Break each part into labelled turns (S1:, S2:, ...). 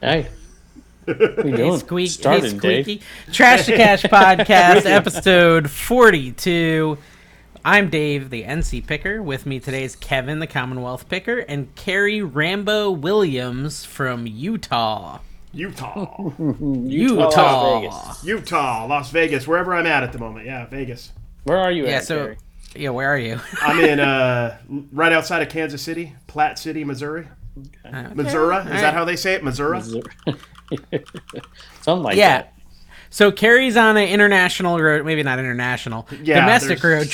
S1: Hey. We
S2: Hey,
S1: doing?
S2: squeak,
S1: Starting,
S2: hey,
S1: Dave.
S2: squeaky. Trash to Cash Podcast, episode 42. I'm Dave, the NC Picker. With me today is Kevin, the Commonwealth Picker, and Carrie Rambo Williams from Utah.
S3: Utah,
S2: Utah.
S1: Las Vegas.
S3: Utah, Las Vegas, wherever I'm at at the moment. Yeah, Vegas.
S1: Where are you
S2: Yeah,
S1: at?
S2: so,
S1: Gary?
S2: yeah, where are you?
S3: I'm in uh, right outside of Kansas City, Platt City, Missouri. Missouri, is that how they say it? Missouri.
S1: Something like
S2: Yeah.
S1: that.
S2: So Carrie's on an international road, maybe not international,
S3: Yeah,
S2: domestic
S3: there's-
S2: road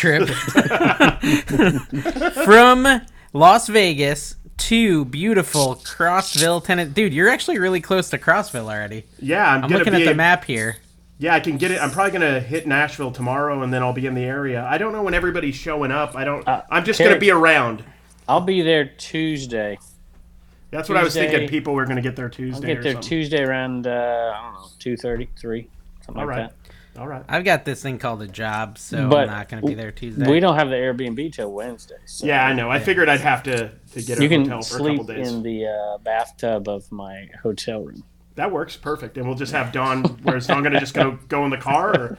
S2: trip from Las Vegas to beautiful Crossville, Tennessee. Dude, you're actually really close to Crossville already.
S3: Yeah,
S2: I'm
S3: I'm, gonna
S2: looking
S3: be.
S2: at the map here.
S3: Yeah, I can get it. I'm probably gonna hit Nashville tomorrow, and then I'll be in the area. I don't know when everybody's showing up. I don't.
S1: Uh,
S3: I'm just
S1: Terry-
S3: gonna be around.
S1: I'll be there Tuesday.
S3: That's what I was
S1: Tuesday-
S3: thinking. People were gonna get there Tuesday.
S1: I'll get
S3: or
S1: there
S3: something.
S1: Tuesday around, uh, I don't know, 2.30, 3, something
S3: All
S1: like
S3: right.
S1: that.
S3: All right.
S2: I've got this thing called a job, so
S1: But
S2: I'm not going to be there Tuesday.
S1: We don't have the Airbnb till Wednesday. So
S3: Yeah, I know. I figured I'd have to to get a
S1: You
S3: hotel
S1: can
S3: for a couple
S1: sleep
S3: days.
S1: in the uh, bathtub of my hotel room.
S3: That works perfect, and we'll just have Don. Where is Don going to just go go in the car? Or...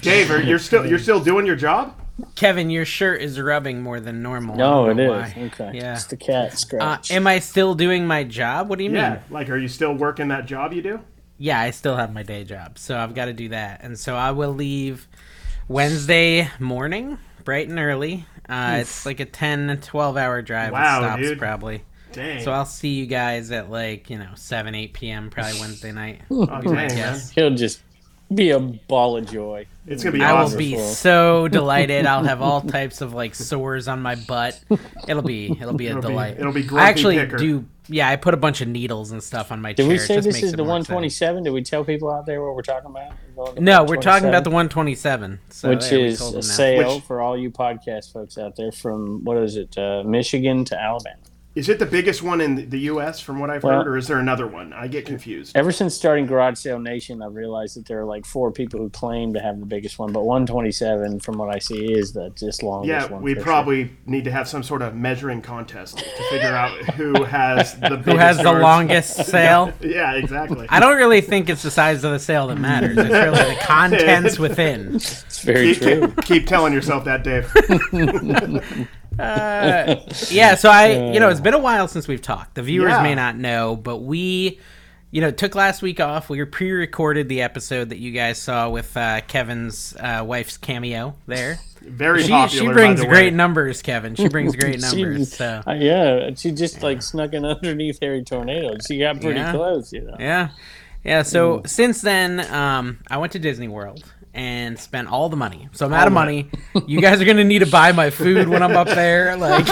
S3: Dave, are, you're still you're still doing your job?
S2: Kevin, your shirt is rubbing more than normal. I
S1: No, Oh, it
S2: don't
S1: is.
S2: know why.
S1: Okay.
S2: Yeah.
S1: It's the cat
S2: Uh,
S1: scratch.
S2: am I still doing my job? What do you mean?
S3: Yeah. Like, are you still working that job you do?
S2: yeah, I still have my day job, so I've got to do that. And so I will leave Wednesday morning, bright and early. Uh, it's like a 10, 12 hour drive with
S3: Wow,
S2: stops,
S3: dude.
S2: probably.
S3: Dang.
S2: So I'll see you guys at like, you know, 7, 8 p.m., probably Wednesday night.
S3: oh, dang, man.
S2: guess.
S1: He'll just be a ball of joy.
S3: It's gonna be
S2: I will
S3: awesome.
S2: be
S1: Wonderful.
S2: so delighted. I'll have all types of like sores on my butt. It'll be it'll be a
S3: It'll be-
S2: delight.
S3: it'll be
S2: I
S3: grumpy
S2: actually
S3: picker.
S2: do. Yeah, I put a bunch of needles and stuff on my
S1: Did
S2: chair.
S1: we
S2: It
S1: say
S2: just
S1: this
S2: makes
S1: is
S2: it
S1: the
S2: more
S1: 127? Did we tell people out there what we're talking about? We're going to
S2: exciting. No, we're
S1: 127?
S2: talking about the 127, so
S1: which
S2: there, we
S1: is
S2: told
S1: a
S2: them that.
S1: sale
S3: Which-
S1: for all you podcast folks out there from what is it, uh, Michigan to Alabama.
S3: Is it the biggest one in the U.S. from what I've
S1: Well-
S3: heard, or is there another one? I get confused.
S1: Ever since starting Garage Sale Nation, I've realized that there are like four people who claim to have the biggest one, but 127, from what I see, is the just longest
S3: Yeah,
S1: one.
S3: we
S1: for sure.
S3: probably need to have some sort of measuring contest to figure out who has the biggest
S2: Who has the
S3: yards.
S2: longest sale?
S3: Yeah, exactly.
S2: I don't really think it's the size of the sale that matters. It's really the contents within.
S1: It's very
S3: Keep-
S1: true.
S3: keep, keep telling yourself that, Dave.
S2: Uh, yeah, so I, you know, it's been a while since we've talked. The viewers
S3: Uh. Yeah.
S2: may not know, but we, you know, took last week off. We pre-recorded the episode that you guys saw with uh, Kevin's uh, wife's cameo there.
S3: Very
S2: She,
S3: popular.
S2: she
S3: by
S2: brings
S3: the way.
S2: great numbers, Kevin. She brings great
S1: She-
S2: numbers. So
S1: uh, yeah, she just like snuck in underneath Harry Tornado. She got pretty
S2: Yeah.
S1: close, you know.
S2: yeah, yeah. So since then, um, I went to Disney World and spent all the money. So I'm
S3: Oh
S2: out of money. you guys are gonna need to buy my food when I'm up there. Like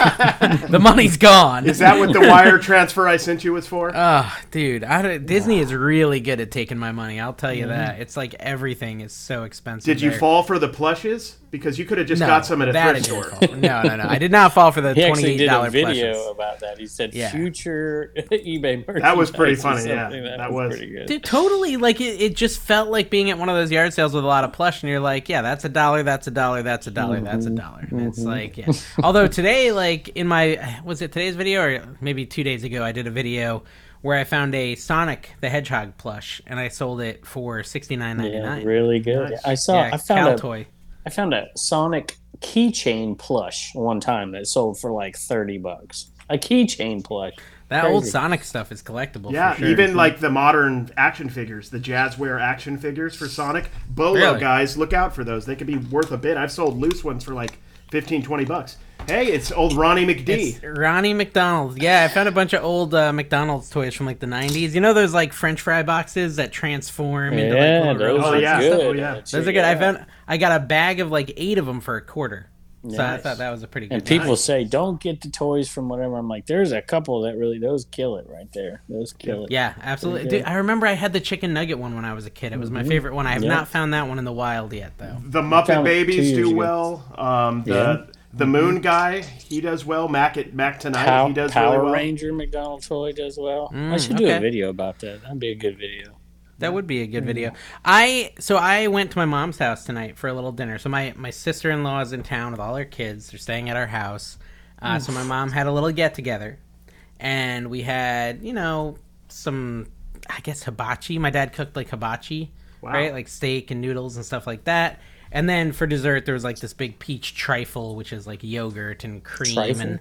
S2: the money's gone.
S3: Is that what the wire transfer I sent you was for?
S2: Oh, dude, I don't- Disney is really good at taking my money. I'll tell you that. It's like everything is so expensive.
S3: Mm-hmm. Did you
S2: there.
S3: fall for the plushes? Because you could have just
S2: No,
S3: got some at a
S2: that
S3: thrift
S2: is your
S3: store.
S2: fault. No, no, no. I did not fall for the
S1: He
S2: twenty-eight
S1: actually did
S2: dollar
S1: a video about that. He said
S2: Yeah.
S1: future eBay merchandise.
S3: That was pretty
S1: or
S3: funny, yeah.
S1: something.
S3: That was-
S1: pretty good.
S2: Dude, totally. Like it, it just felt like being at one of those yard sales with a lot of plush, and you're like, yeah, that's a dollar, that's a dollar, that's a dollar, that's a
S1: Mm-hmm.
S2: dollar. And it's like, yeah. Although today, like in my, was it today's video or maybe two days ago, I did a video where I found a Sonic the Hedgehog plush, and I sold it for sixty-nine
S1: Yeah,
S2: ninety-nine.
S1: really good.
S3: Nice.
S1: I saw.
S2: Yeah,
S1: I found
S2: cow
S1: a,
S2: toy.
S1: I found a Sonic keychain plush one time that sold for like thirty bucks. A keychain plush.
S2: That old
S1: Crazy.
S2: Sonic stuff is collectible.
S3: Yeah,
S2: for sure. Mm.
S3: even like the modern action figures, the Jazzware action figures for Sonic. Bolo
S2: Really?
S3: guys, look out for those. They could be worth a bit. I've sold loose ones for like 15, 20 bucks. Hey, it's old Ronnie McD.
S2: It's Ronnie McDonald's. Yeah, I found a bunch of old uh, McDonald's toys from like the '90s. You know those like French fry boxes that transform into
S1: yeah,
S2: like little
S1: those
S2: robots?
S3: Oh,
S1: are
S3: yeah.
S1: good.
S3: Oh, yeah.
S2: Those are good.
S1: uh,
S2: I found. I got a bag of like eight of them for a quarter. So I
S1: Nice.
S2: thought that was a pretty good.
S1: And people say don't get the toys from whatever. I'm like, there's a couple that really those kill it right there. Those kill it.
S2: Yeah, absolutely.
S1: Pretty Mm-hmm.
S2: Dude, I remember I had the chicken nugget one when I was a kid. It was my favorite one. I have
S1: Yeah.
S2: not found that one in the wild yet, though.
S3: The
S1: found
S3: Muppet
S1: it two
S3: Babies
S1: years
S3: do
S1: ago.
S3: well. Um, the
S2: Mm-hmm.
S3: the Moon guy, he does well. Mac at Mac tonight,
S1: Pow-
S3: he does
S1: Power
S3: really well.
S1: Ranger McDonald toy does well. I
S2: Mm,
S1: should do
S2: okay.
S1: a video about that. That'd be a good video.
S2: That would be a good video. I so I went to my mom's house tonight for a little dinner. So my my sister in law is in town with all her kids. They're staying at our house. Uh, so my mom had a little get together, and we had you know some I guess hibachi. My dad cooked like hibachi,
S3: Wow.
S2: right? Like steak and noodles and stuff like that. And then for dessert, there was like this big peach trifle, which is like yogurt and cream
S1: Trifle?
S2: and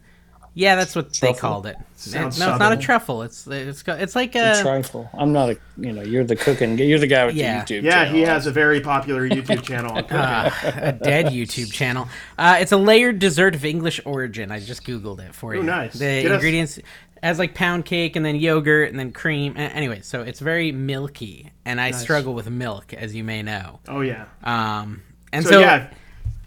S2: yeah, that's what they
S1: Truffle?
S2: called it. no,
S3: Sounds
S2: it's not a
S3: southern.
S2: truffle. It's it's co- it's like
S1: A
S2: a
S1: trifle. I'm not a. You know, you're the cooking. You're the guy with the
S2: Yeah.
S1: YouTube.
S3: Yeah,
S1: channel.
S3: he has a very popular YouTube channel on
S2: Uh,
S3: cooking.
S2: a dead YouTube channel. Uh, it's a layered dessert of English origin. I just googled it for you.
S3: nice.
S2: The
S3: Get us-
S2: ingredients as like pound cake and then yogurt and then cream. A- Anyway, so it's very milky, and I struggle with milk, as you may know.
S3: oh yeah.
S2: Um, and
S3: So,
S2: so,
S3: yeah,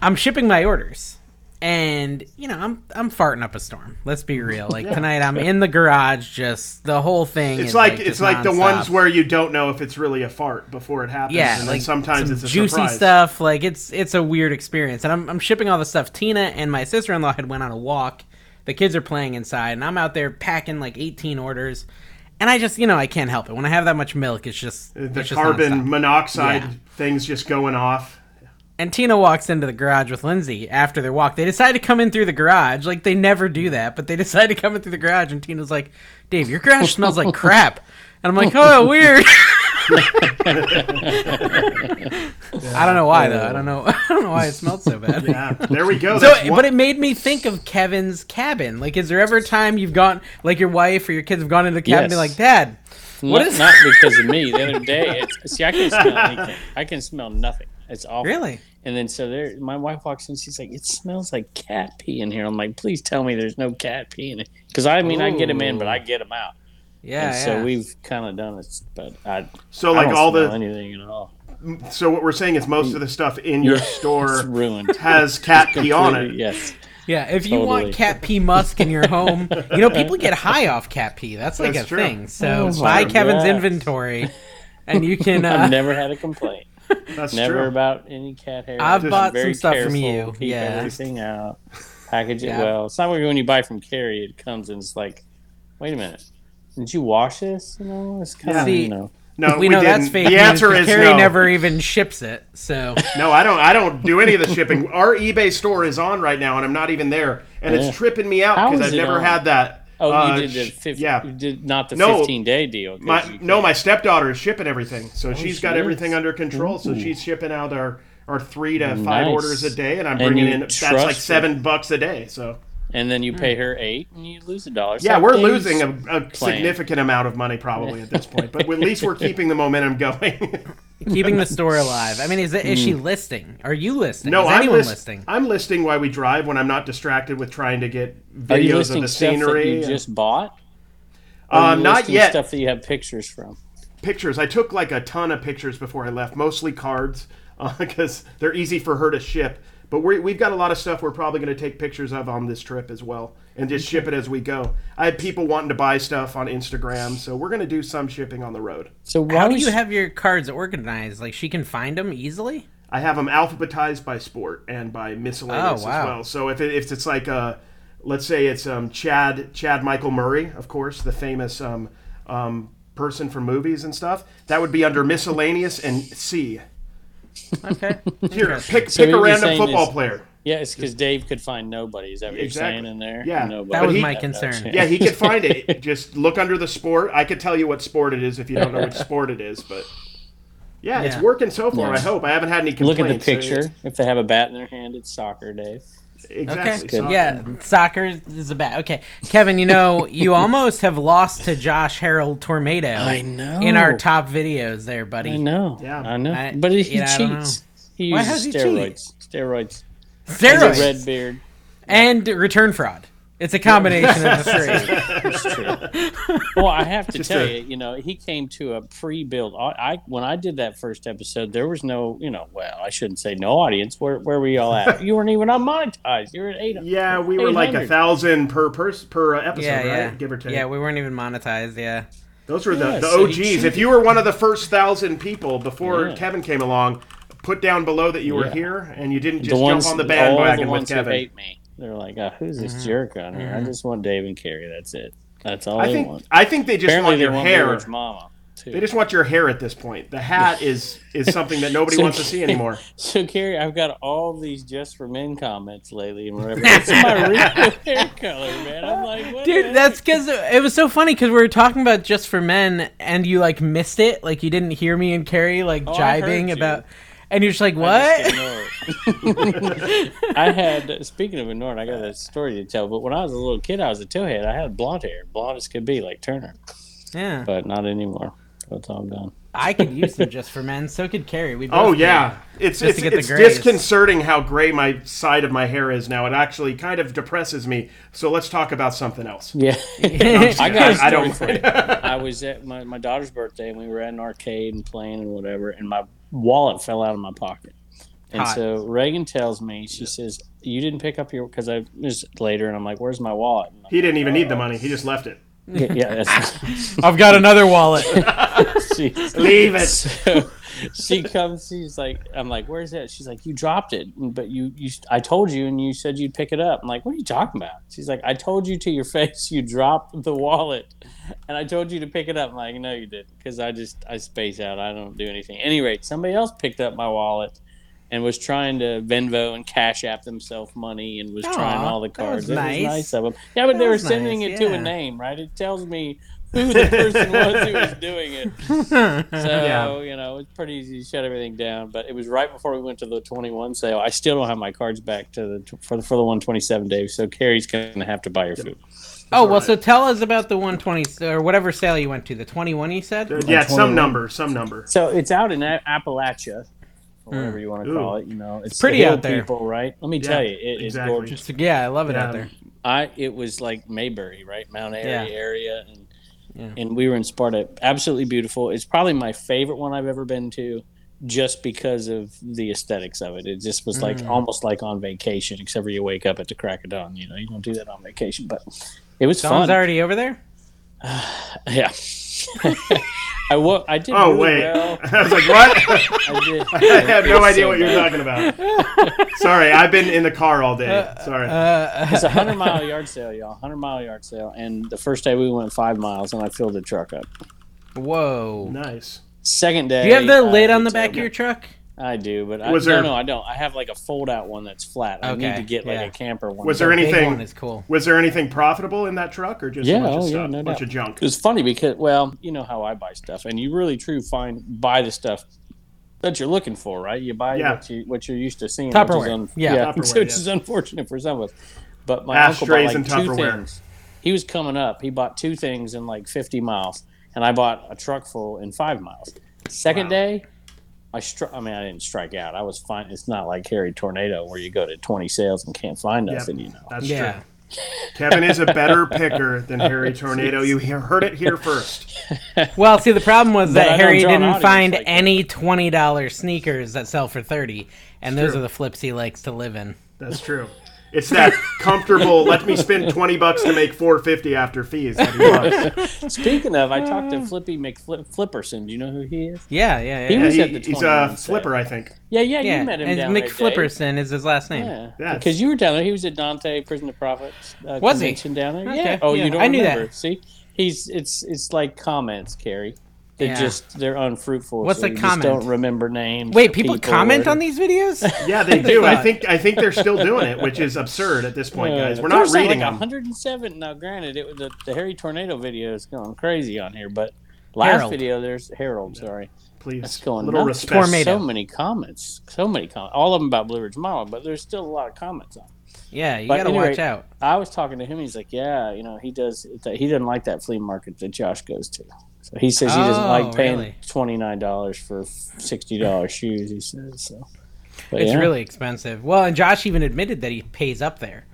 S2: I'm shipping my orders, and you know I'm I'm farting up a storm. Let's be real. Like tonight, I'm in the garage, just the whole thing.
S3: it's
S2: is,
S3: like,
S2: just
S3: it's like the
S2: nonstop.
S3: ones where you don't know if it's really a fart before it happens.
S2: yeah,
S3: and then
S2: like
S3: sometimes
S2: some
S3: it's a
S2: juicy
S3: surprise.
S2: stuff. Like it's it's a weird experience, and I'm I'm shipping all the stuff. Tina and my sister in law had went on a walk. The kids are playing inside, and I'm out there packing like 18 orders, and I just you know I can't help it. When I have that much milk, it's just
S3: The
S2: it's just
S3: carbon
S2: nonstop.
S3: monoxide
S2: Yeah.
S3: things just going off.
S2: And Tina walks into the garage with Lindsay after their walk. They decide to come in through the garage. Like, they never do that, but they decide to come in through the garage. And Tina's like, Dave, your garage smells like crap. And I'm like, oh, weird. I don't know why, though. I don't know. I don't know why it smelled so bad.
S3: Yeah, there we go.
S2: So,
S3: That's one-
S2: but it made me think of Kevin's cabin. Like, is there ever a time you've gone, like, your wife or your kids have gone into the cabin and be
S1: Yes.
S2: like, Dad, what
S1: not,
S2: is
S1: not because of me. The other day, it's, see, I can smell anything. I can smell nothing. It's awful.
S2: Really?
S1: And then so there, my wife walks in. She's like, "It smells like cat pee in here." I'm like, "Please tell me there's no cat pee in it." Because I mean, I get them in, but I get them out.
S2: Yeah.
S1: and so
S2: yeah.
S1: we've kind of done it, but I
S3: so
S1: I
S3: like
S1: don't
S3: all
S1: smell
S3: the
S1: anything at all.
S3: so what we're saying is most of the stuff in your
S1: It's
S3: store
S1: ruined.
S3: has cat pee on
S1: Completely,
S3: it.
S1: Yes.
S2: Yeah, if you
S1: Totally.
S2: want cat pee musk in your home, you know people get high off cat pee. That's like
S3: That's
S2: a
S3: true.
S2: thing. So
S1: Oh
S2: buy
S1: my
S2: Kevin's
S1: God.
S2: inventory, and you can.
S1: I've
S2: Uh,
S1: never had a complaint.
S3: That's
S1: Never
S3: true.
S1: about any cat hair.
S2: I've
S1: Just
S2: bought
S1: very
S2: some stuff from
S1: careful,
S2: you,
S1: Keep
S2: yeah.
S1: everything out. Package it
S2: Yeah.
S1: well. It's not like when you buy from Carrie, it comes and it's like, wait a minute, did you wash this? You know, it's kind
S2: Yeah.
S1: of
S2: See,
S1: you know.
S3: No,
S2: we know that's
S3: didn't.
S2: fake.
S3: The
S2: news,
S3: answer
S2: but
S3: is
S2: Carrie
S3: no.
S2: never even ships it. So
S3: No, I don't. I don't do any of the shipping. Our eBay store is on right now, and I'm not even there, and
S1: Yeah.
S3: it's tripping me out
S1: How
S3: because
S1: is
S3: I've
S1: it
S3: never
S1: on?
S3: had that.
S1: Oh,
S3: Uh,
S1: you did the
S3: sh-
S1: fif-
S3: yeah.
S1: you did not the
S3: No.
S1: fifteen day deal. 'cause you
S3: My,
S1: could-
S3: no, my stepdaughter is shipping everything, so she's
S1: Oh, she
S3: got everything
S1: is.
S3: under control. So she's shipping out our our three to five
S1: Nice.
S3: orders a day, and I'm
S1: And
S3: bringing
S1: you
S3: in that's
S1: trust
S3: like seven bucks a day. So
S1: and then you
S2: Hmm.
S1: pay her eight and you lose a dollar.
S3: yeah,
S1: So
S3: we're
S1: things-
S3: losing a, a
S1: plan.
S3: significant amount of money probably at this point, but at least we're keeping the momentum going.
S2: keeping the store alive. I mean, is it, is
S1: Mm.
S2: she listing? Are you listing?
S3: no,
S2: is
S3: I'm
S2: anyone
S3: list-
S2: listing?
S3: I'm listing why we drive when I'm not distracted with trying to get
S1: Are you
S3: videos of
S1: listing
S3: the
S1: stuff that
S3: scenery.
S1: you
S3: and-
S1: just bought? Or are
S3: um,
S1: you
S3: not
S1: listing
S3: yet.
S1: Stuff that you have pictures from.
S3: pictures. I took like a ton of pictures before I left, mostly cards because they're easy for her to ship. But we we've got a lot of stuff we're probably going to take pictures of on this trip as well and just ship it as we go. I had people wanting to buy stuff on Instagram, so we're going to do some shipping on the road.
S1: So why
S2: How do
S1: was-
S2: you have your cards organized? Like she can find them easily.
S3: I have them alphabetized by sport and by miscellaneous
S2: Oh, wow.
S3: as well. So if, it, if it's like uh let's say it's um, Chad Chad Michael Murray, of course, the famous um, um, person from movies and stuff, that would be under miscellaneous and C.
S2: Okay.
S3: Here, pick
S1: So what
S3: pick a
S1: you're
S3: random
S1: saying
S3: football
S1: is-
S3: player.
S1: Yeah, it's because Dave could find nobody. Is that what
S3: Exactly.
S1: you're saying in there?
S3: Yeah.
S1: nobody.
S2: That was
S3: he-
S2: my
S3: Yeah,
S2: concern.
S3: Yeah, he could find it. Just look under the sport. I could tell you what sport it is if you don't know which sport it is, but yeah, it's
S2: Yeah.
S3: working so far. I
S1: Nice.
S3: hope I haven't had any
S1: Look
S3: complaints.
S1: at the
S3: so
S1: picture. if they have a bat in their hand, it's soccer, Dave.
S3: it's-
S2: Okay.
S3: Exactly. so-
S2: Yeah, soccer is a bad. Okay, Kevin, you know you almost have lost to Josh Harold Tornado.
S1: I know.
S2: in our top videos, there, buddy.
S1: I know.
S3: Yeah.
S1: I know.
S2: I-
S1: but he
S2: yeah, I don't
S1: cheats. He
S2: Why
S1: uses
S2: does he cheat?
S1: steroids. Steroids. He's
S2: Steroids
S1: a red beard.
S2: and return fraud. It's a combination of the three.
S1: It's true. well, I have to
S3: Just
S1: tell
S3: a-
S1: you, you know, he came to a pre-built. I, I when I did that first episode, there was no, you know, well, I shouldn't say no audience. Where where were y'all at? you weren't even unmonetized. You were at eight.
S3: Yeah, we were like a
S1: 800.
S3: thousand per pers- per uh, episode,
S2: Yeah,
S3: right?
S2: yeah.
S3: Give or take.
S2: Yeah, we weren't even monetized. Yeah.
S3: Those were the,
S1: Yeah,
S3: the
S1: so
S3: OGs.
S1: you cheated.
S3: if you were one of the first thousand people before
S1: Yeah.
S3: Kevin came along, put down below that you were
S1: Yeah.
S3: here and you didn't
S1: The
S3: just jump
S1: ones
S3: on the
S1: all
S3: bandwagon
S1: the
S3: with
S1: ones
S3: Kevin.
S1: who hate me. They're like, oh, who's this jerk on here? I just want Dave and Carrie. That's it. That's all
S3: I
S1: they
S3: think
S1: want.
S3: I think they just
S1: Apparently,
S3: want
S1: they
S3: your
S1: want
S3: hair.
S1: Marriage Mama. too.
S3: They just want your hair at this point. The hat is is something that nobody wants to see anymore.
S1: So, Carrie, I've got all these just for men comments lately and whatever. It's my real hair color, man. I'm like, what the
S2: Dude,
S1: heck?
S2: that's because it was so funny because we were talking about just for men, and you like missed it, like you didn't hear me and Carrie like
S1: Oh, I heard
S2: jibing
S1: you.
S2: about, and you're just like,
S1: I
S2: what?
S1: just ignored. I had speaking of ignoring, I got a story to tell. But when I was a little kid, I was a towhead. I had blonde hair, blonde as could be, like Turner,
S2: Yeah,
S1: but not anymore. So it's all gone.
S2: I could use some just for men. So could Carrie. We both
S3: Oh
S2: could.
S3: yeah, it's
S2: Just
S3: it's,
S2: to get the
S3: it's
S2: grays.
S3: disconcerting how gray my side of my hair is now. It actually kind of depresses me. So let's talk about something else.
S1: Yeah, I got. A story
S3: I don't-
S1: For you. I was at my, my daughter's birthday, and we were at an arcade and playing and whatever, and my wallet fell out of my pocket. And
S2: Hot.
S1: so Reagan tells me, she says, "You didn't pick up your because I was later, and I'm like, "Where's my wallet?" And I'm
S3: He didn't even need the money. He just left it.
S1: like, yeah, yeah, that's,
S2: I've got another wallet.
S1: she-
S3: Leave it.
S1: So she comes. She's like, I'm like, where's that? She's like, you dropped it, but you, you, I told you, and you said you'd pick it up. I'm like, what are you talking about? She's like, I told you to your face, you dropped the wallet, and I told you to pick it up. I'm like, no, you didn't, because I just, I space out. I don't do anything. Anyway, somebody else picked up my wallet. And was trying to Venmo and Cash App themselves money, and was trying
S2: Aw,
S1: all the
S2: that was
S1: cards.
S2: nice.
S1: of them. Yeah, but
S2: That
S1: they were
S2: was nice,
S1: sending it to
S2: yeah.
S1: a name, right? It tells me who the person was who was doing it. So
S3: Yeah.
S1: you know, it's pretty easy to shut everything down. But it was right before we went to the 21 sale. I still don't have my cards back to the for the for the 127 Dave. So Carrie's gonna have to buy your food.
S2: oh well,
S3: alright.
S2: so tell us about the 120 or whatever sale you went to. The 21 you said.
S3: Yeah, some
S1: 21.
S3: number, some number.
S1: So it's out in A- Appalachia, or whatever you want to
S3: Ooh.
S1: call it. You know, it's,
S2: Hmm. pretty
S1: the hill
S2: out there.
S1: people, right? Let me
S3: Yeah,
S1: tell you, it,
S3: exactly.
S1: it's gorgeous.
S2: It's- yeah, I love it
S3: Yeah.
S2: out there.
S1: I it was like Mayberry, right? Mount Airy
S2: Yeah.
S1: area, and
S2: Yeah.
S1: and we were in Sparta. Absolutely beautiful. It's probably my favorite one I've ever been to, just because of the aesthetics of it. It just was like
S2: Mm.
S1: almost like on vacation, except for you wake up at the crack of dawn. You know, you don't do that on vacation, but it was
S2: Don's
S1: fun.
S2: already over there.
S1: yeah. I wo- I did
S3: Oh
S1: really
S3: wait,
S1: well.
S3: I was like, what?
S1: I, did,
S3: I have no
S1: feel
S3: idea
S1: so
S3: what you're
S1: bad.
S3: talking about. Sorry, I've been in the car all day.
S1: Uh,
S3: Sorry.
S2: Uh,
S1: It's a hundred mile yard sale, y'all. Hundred mile yard sale, and the first day we went five miles, and I filled the truck up.
S2: Whoa.
S3: nice.
S1: Second day,
S2: Do you have the
S1: I
S2: lid on
S1: did
S2: the back of
S1: terrible.
S2: your truck?
S1: I do, but I,
S3: Was
S1: no,
S3: there-
S1: no, I don't. I have like a fold out one that's flat. I
S2: Okay,
S1: need to get like
S2: yeah.
S1: a camper one.
S3: Was there
S2: The
S3: any-
S2: big
S3: Anything-
S2: one is cool.
S3: Was there anything profitable in that truck, or just
S1: Yeah,
S3: a bunch of
S1: oh, yeah,
S3: stuff,
S1: no
S3: bunch
S1: doubt.
S3: of junk?
S1: It was funny because, well, you know how I buy stuff, and you really true find buy the stuff that you're looking for, right? You buy
S3: Yeah.
S1: what you what you're used to seeing. Which
S2: Tupperware.
S1: is un-
S2: Yeah.
S1: which
S3: Tupperware,
S1: is unfortunate for some of us. But my
S3: Ashtrays
S1: uncle
S3: and
S1: bought like two
S3: Tupperware.
S1: things. He was coming up. He bought two things in like 50 miles, and I bought a truck full in five miles. Second
S3: Wow.
S1: day, I struck. I mean, I didn't strike out. I was fine. It's not like Harry Tornado where you go to 20 sales and can't find
S3: Yep,
S1: nothing. You know.
S3: That's
S2: Yeah.
S3: true. Kevin is a better picker than Harry Tornado. You he- heard it here first.
S2: Well, see, the problem was
S1: I
S2: that
S1: know
S2: Harry
S1: John
S2: didn't
S1: Ottie's
S2: find
S1: like that.
S2: any twenty dollars sneakers that sell for thirty, and those
S3: true.
S2: are the flips he likes to live in.
S3: That's true. It's that comfortable. let me spend twenty bucks to make four fifty after fees. that he loves.
S1: Speaking of, I talked to Flippy McFlip Flipperson. Do you know who he is?
S2: Yeah, yeah, yeah.
S1: He
S3: Yeah,
S1: was
S3: he-
S1: at the
S3: he's
S1: 21
S3: a
S1: set.
S3: flipper, I think.
S1: Yeah, yeah,
S2: yeah.
S1: you met him
S2: and
S1: down
S2: Mick
S1: there, Dave.
S2: Flipperson is his last name.
S1: Yeah,
S3: That's-
S1: because you were down there. He was at Dante Prison of Prophets. Uh,
S2: Was he?
S1: convention down there?
S2: Okay,
S1: Yeah. Oh,
S2: yeah.
S1: you don't
S2: I knew that.
S1: remember? See, he's it's it's like comments, Carrie. They
S2: Yeah.
S1: just they're unfruitful.
S2: What's
S1: so
S2: a
S1: you
S2: comment?
S1: Just don't remember names.
S2: Wait, people, comment on these videos?
S3: Yeah, they do. I
S2: Fuck.
S3: think I think they're still doing it, which is absurd at this point, guys. Oh We're
S1: there
S3: not
S1: was, Uh, like,
S3: reading
S1: like
S3: them.
S1: 107. Now, granted, it was the, the Harry Tornado video is going crazy on here, but last
S2: Harold.
S1: video there's Harold. Sorry,
S3: Please,
S1: going
S3: little
S1: nuts.
S3: respect.
S2: Tornado.
S1: so many comments, so many comments. All of them about Blue Ridge Mile, but there's still a lot of comments on. it.
S2: yeah, you
S1: But
S2: gotta
S1: anyway-
S2: watch out.
S1: I was talking to him. He's like, "Yeah, you know, he does. He doesn't like that flea market that Josh goes to. So he says he doesn't
S2: Oh,
S1: like paying
S2: really?
S1: twenty nine dollars for sixty dollars shoes." He says so. But
S2: It's
S1: yeah.
S2: really expensive. Well, and Josh even admitted that he pays up there.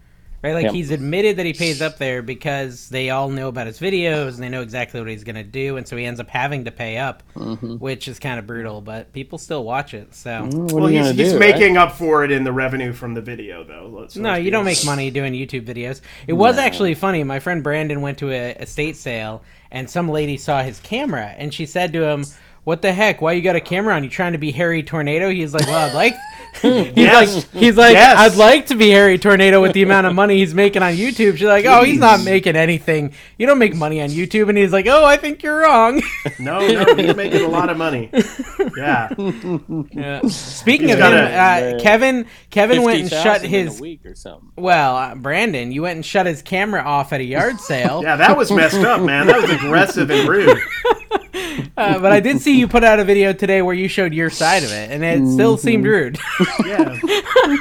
S2: Right? Like
S1: Yep.
S2: he's admitted that he pays up there because they all know about his videos and they know exactly what he's going to do and so he ends up having to pay up,
S1: Mm-hmm.
S2: which is kind of brutal, but people still watch it. So
S1: What
S3: Well,
S1: are you
S3: he's,
S1: gonna
S3: he's
S1: do, right?
S3: making up for it in the revenue from the video, though. Let's-
S2: No,
S3: let's
S2: you
S3: be
S2: don't
S3: honest.
S2: make money doing YouTube videos. It was actually funny. My friend Brandon went to a estate sale, and some lady saw his camera, and she said to him, "What the heck? Why you got a camera on? You trying to be Harry Tornado?" He's like, "Well, I'd like, he's
S3: Yes.
S2: like, he's like,
S3: Yes.
S2: I'd like to be Harry Tornado with the amount of money he's making on YouTube. She's like, oh, he's not making anything. You don't make money on YouTube. And he's like, oh, I think you're wrong.
S3: No, no, he's making a lot of money. Yeah,
S2: Yeah. Speaking
S3: He's
S2: of him,
S3: got
S2: uh,
S1: a-
S2: Kevin, Kevin went and
S1: 50,000
S2: shut
S1: in
S2: his.
S1: a week or something.
S2: Well, uh, Brandon, you went and shut his camera off at a yard sale.
S3: yeah, that was messed up, man. That was aggressive and rude.
S2: uh, but I did see you put out a video today where you showed your side of it, and it
S3: Mm-hmm.
S2: still seemed rude.
S3: Yeah.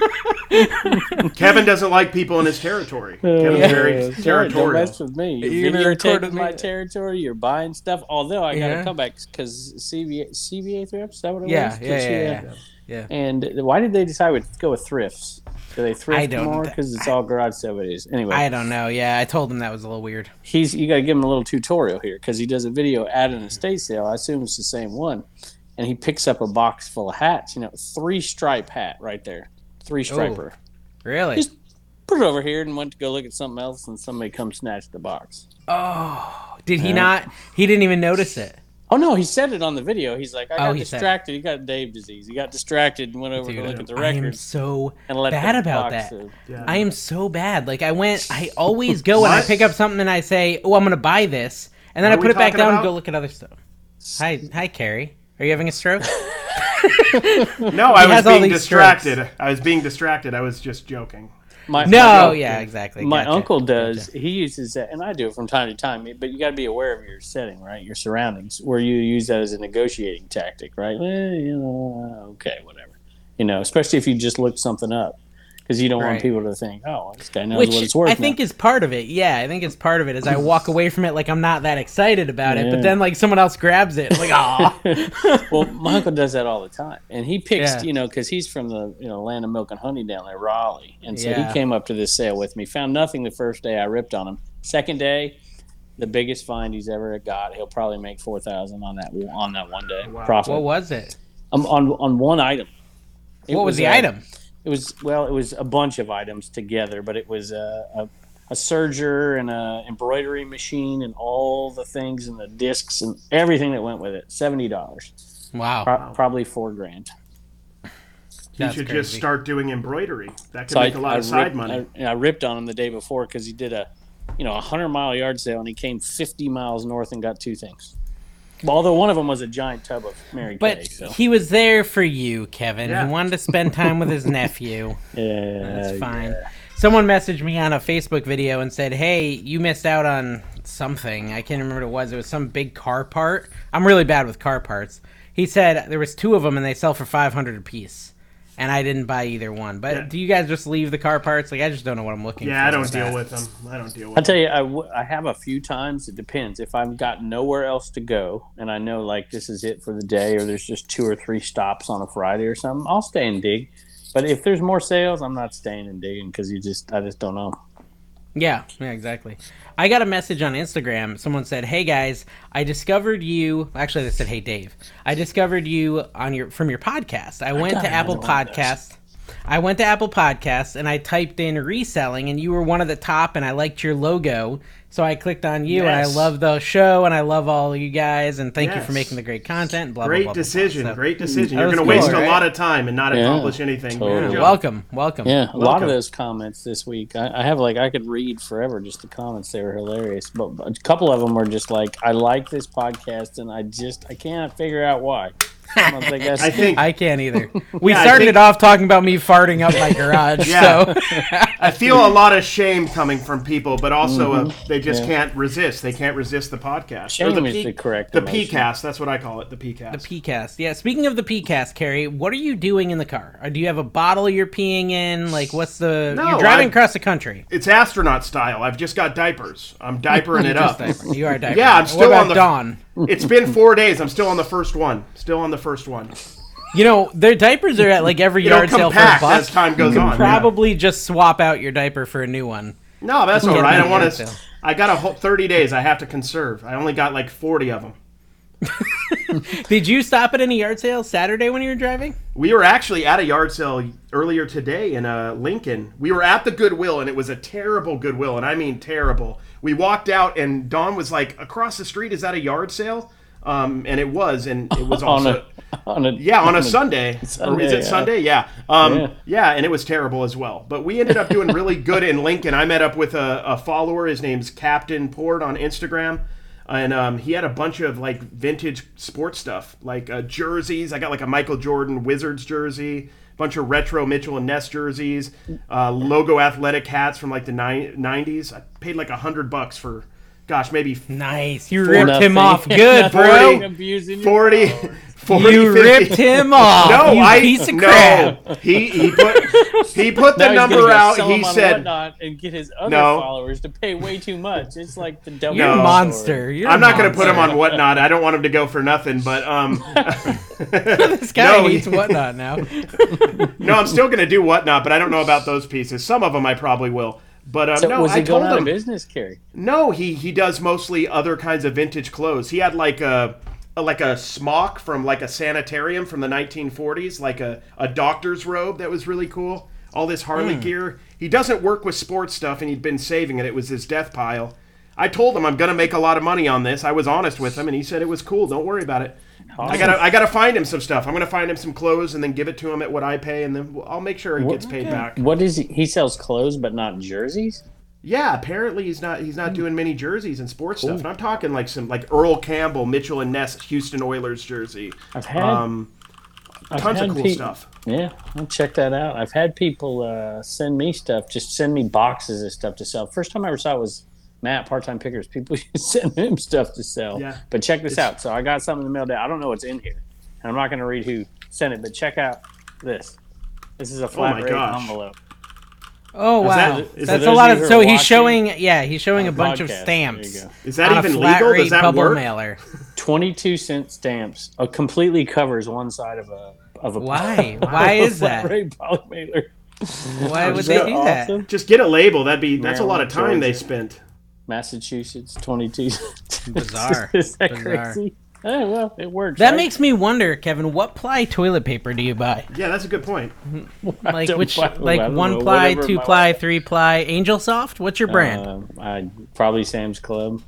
S3: Kevin doesn't like people in his territory.
S2: Oh,
S3: Kevin's
S1: Yeah.
S3: very
S1: Sorry, Don't
S3: territorial.
S1: mess with me.
S2: You're
S1: You're
S2: gonna record with
S1: videotaping
S2: me.
S1: my territory. You're buying stuff. Although I got
S2: Yeah.
S1: a comeback because CBA CBA thrifts. Is that what it
S2: Yeah,
S1: was?
S2: yeah, yeah, yeah, yeah. Yeah.
S1: And why did they decide to go with thrifts? Do they thrift
S2: I don't-
S1: more because it's all garage sale videos? Anyway,
S2: I don't know. Yeah, I told him that was a little weird.
S1: he's you got to give him a little tutorial here because he does a video at
S2: Mm-hmm.
S1: an estate sale. I assume it's the same one, and he picks up a box full of hats. You know, three stripe hat right there,
S2: Oh.
S1: three striper.
S2: Really?
S1: Just- Put it over here and went to go look at something else, and somebody comes snatch the box.
S2: oh, did he not? He didn't even notice it.
S1: Oh no, he said it on the video. He's like, I got
S2: Oh, he said it.
S1: distracted. He got Dave disease. He got distracted and went over
S2: Dude,
S1: to look at the
S2: I am
S1: records
S2: so
S1: and let
S2: bad
S1: the
S2: about
S1: box
S2: that.
S1: of-
S3: Yeah.
S2: I am so bad. Like I went, I always go and I
S3: What?
S2: pick up something and I say, "Oh, I'm gonna buy this," and then
S3: What
S2: I
S3: are
S2: put
S3: we
S2: it back
S3: talking
S2: down and
S3: about?
S2: go look at other stuff. Hi, hi, Carrie. Are you having a stroke?
S3: No, I was
S2: has all
S3: being
S2: these
S3: distracted. I was being distracted. I was just joking.
S1: My,
S2: no.
S1: my-
S2: Yeah, exactly.
S1: My
S2: Gotcha.
S1: uncle does. He uses that, and I do it from time to time. But you got to be aware of your setting, right? Your surroundings, where you use that as a negotiating tactic, right? Eh, you know, okay, whatever. You know, especially if you just looked something up, because you don't
S2: Right.
S1: want people to think, "Oh, this guy knows
S2: Which
S1: what it's worth."
S2: I think is part of it. Yeah, I think it's part of it. Is I walk away from it like I'm not that excited about it, but
S1: Yeah.
S2: then like someone else grabs it, like ah.
S1: well, my uncle does that all the time, and he picks,
S2: Yeah.
S1: you know, because he's from the you know land of milk and honey down there, Raleigh, and so
S2: Yeah.
S1: he came up to this sale with me. Found nothing the first day. I ripped on him. Second day, the biggest find he's ever got. He'll probably make four thousand on that on that one day
S3: Wow.
S1: profit
S2: what was it?
S1: um, on on one item. It
S2: what was, the
S1: a-
S2: item?
S1: It was well, it was a bunch of items together, but it was a. a a serger and a embroidery machine and all the things and the discs and everything that went with it. Seventy dollars,
S2: Wow.
S1: Pro- probably four grand.
S3: You
S2: That's
S3: should just
S2: crazy.
S3: start doing embroidery. That could
S1: So
S3: make a lot of side
S1: ripped,
S3: money.
S1: I, and I ripped on him the day before because he did a, you know, a hundred mile yard sale and he came fifty miles north and got two things. Well, although one of them was a giant tub of Mary
S2: But
S1: Kay. So.
S2: he was there for you, Kevin.
S3: Yeah.
S2: He wanted to spend time with his nephew.
S1: yeah,
S2: That's fine. Someone messaged me on a Facebook video and said, "Hey, you missed out on something. I can't remember what it was. It was some big car part. I'm really bad with car parts." He said there was two of them and they sell for 500 apiece. And I didn't buy either one. But
S3: Yeah.
S2: do you guys just leave the car parts? Like I just don't know what I'm looking for.
S3: Yeah, I don't
S2: that.
S3: deal with them. I don't deal with.
S1: I
S3: them.
S1: tell you, I, w- I have a few times. It depends if I've got nowhere else to go and I know like this is it for the day, or there's just two or three stops on a Friday or something. I'll stay and dig. But if there's more sales, I'm not staying and digging because you just I just don't know.
S2: Yeah, yeah, exactly. I got a message on Instagram. Someone said, "Hey guys, I discovered you." Actually, they said, "Hey Dave, I discovered you on your from your podcast. I went to
S1: gotta
S2: Apple
S1: know about this.
S2: Podcast. I went to Apple Podcasts and I typed in reselling, and you were one of the top. And I liked your logo, so I clicked on you, and I
S3: Yes.
S2: love the show, and I love all you guys, and thank you for
S3: Yes.
S2: making the great content. and Blah, blah,
S3: Great
S2: blah, blah, blah."
S3: decision.
S2: So-
S3: Great decision.
S2: That
S3: You're
S2: was
S3: going to
S2: cool,
S3: waste
S2: right?
S3: a lot of time and not
S1: Yeah,
S3: accomplish anything.
S1: totally.
S3: Good
S2: Yeah,
S3: job.
S2: welcome, welcome.
S1: Yeah, a lot
S3: Welcome.
S1: of those comments this week. I, I have like I could read forever just the comments. They were hilarious, but, but a couple of them were just like, "I like this podcast, and I just I can't figure out why." I'm like, that's-
S3: I think
S2: I can't either. We
S3: Yeah, I
S2: started
S3: think-
S2: it off talking about me farting up my garage,
S3: Yeah.
S2: so.
S3: I feel a lot of shame coming from people, but also uh, they just can't resist. They can't resist the podcast. Or
S1: Mm-hmm. Shame
S3: the
S1: is
S3: P-
S1: the correct
S3: The
S1: emotion.
S3: PCast. That's what I call it. The PCast.
S2: The PCast. Yeah, speaking of the PCast, Carrie, what are you doing in the car? Or do you have a bottle you're peeing in? Like, what's the.
S3: No,
S2: you're driving
S3: I-
S2: across the country.
S3: it's astronaut style. I've just got diapers. I'm diapering it up.
S2: Diaper. You are diving.
S3: Yeah, I'm
S2: what
S3: still
S2: about
S3: on the-
S2: Dawn?
S3: It's been four days. I'm still on the first one. Still on the first one.
S2: You know, their diapers are at like every
S3: You know,
S2: yard sale for a
S3: compact
S2: buck.
S3: as time goes on. yeah.
S2: Probably just swap out your diaper for a new one.
S3: No, that's all
S2: Get
S3: right.
S2: them
S3: I want
S2: yard sale.
S3: to. I got a whole 30 days. I have to conserve. I only got like 40 of them.
S2: Did you stop at any yard sale Saturday when you were driving?
S3: We were actually at a yard sale earlier today in uh, Lincoln. We were at the Goodwill, and it was a terrible Goodwill, and I mean terrible. We walked out, and Dawn was like, "Across the street is that a yard sale?" Um, and it was, and it was
S1: on
S3: also
S1: a on a
S3: Yeah, on a Sunday. or
S1: Sunday,
S3: is it
S1: yeah.
S3: Sunday? Yeah. Um,
S1: Yeah.
S3: yeah. and it was terrible as well. But we ended up doing really good in Lincoln. I met up with a, a follower. His name's Captain Port on Instagram. And um, he had a bunch of like vintage sports stuff, like uh, jerseys. I got like a Michael Jordan Wizards jersey, bunch of retro Mitchell and Ness jerseys, uh, logo athletic hats from like the ni- 90s. I paid like a hundred bucks for, gosh, maybe
S2: Nice. You
S1: Or
S2: ripped him
S1: nothing.
S2: off good,
S1: Nothing
S2: bro.
S3: Forty.
S1: abusing you.
S3: 40, 40
S2: You
S3: 50.
S2: ripped him off.
S3: No,
S2: you
S3: I
S2: piece of
S3: no.
S2: crap.
S3: He he put he
S1: Now he's
S3: put the
S1: gonna
S3: number
S1: go
S3: out.
S1: sell
S3: He
S1: them on
S3: said,
S1: Whatnot and get his other
S3: No.
S1: followers to pay way too much. It's like the double.
S2: You're a
S3: No.
S2: monster. You're
S3: "I'm
S2: a
S3: not going to put him
S2: monster.
S3: on whatnot. I don't want him to go for nothing." But um,
S2: This guy
S3: No,
S2: needs
S3: he-
S2: whatnot now.
S3: no, I'm still going to do whatnot. But I don't know about those pieces. Some of them I probably will. But um,
S1: So
S3: no,
S1: was
S3: I
S1: he going
S3: told
S1: out of
S3: him
S1: business, Carrie?
S3: no. He he does mostly other kinds of vintage clothes. He had like a. a- Like a smock from like a sanitarium from the 1940s, like a, a doctor's robe that was really cool. All this Harley gear. He doesn't work with sports stuff, and he'd been saving it. It was his death pile. I told him I'm gonna make a lot of money on this. I was honest with him, and he said it was cool. Don't worry about it. I gotta, I gotta find him some stuff. I'm gonna find him some clothes, and then give it to him at what I pay, and then I'll make sure he gets paid back.
S1: What is he? He sells clothes, but not jerseys.
S3: Yeah, apparently he's not, he's
S1: Hmm.
S3: not doing many jerseys and sports stuff. And I'm talking like some like Earl Campbell, Mitchell and Ness, Houston Oilers jersey.
S1: I've had
S3: Um,
S1: I've
S3: tons
S1: had
S3: of cool
S1: pe-
S3: stuff.
S1: Yeah, I'll check that out. I've had people uh, send me stuff, just send me boxes of stuff to sell. First time I ever saw it was Matt, part time pickers. People send him stuff to sell.
S3: Yeah.
S1: But check this out. So I got something in the mail today. I don't know what's in here, and I'm not going to read who sent it, but check out this. This is a flat
S3: Oh my
S1: rate
S3: gosh.
S1: envelope.
S2: Oh wow,
S3: that- is that-
S2: that's
S1: for
S2: a lot
S1: those
S2: of.
S1: of you
S2: So
S1: who are
S2: he's
S1: watching
S2: showing, yeah, he's showing a bunch of
S1: Podcast.
S2: stamps
S1: There you go.
S3: Is that
S2: on
S3: even
S2: a flat
S3: legal?
S2: rate
S3: Does that
S2: bubble
S3: work?
S2: mailer.
S1: 22 cent stamps uh, completely covers one side of a of a
S2: Why? Why is
S1: flat
S2: that?
S1: rate poly mailer.
S2: Why would
S1: Is
S2: they
S1: that
S2: do that?
S1: awesome?
S3: Just get a label. That'd be that's a lot of
S1: Marijuana,
S3: time they
S1: Georgia.
S3: spent.
S1: Massachusetts, 22 cents.
S2: Bizarre.
S1: is that
S2: Bizarre.
S1: crazy? Hey, well, it works.
S2: That
S1: right?
S2: makes me wonder, Kevin. What ply toilet paper do you buy?
S3: Yeah, that's a good point.
S2: Like
S1: don't
S2: which,
S1: buy them. I
S2: like
S1: don't
S2: one
S1: know,
S2: ply,
S1: whatever
S2: two
S1: my
S2: ply, three ply, Angel Soft. What's your brand?
S1: Um, I probably Sam's Club.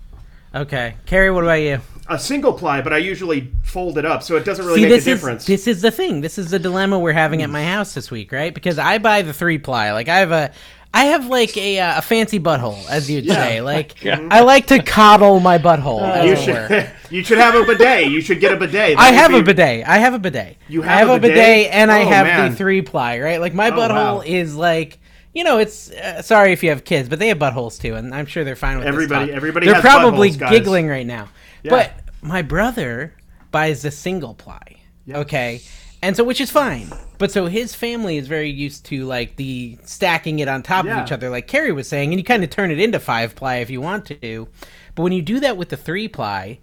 S2: okay, Carrie. What about you?
S3: A single ply, but I usually fold it up, so it doesn't really make a
S2: this
S3: difference. Hmm.
S2: is this is the thing. This is the dilemma we're having at my house this week, right? Because I buy the three ply. Like I have a, I have like a, uh, a fancy butthole, as you'd say. Like I like to coddle my butthole. as
S3: Uh, you
S2: it were.
S3: should you should have a bidet. You should get a bidet. That
S2: I
S3: would
S2: have
S3: be-
S2: a bidet. I have a bidet.
S3: You
S2: I
S3: have
S2: have
S3: a
S2: a bidet,
S3: bidet?
S2: and I
S3: Oh,
S2: have
S3: man. Oh,
S2: the three ply, right? Like my butthole
S3: wow.
S2: is like, you know, it's uh, sorry if you have kids, but they have buttholes too, and I'm sure they're fine with this
S3: Everybody-
S2: talk.
S3: everybody
S2: They're
S3: has
S2: probably
S3: buttholes, guys.
S2: giggling right now. But my brother buys the single ply, okay, and so which is fine. But so his family is very used to like the stacking it on top
S3: Yeah.
S2: of each other, like Carrie was saying, and you kind of turn it into five ply if you want to. But when you do that with the three ply,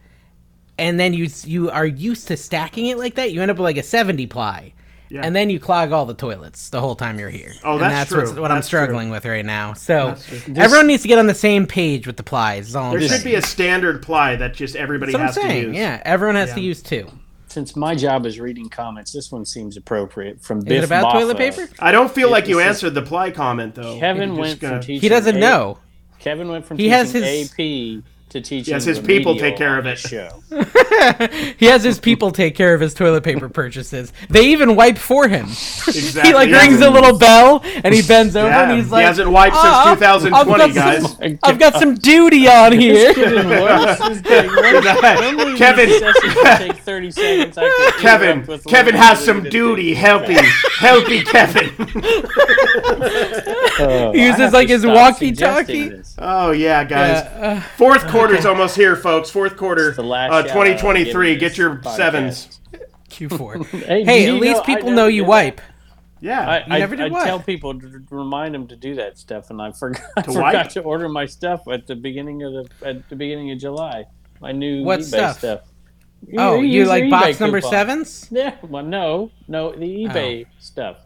S2: and then you you are used to stacking it like that, you end up with like a seventy ply,
S3: Yeah.
S2: and then you clog all the toilets the whole time you're here.
S3: Oh,
S2: and
S3: that's
S2: that's What's,
S3: true.
S2: what I'm
S3: That's true.
S2: struggling with right now. So
S3: true.
S2: everyone needs to get on the same page with the plies. Is all I'm
S3: There
S2: saying.
S3: should be a standard ply that just everybody
S2: that's what I'm
S3: has to
S2: saying.
S3: use.
S2: Yeah, everyone has to use two.
S1: Since my job is reading comments, this one seems appropriate. From
S2: Is
S1: Biff
S2: it about
S1: Moffa.
S2: toilet paper?
S3: I don't feel like you
S1: It's-
S3: answered the ply comment though.
S1: Kevin
S3: You're
S1: went
S3: just
S1: from
S3: gonna-
S1: teaching.
S2: He doesn't
S1: A-
S2: know.
S1: Kevin went from
S2: He
S1: teaching
S2: has his-
S1: AP to teaching.
S3: Yes, his people
S1: remedial
S3: take care
S1: on
S3: of
S1: the
S3: it.
S1: Show.
S2: He has his people take care of his toilet paper purchases. They even wipe for him.
S3: Exactly.
S2: he like
S3: Yeah.
S2: rings a little bell and he bends over
S3: Yeah,
S2: and he's
S3: he
S2: like,
S3: hasn't wiped since
S2: "Ah, I've
S3: 2020,
S2: got
S3: guys."
S2: Some, I've got some duty on here.
S1: Getting worse. This is getting worse. Normally
S3: Kevin-
S1: these sessions would take 30 seconds. I could
S3: Kevin,
S1: interrupt with
S3: Kevin
S1: literally
S3: has some
S1: the-
S3: duty. Helpy, helpy, Kevin.
S1: Oh, I
S2: He uses,
S1: have to
S2: like, his
S1: stop
S2: walkie-talkie.
S1: suggesting this.
S3: Oh yeah, guys.
S2: Uh,
S3: Fourth quarter's almost here, folks. Fourth quarter,
S1: the last
S3: uh,
S1: shout-out I'm
S3: 2023.
S1: giving
S3: Get
S1: this
S3: your
S1: podcast.
S3: sevens.
S2: Q4.
S1: Hey,
S2: Hey,
S1: did
S2: at
S1: you
S2: least
S1: know I
S2: people
S1: never
S2: know you
S1: did that?
S2: wipe.
S3: Yeah.
S1: I, I,
S2: never did
S1: I
S2: what?
S1: tell people to to remind them to do that stuff, and I forgot. I
S3: wipe?
S1: forgot to order my stuff at the beginning of the at the beginning of July. My new
S2: What
S1: eBay
S2: stuff?
S1: stuff.
S2: Oh,
S1: You- you
S2: you
S1: use
S2: like
S1: your
S2: box
S1: eBay
S2: number
S1: coupon.
S2: sevens?
S1: Yeah. Well, no, no, the eBay stuff.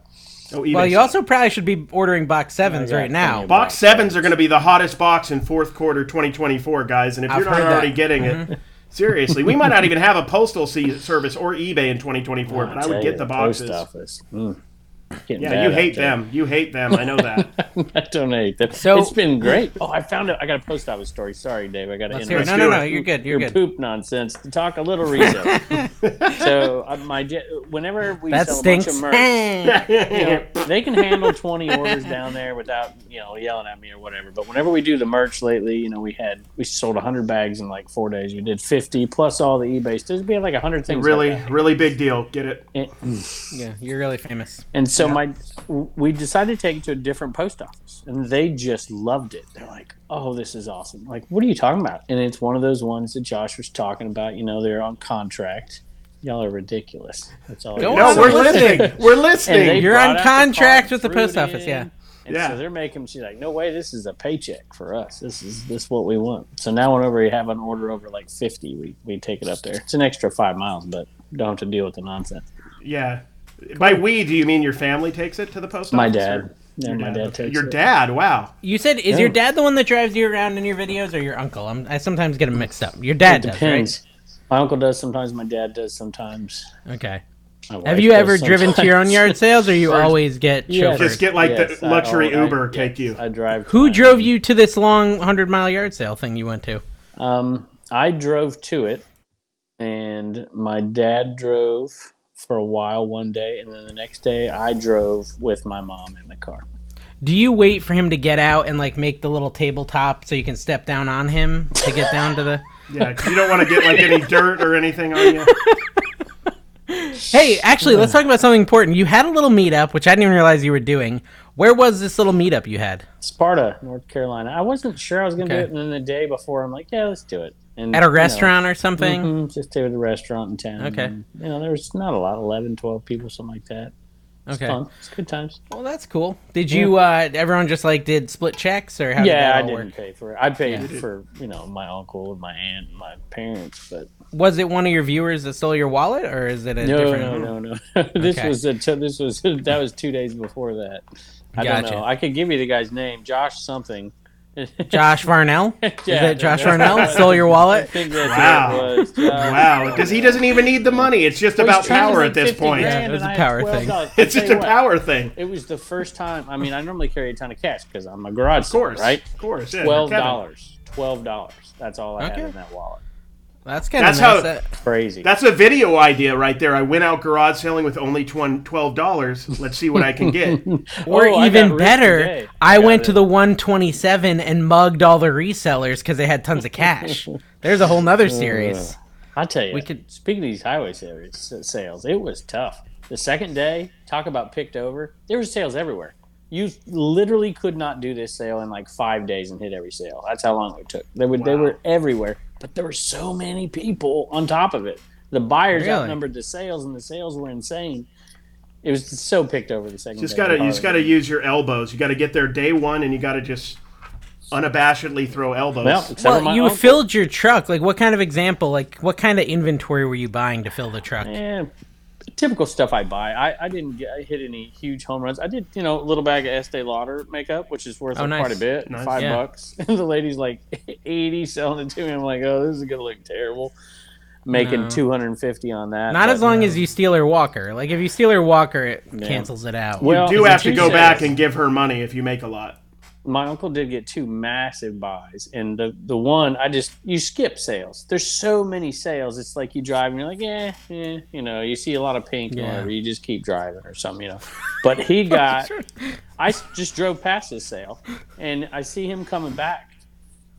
S3: oh, even
S2: Well, you also probably should be ordering box sevens
S1: I got
S2: right now.
S1: plenty of
S3: box sevens are going to be the hottest box in fourth quarter 2024, guys. And if
S2: I've
S3: you're not
S2: heard that. Mm-hmm.
S3: already getting it, seriously, we might not even have a postal se- service or eBay in 2024. but I
S1: tell
S3: would get
S1: you,
S3: the
S1: post
S3: boxes.
S1: office. Mm. Getting
S3: Yeah,
S1: mad
S3: you
S1: out
S3: hate
S1: there.
S3: them. You hate them. I know that.
S1: I don't hate them.
S2: So-
S1: it's been great. Oh, I found it. I got to post out a story. Sorry, Dave. I got to
S2: Let's
S1: end
S2: hear it.
S1: my-
S2: No,
S3: do
S2: no, no.
S3: it.
S2: You're good. You're
S1: your
S2: good.
S1: poop nonsense to talk a little reason. so uh, my je- whenever we
S2: That
S1: sell
S2: stinks.
S1: a bunch of merch, you
S3: yeah.
S1: know, they can handle 20 orders down there without you know yelling at me or whatever. But whenever we do the merch lately, you know we had we sold 100 bags in like four days. We did 50 plus all the eBay. So we had like 100 things. like
S3: Really,
S1: that.
S3: really big deal. Get it?
S1: And,
S2: yeah, you're really famous.
S1: and so my we decided to take it to a different post office, and they just loved it. They're like, "Oh, this is awesome! Like, what are you talking about?" And it's one of those ones that Josh was talking about. You know, they're on contract. Y'all are ridiculous. That's all. I
S2: Go
S1: can
S3: No,
S1: say.
S2: on.
S3: we're
S2: Listen.
S3: listening. We're
S1: And they
S3: listening.
S2: You're on
S1: brought out the
S2: contract
S1: cart,
S2: with the
S1: threw it
S2: post office,
S1: in,
S2: yeah.
S1: And
S3: Yeah.
S1: so they're making. She's like, no way, this is a paycheck for us. This is this is what we want. So now whenever we have an order over like fifty, we we take it up there. It's an extra five miles, but don't have to deal with the nonsense.
S3: Yeah. By we, do you mean your family takes it to the post office?
S1: My
S3: or-
S1: dad, yeah,
S3: Your
S1: my
S3: dad,
S1: dad
S3: okay.
S1: takes
S3: Your
S1: it.
S3: dad. Wow.
S2: You said is
S1: Yeah.
S2: your dad the one that drives you around in your videos, or your uncle? I'm, I sometimes get them mixed up. Your dad does, right?
S1: Depends. My uncle does sometimes. My dad does sometimes.
S2: Okay.
S1: my
S2: Have
S1: wife
S2: you
S1: does
S2: ever driven to your own
S1: sometimes.
S2: yard sales, or you always get
S1: Yes.
S2: chauffeured?
S3: Just get like
S1: Yes,
S3: the
S1: I-
S3: luxury
S1: oh, I-
S3: Uber
S1: yes,
S3: take you.
S1: I drive. to
S2: Who
S1: my
S2: drove
S1: own.
S2: you to this long hundred mile yard sale thing you went to?
S1: Um, I drove to it, and my dad drove for a while one day, and then the next day I drove with my mom in the car.
S2: Do you wait for him to get out and like make the little tabletop so you can step down on him to get down to the?
S3: Yeah, 'cause you don't want to get like any dirt or anything on you.
S2: Hey, actually, let's talk about something important. You had a little meetup, which I didn't even realize you were doing. Where was this little meetup you had?
S1: Sparta, North Carolina. I wasn't sure I was going to do
S2: Okay.
S1: it, and then the day before, I'm like, yeah, let's do it. And,
S2: At a
S1: you know,
S2: restaurant or something?
S1: mhm, just stay at a restaurant in town.
S2: Okay.
S1: And, you know, there was not a lot, 11, 12 people, something like that. It's
S2: Okay.
S1: fun. It's good times.
S2: Well, that's cool. Did you? Uh, everyone just like did split checks or how? did
S1: yeah,
S2: that
S1: I
S2: all
S1: didn't
S2: Work?
S1: pay for it. I paid for, you know, my uncle and my aunt and my parents, but
S2: Was it one of your viewers that stole your wallet, or is it a
S1: no,
S2: different?
S1: no, no, no, This
S2: Okay.
S1: was a t- this was that was two days before that. I
S2: Gotcha.
S1: don't know. I could give you the guy's name, Josh something.
S2: Josh Varnell? is
S1: Yeah,
S2: that Josh
S1: that's-
S2: Varnell stole your
S1: I
S2: wallet?
S1: think that's
S3: Wow.
S1: what it was. Josh
S3: Wow, because he doesn't even need the money. It's just
S1: Well, he's
S3: about
S1: charging
S3: power
S1: like
S3: at this
S1: 50
S3: point.
S1: grand
S2: Yeah, it was
S1: and
S2: a
S1: I had
S2: power
S1: $12.
S2: thing.
S1: I'll
S3: It's
S1: tell
S3: just a
S1: you what,
S3: power thing.
S1: It was the first time. I mean, I normally carry a ton of cash because I'm a garage
S3: Of course,
S1: right?
S3: Of course, yeah,
S1: Twelve
S3: Kevin.
S1: dollars. Twelve dollars. That's all I
S2: Okay.
S1: had in that wallet.
S2: That's kind of
S3: That's
S2: nice.
S3: how-
S2: That-
S1: Crazy.
S3: That's a video idea right there. I went out garage selling with only twen- twelve dollars. Let's see what I can get.
S2: Or
S1: Oh, I got
S2: even
S1: rich
S2: better,
S1: today.
S2: I
S1: got
S2: went to
S1: it.
S2: the 127 and mugged all the resellers because they had tons of cash. There's a whole nother series.
S1: I tell you, we
S2: We could-
S1: could speaking of these highway sales, sales, it was tough. The second day, talk about picked over. There was sales everywhere. You literally could not do this sale in like five days and hit every sale. That's how long it took. They would they
S3: Wow.
S1: were everywhere, but there were so many people on top of it. The buyers
S2: Really?
S1: outnumbered the sales, and the sales were insane. It was so picked over the second.
S3: Just
S1: day.
S3: gotta, you just
S1: Horrible.
S3: gotta use your elbows. You gotta get there day one, and you gotta just unabashedly throw elbows.
S1: Well, except for
S2: Well,
S1: my
S2: you
S1: uncle.
S2: filled your truck. Like, what kind of example? Like, what kind of inventory were you buying to fill the truck?
S1: Yeah, Eh, typical stuff I buy. I, I didn't get, I hit any huge home runs. I did, you know, a little bag of Estee Lauder makeup, which is worth
S2: Oh, nice.
S1: quite a bit,
S3: Nice.
S1: five
S2: Yeah.
S1: bucks. And the lady's like eighty selling it to me. I'm like, oh, this is gonna look terrible. Making
S2: No.
S1: two hundred and fifty on that.
S2: Not
S1: but-
S2: as long as you steal her walker. Like, if you steal her walker, it cancels it out.
S1: Well,
S3: you do
S1: the
S3: have to
S1: two
S3: go back
S1: sales-
S3: and give her money if you make a lot.
S1: my uncle did get two massive buys, and the the one I just you skip sales. There's so many sales. It's like you drive and you're like, yeah, yeah, you know, you see a lot of pink
S2: Yeah.
S1: and whatever. You just keep driving or something, you know. But he got, I s- just drove past this sale, and I see him coming back,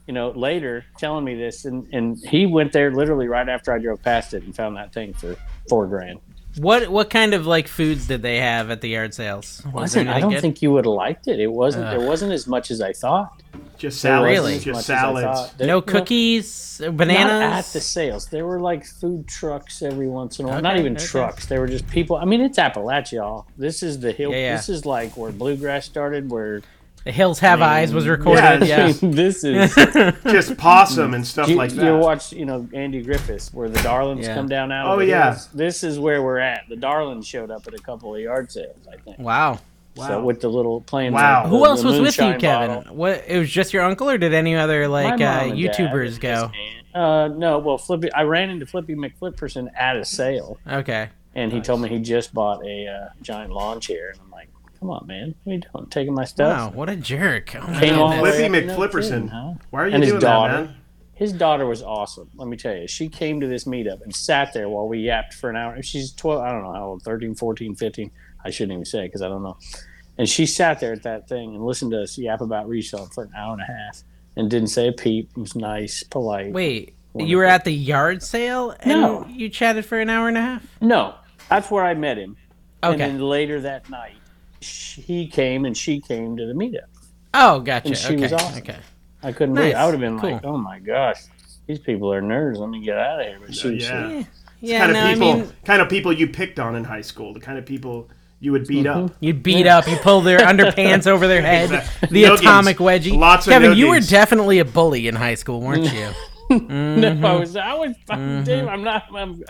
S1: you know, later telling me this, and and he went there literally right after I drove past it and found that thing for four grand.
S2: What what kind of like foods did they have at the yard sales? Was
S1: Wasn't I
S2: anything
S1: don't
S2: good?
S1: think you would have liked it. It wasn't.
S2: Ugh.
S1: There wasn't as much as I thought.
S3: Just
S1: There
S3: salads.
S2: Really?
S1: wasn't as much
S3: Just
S1: as I
S3: salads.
S1: thought. There-
S2: no
S1: you know,
S2: cookies,
S1: Not at
S2: bananas.
S1: the sales. There were like food trucks every once in a while. Not
S2: Okay,
S1: even
S2: okay.
S1: trucks. They were just people. I mean, it's Appalachia, y'all. This is the hill.
S2: Yeah, yeah.
S1: This is like where bluegrass started. Where
S2: The Hills Have Eyes was recorded.
S3: Yeah,
S2: Yeah,
S1: this is.
S3: Just possum and stuff
S1: you,
S3: like
S1: you
S3: that.
S1: watch, you know, Andy Griffiths, where the Darlings
S2: Yeah.
S1: come down out.
S3: Oh,
S1: of the
S3: yeah.
S1: hills. This is where we're at. The Darlings showed up at a couple of yard sales, I think.
S2: Wow.
S1: So
S3: Wow.
S1: with the little plane.
S3: Wow.
S2: Who else was with you,
S1: moonshine
S2: Kevin?
S1: bottle.
S2: What? It was just your uncle, or did any other
S1: My
S2: like uh,
S1: mom and dad
S2: YouTubers
S1: and
S2: go?
S1: his aunt. Uh, no, well, Flippy. I ran into Flippy McFlipperson at a sale.
S2: Okay.
S1: and he told me he just bought a uh, giant lawn chair, and I'm like, "Come on, man, what are you doing? Taking my
S2: Wow,
S1: stuff?"
S2: what a jerk! Oh, my
S1: Came all the
S2: goodness.
S1: way
S3: Flippy
S1: up- no, it didn't,
S3: McFlipperson.
S1: huh?
S3: Why are you
S1: And his
S3: doing
S1: daughter.
S3: that, man?
S1: His daughter was awesome. Let me tell you, she came to this meetup and sat there while we yapped for an hour. She's 12, I don't know how old, 13, 14, 15. I shouldn't even say because I don't know. And she sat there at that thing and listened to us yap about resale for an hour and a half and didn't say a peep. It was nice, polite.
S2: Wait, you were at the yard sale and
S1: No.
S2: you chatted for an hour and a half.
S1: No, that's where I met him. And
S2: Okay.
S1: then later that night, she, he came and she came to the meetup.
S2: Oh, gotcha.
S1: And she
S2: okay.
S1: was awesome.
S2: Okay.
S1: I couldn't believe it.
S2: Nice.
S1: I would have been
S2: Cool.
S1: like, oh my gosh, these people are nerds. Let me get out of here. But she was
S3: yeah.
S1: like,
S2: Yeah,
S3: kind of
S2: no, I
S3: people,
S2: mean,
S3: kind of people you picked on in high school. The kind of people you would beat up.
S1: Mm-hmm.
S2: you beat up, you pull their underpants over their head, the
S3: No
S2: atomic
S3: games.
S2: wedgie.
S3: Lots of
S2: Kevin,
S3: no
S2: you were
S3: games.
S2: definitely a bully in high school, weren't you? Mm-hmm.
S1: No, I was. I was. I'm, Dave, I'm not. I'm, I'm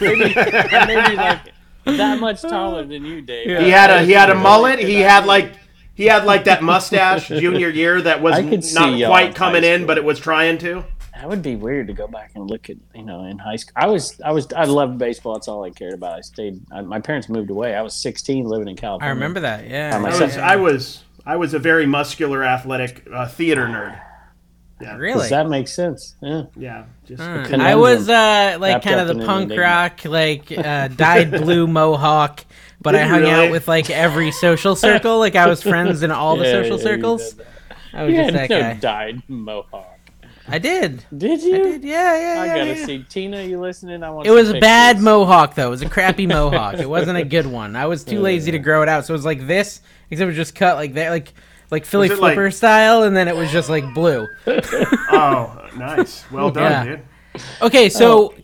S1: maybe, I'm maybe like that much taller than you, Dave.
S3: He had a he had a mullet. He had like he had like that mustache junior year that was
S1: I could see
S3: not
S1: y'all in
S3: quite coming
S1: high
S3: in,
S1: school.
S3: but it was trying to.
S1: That would be weird to go back and look at. You know, in high school, I was. I was. I loved baseball. That's all I cared about. I stayed. I, my parents moved away. I was 16, living in California.
S2: I remember that. Yeah.
S1: By
S3: I
S1: myself.
S3: was I was I was a very muscular, athletic uh, theater nerd.
S2: Really?
S1: Does that make sense? Yeah.
S3: Yeah, just
S2: Huh.
S1: conundrum
S2: I was uh, like
S1: wrapped
S2: kind of
S1: up in
S2: the
S1: an
S2: punk
S1: enigma.
S2: rock, like uh, dyed blue mohawk, but I
S3: Did you
S2: hung
S3: really?
S2: out with like every social circle. Like I was friends in all the
S1: Yeah,
S2: social
S1: yeah, you
S2: circles.
S1: did that.
S2: I was
S1: You
S2: just
S1: had
S2: that
S1: no
S2: guy.
S1: dyed mohawk.
S2: I did.
S1: Did you?
S2: I did. Yeah, yeah,
S1: I
S2: yeah.
S1: gotta
S2: yeah.
S1: see Tina. You listening? I want.
S2: It was a
S1: some
S2: bad
S1: pictures.
S2: mohawk though. It was a crappy mohawk. It wasn't a good one. I was too lazy to grow it out, so it was like this, except it was just cut like that, like like Philly
S3: it like-
S2: Flipper style, and then it was just like blue.
S3: oh, nice, well done,
S2: Yeah.
S3: dude.
S2: Okay, so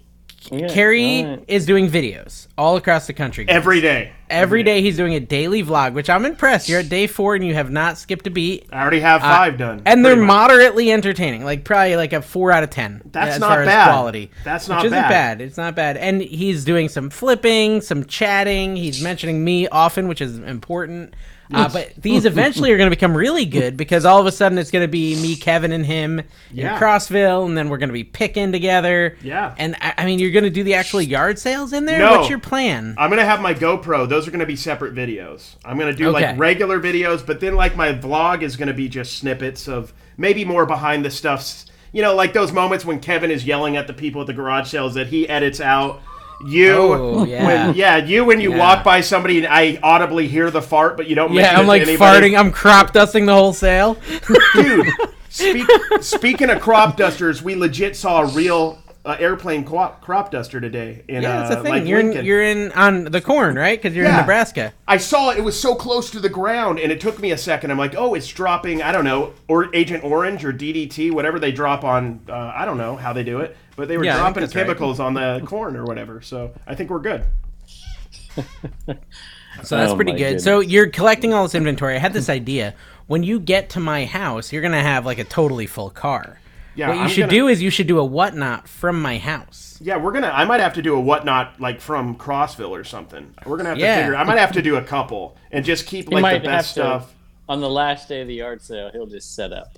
S1: Yeah,
S2: Carrie
S1: Oh, all right.
S2: is doing videos all across the country. guys.
S3: Every day,
S2: Every day he's doing a daily vlog, which I'm impressed. You're at day four and you have not skipped a beat.
S3: I already have five done,
S2: Uh, And
S3: pretty
S2: they're
S3: much.
S2: moderately entertaining, like probably like a four out of ten.
S3: That's
S2: as
S3: not
S2: far as
S3: bad.
S2: quality.
S3: That's
S2: which
S3: not
S2: isn't
S3: bad.
S2: It's not bad. And he's doing some flipping, some chatting. He's mentioning me often, which is important. Uh, but these eventually are going to become really good because all of a sudden it's going to be me, Kevin, and him
S3: Yeah.
S2: in Crossville, and then we're going to be picking together.
S3: Yeah.
S2: And I, I mean, you're going to do the actual yard sales in there.
S3: No.
S2: What's your plan?
S3: I'm gonna have my GoPro. Those are gonna be separate videos. I'm gonna do
S2: Okay.
S3: like regular videos, but then like my vlog is gonna be just snippets of maybe more behind the stuffs. You know, like those moments when Kevin is yelling at the people at the garage sales that he edits out. You,
S2: Oh, yeah.
S3: when, yeah, you when you
S2: Yeah.
S3: walk by somebody and I audibly hear the fart, but you don't. mention
S2: Yeah, I'm
S3: it
S2: like
S3: to anybody.
S2: farting. I'm crop dusting the whole sale.
S3: dude. Speak, speaking of crop dusters, we legit saw a real uh, airplane crop, crop duster today. In,
S2: Yeah, that's
S3: uh,
S2: the thing.
S3: Like
S2: you're in,
S3: Lincoln.
S2: you're in on the corn, right? Because you're in
S3: Yeah.
S2: Nebraska.
S3: I saw it. It was so close to the ground, and it took me a second. I'm like, oh, it's dropping. I don't know, or Agent Orange or DDT, whatever they drop on. Uh, I don't know how they do it, but they were
S2: Yeah, I think
S3: dropping
S2: that's right.
S3: chemicals on the corn or whatever. So I think we're good.
S2: So that's
S1: Oh
S2: pretty
S1: my
S2: good. So you're collecting all this inventory. I had this idea. When you get to my house, you're gonna have like a totally full car.
S3: Yeah,
S2: what you
S3: I'm
S2: should
S3: gonna-
S2: do is you should do a whatnot from my house.
S3: Yeah, we're gonna. I might have to do a whatnot like from Crossville or something. We're gonna have
S2: Yeah.
S3: to figure. I might have to do a couple and just keep like
S1: might
S3: the best
S1: have to-
S3: stuff.
S1: on the last day of the yard sale, he'll just set up.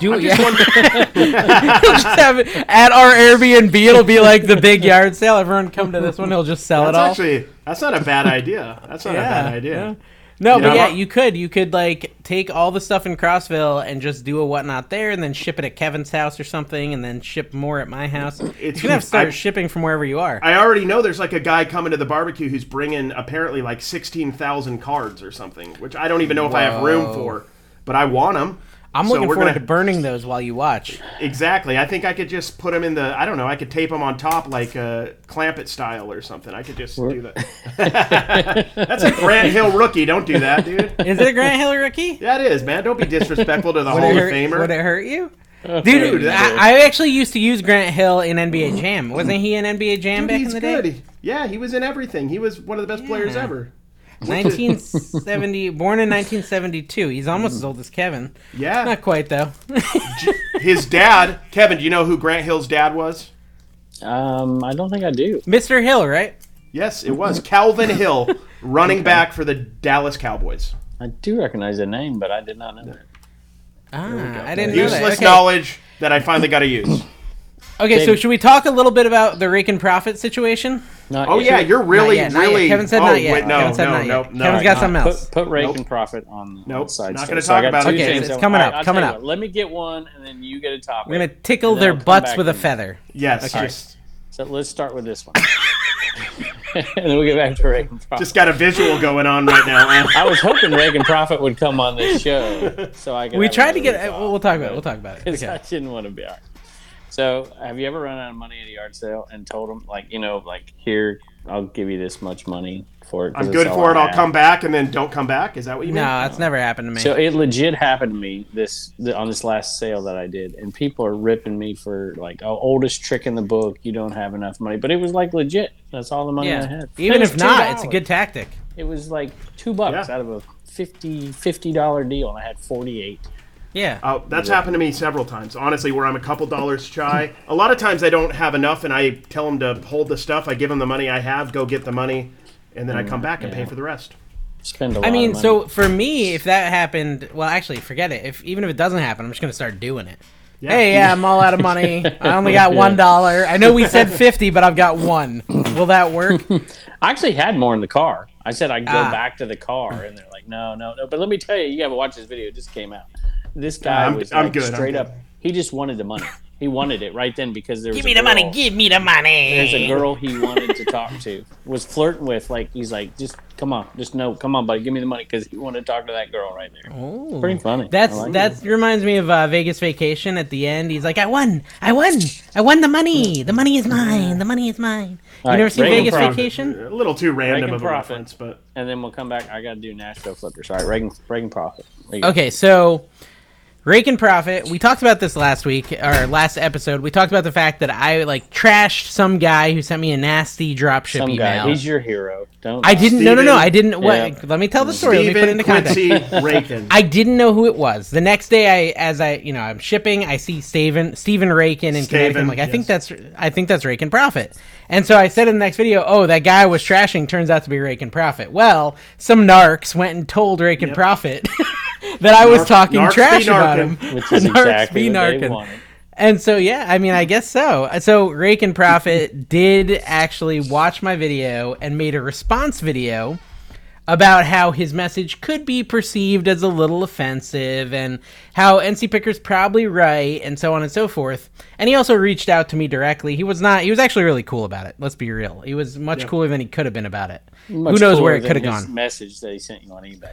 S2: Do it. Yeah. He'll just have it at our Airbnb. It'll be like the big yard sale. Everyone come to this one. He'll just sell
S3: That's
S2: it all.
S3: actually that's not a bad idea. That's not a bad idea.
S2: No,
S3: You
S2: but
S3: know?
S2: yeah, you could. You could like take all the stuff in Crossville and just do a whatnot there, and then ship it at Kevin's house or something, and then ship more at my house. You're gonna have to start
S3: I-
S2: shipping from wherever you are.
S3: I already know there's like a guy coming to the barbecue who's bringing apparently like sixteen thousand cards or something, which I don't even know if I have room for, but I want them.
S2: I'm looking forward
S3: gonna,
S2: to burning those while you watch.
S3: exactly. I think I could just put them in the. I don't know. I could tape them on top like uh, Clampett style or something. I could just do that. That's a Grant Hill rookie. Don't do that, dude.
S2: Is it a Grant Hill rookie?
S3: That is man. Don't be disrespectful to the
S2: Would
S3: Hall
S2: it
S3: of
S2: hurt- Would
S3: Famer.
S2: it hurt you? Dude,
S3: dude. Mm.
S2: I, I actually used to use Grant Hill in NBA Jam. Wasn't he in NBA Jam
S3: Dude,
S2: back
S3: he's
S2: in the
S3: good.
S2: day?
S3: He- Yeah, he was in everything. He was one of the best players
S2: Yeah.
S3: ever.
S2: 1970, born in 1972. He's almost as old as Kevin.
S3: Yeah.
S2: Not quite though.
S3: His dad, Kevin. Do you know who Grant Hill's dad was?
S1: Um, I don't think I do.
S2: Mr. Hill, right?
S3: Yes, it
S2: Mm-hmm.
S3: was Calvin Hill, running back for the Dallas Cowboys.
S1: I do recognize the name, but I did not know that.
S2: Ah, I didn't know that.
S3: Useless
S2: Okay.
S3: knowledge that I finally got to use.
S2: Okay, so
S1: David.
S2: should we talk a little bit about the rake and profit situation?
S1: Not
S3: Oh yeah,
S1: yet.
S3: you're really,
S2: not yet, not yet.
S3: really.
S2: Kevin said
S3: oh,
S2: not yet.
S3: Wait, no,
S2: Kevin said
S3: no,
S2: not
S3: no,
S2: yet.
S3: no.
S2: Kevin's got something
S1: Put-
S2: else.
S1: Put, rake
S3: Nope.
S1: and profit on
S3: Nope.
S1: the side.
S3: Not
S1: story. I
S3: gonna talk
S1: got
S3: about
S1: two
S3: it. Okay,
S1: things.
S2: it's coming
S1: All
S2: up,
S1: I'll
S2: coming
S1: tell you
S2: up.
S1: what, let me get one, and then you get a topic.
S2: We're gonna tickle
S1: And then
S2: their
S1: I'll come
S2: butts
S1: back
S2: with a
S1: and-
S2: feather.
S3: Yes,
S1: Okay.
S3: just
S1: So let's start with this one, and then we'll get back to rake and profit.
S3: just got a visual going on right now.
S1: I was hoping Rake and Profit would come on this show, so I could.
S2: We
S1: have
S2: tried to
S1: another week
S2: get.
S1: off.
S2: We'll talk about it. We'll talk about it.
S1: because I
S2: Okay.
S1: didn't want to be. All right. So, have you ever run out of money at a yard sale and told them, like, you know, like, here, I'll give you this much money for it. 'cause
S3: I'm
S1: it's
S3: good
S1: all
S3: for it.
S1: I
S3: I'll
S1: have."
S3: come back, and then don't come back. Is that what you
S2: No,
S3: mean?
S2: that's never happened to me.
S1: So it legit happened to me this th- on this last sale that I did, and people are ripping me for like, oh, oldest trick in the book. You don't have enough money, but it was like legit. That's all the money I
S2: yeah.
S1: had.
S2: Even
S1: It
S2: if
S1: was
S2: not,
S1: $2.
S2: it's a good tactic.
S1: It was like two bucks
S3: Yeah.
S1: out of a 50 fifty dollar deal, and I had forty eight.
S2: Yeah.
S3: Oh, that's happened to me several times, honestly, where I'm a couple dollars shy. A lot of times I don't have enough, and I tell them to hold the stuff. I give them the money I have, go get the money, and then I
S2: Mm,
S3: come back and pay for the rest.
S1: Spend a lot.
S2: I
S1: of
S2: mean,
S1: money.
S2: so for me, if that happened, well, actually, forget it. If even if it doesn't happen, I'm just gonna start doing it. Hey, uh, yeah, I'm all out of money. I only got
S1: Yeah.
S2: one dollar. I know we said fifty, but I've got one. Will that work?
S1: I actually had more in the car. I said I'd go
S2: Ah.
S1: back to the car, and they're like, "No, no, no." But let me tell you, you haven't watched this video. It just came out. This guy
S3: I'm-
S1: was
S3: I'm
S1: like
S3: good, I'm
S1: straight
S3: good.
S1: up. He just wanted the money. He wanted it right then because there was
S2: Give
S1: a
S2: me the
S1: girl-
S2: money. Give me the
S1: There's a
S2: money.
S1: girl he wanted to talk to. Was flirting with. Like he's like, just come on, just no, come on, buddy, give me the money because he wanted to talk to that girl right there.
S2: Ooh.
S1: Pretty funny.
S2: That's
S1: I
S2: that
S1: like
S2: that's reminds me of uh, Vegas Vacation. At the end, he's like, "I won! I won! I won the money! The money is mine! The money is mine!" You
S1: right,
S2: never seen
S1: Reagan
S2: Vegas
S1: Profit.
S2: Vacation?
S3: A little too random
S1: Making
S3: of a
S1: profit.
S3: reference, but
S1: it. And then we'll come back. I got to do Nashville Clippers. All right, Reagan, Reagan Profit. There you go.
S2: Okay, so rake and profit. We talked about this last week or last episode. We talked about the fact that I like trashed some guy who sent me a nasty dropship
S1: Some guy.
S2: email.
S1: He's your hero. Don't.
S2: I didn't. No, no, no.
S3: Steven-
S2: I didn't. What?
S1: Yeah.
S2: Let me tell the story. let me put it
S3: Stephen
S2: into context.
S3: Quincy Rakin.
S2: I didn't know who it was. The next day, I as I you know I'm shipping, I see Steven Steven Rakin in Connecticut. I'm like, I think that's I think that's Rakin Profit. And so I said in the next video, oh, that guy was trashing. Turns out to be Rakin Profit. Well, some narcs went and told Rakin Profit that I was
S3: Narc-
S2: talking
S3: narcs be
S2: trash about him.
S3: narkin'.
S1: Which is
S2: Narcs
S1: exactly
S2: be
S1: what they
S2: narkin'.
S1: wanted.
S2: And so yeah, I mean, I guess so. So Rake and Profit did actually watch my video and made a response video about how his message could be perceived as a little offensive and how NC Picker's probably right and so on and so forth. And he also reached out to me directly. He was not he was actually really cool about it. Let's be real. He was much cooler than he could have been about it. Who
S1: Much
S2: knows
S1: cooler
S2: where it
S1: than
S2: could have
S1: his
S2: gone.
S1: Message that he sent you on eBay.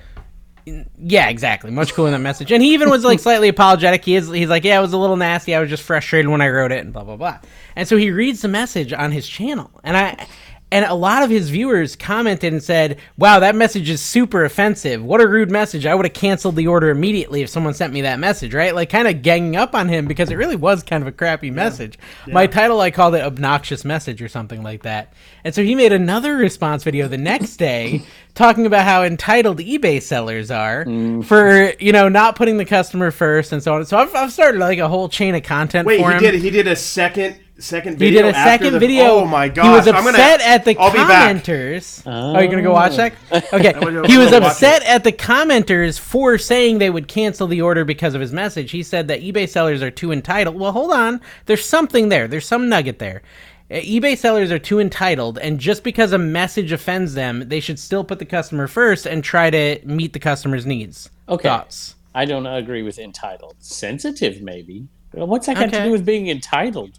S2: Yeah, exactly. Much cooler than that message. And he even was like slightly apologetic. He is he's like, Yeah, it was a little nasty. I was just frustrated when I wrote it and blah blah blah. And so he reads the message on his channel. And I and a lot of his viewers commented and said, Wow, that message is super offensive. What a rude message. I would have canceled the order immediately if someone sent me that message, right? Like kind of ganging up on him because it really was kind of a crappy message. My title I called it obnoxious message or something like that. And so he made another response video the next day talking about how entitled eBay sellers are
S3: Mm.
S2: for, you know, not putting the customer first and so on. So I've, I've started like a whole chain of content
S3: Wait,
S2: for
S3: he
S2: him.
S3: did. He did a second, second
S2: He
S3: video.
S2: did a
S3: after
S2: second
S3: the-
S2: video.
S3: Oh my god!
S2: He was
S3: I'm
S2: upset
S3: gonna,
S2: at the
S3: I'll Be back.
S2: commenters. Are you gonna go watch that? Okay.
S3: wanna- I
S2: he was
S3: wanna watch
S2: upset at the commenters for saying they would cancel the order because of his message. He said that eBay sellers are too entitled. Well, hold on. There's something there. There's some nugget there. Uh, eBay sellers are too entitled, and just because a message offends them, they should still put the customer first and try to meet the customer's needs.
S1: Okay.
S2: Thoughts?
S1: I don't agree with entitled. Sensitive, maybe. What's that got to
S2: Okay.
S1: do with being entitled?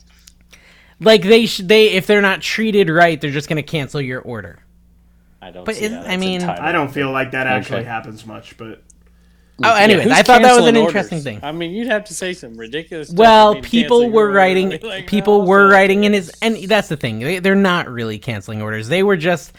S2: Like they should. They if they're not treated right, they're just gonna cancel your order.
S1: I don't.
S2: But
S1: see how
S2: isn't- I
S1: that's
S2: mean-
S1: entitled.
S3: I don't feel like that actually
S1: Okay.
S3: happens much, but
S2: Oh,
S1: Yeah,
S2: anyways,
S1: who's
S2: I thought that was an
S1: canceling orders?
S2: interesting thing.
S1: I mean, you'd have to say some ridiculous. stuff to
S2: well
S1: be
S2: people
S1: canceling
S2: were
S1: orders.
S2: writing
S1: I'd be like,
S2: people
S1: "No,
S2: were
S1: sorry."
S2: writing in his and that's the thing they, they're not really canceling orders they were just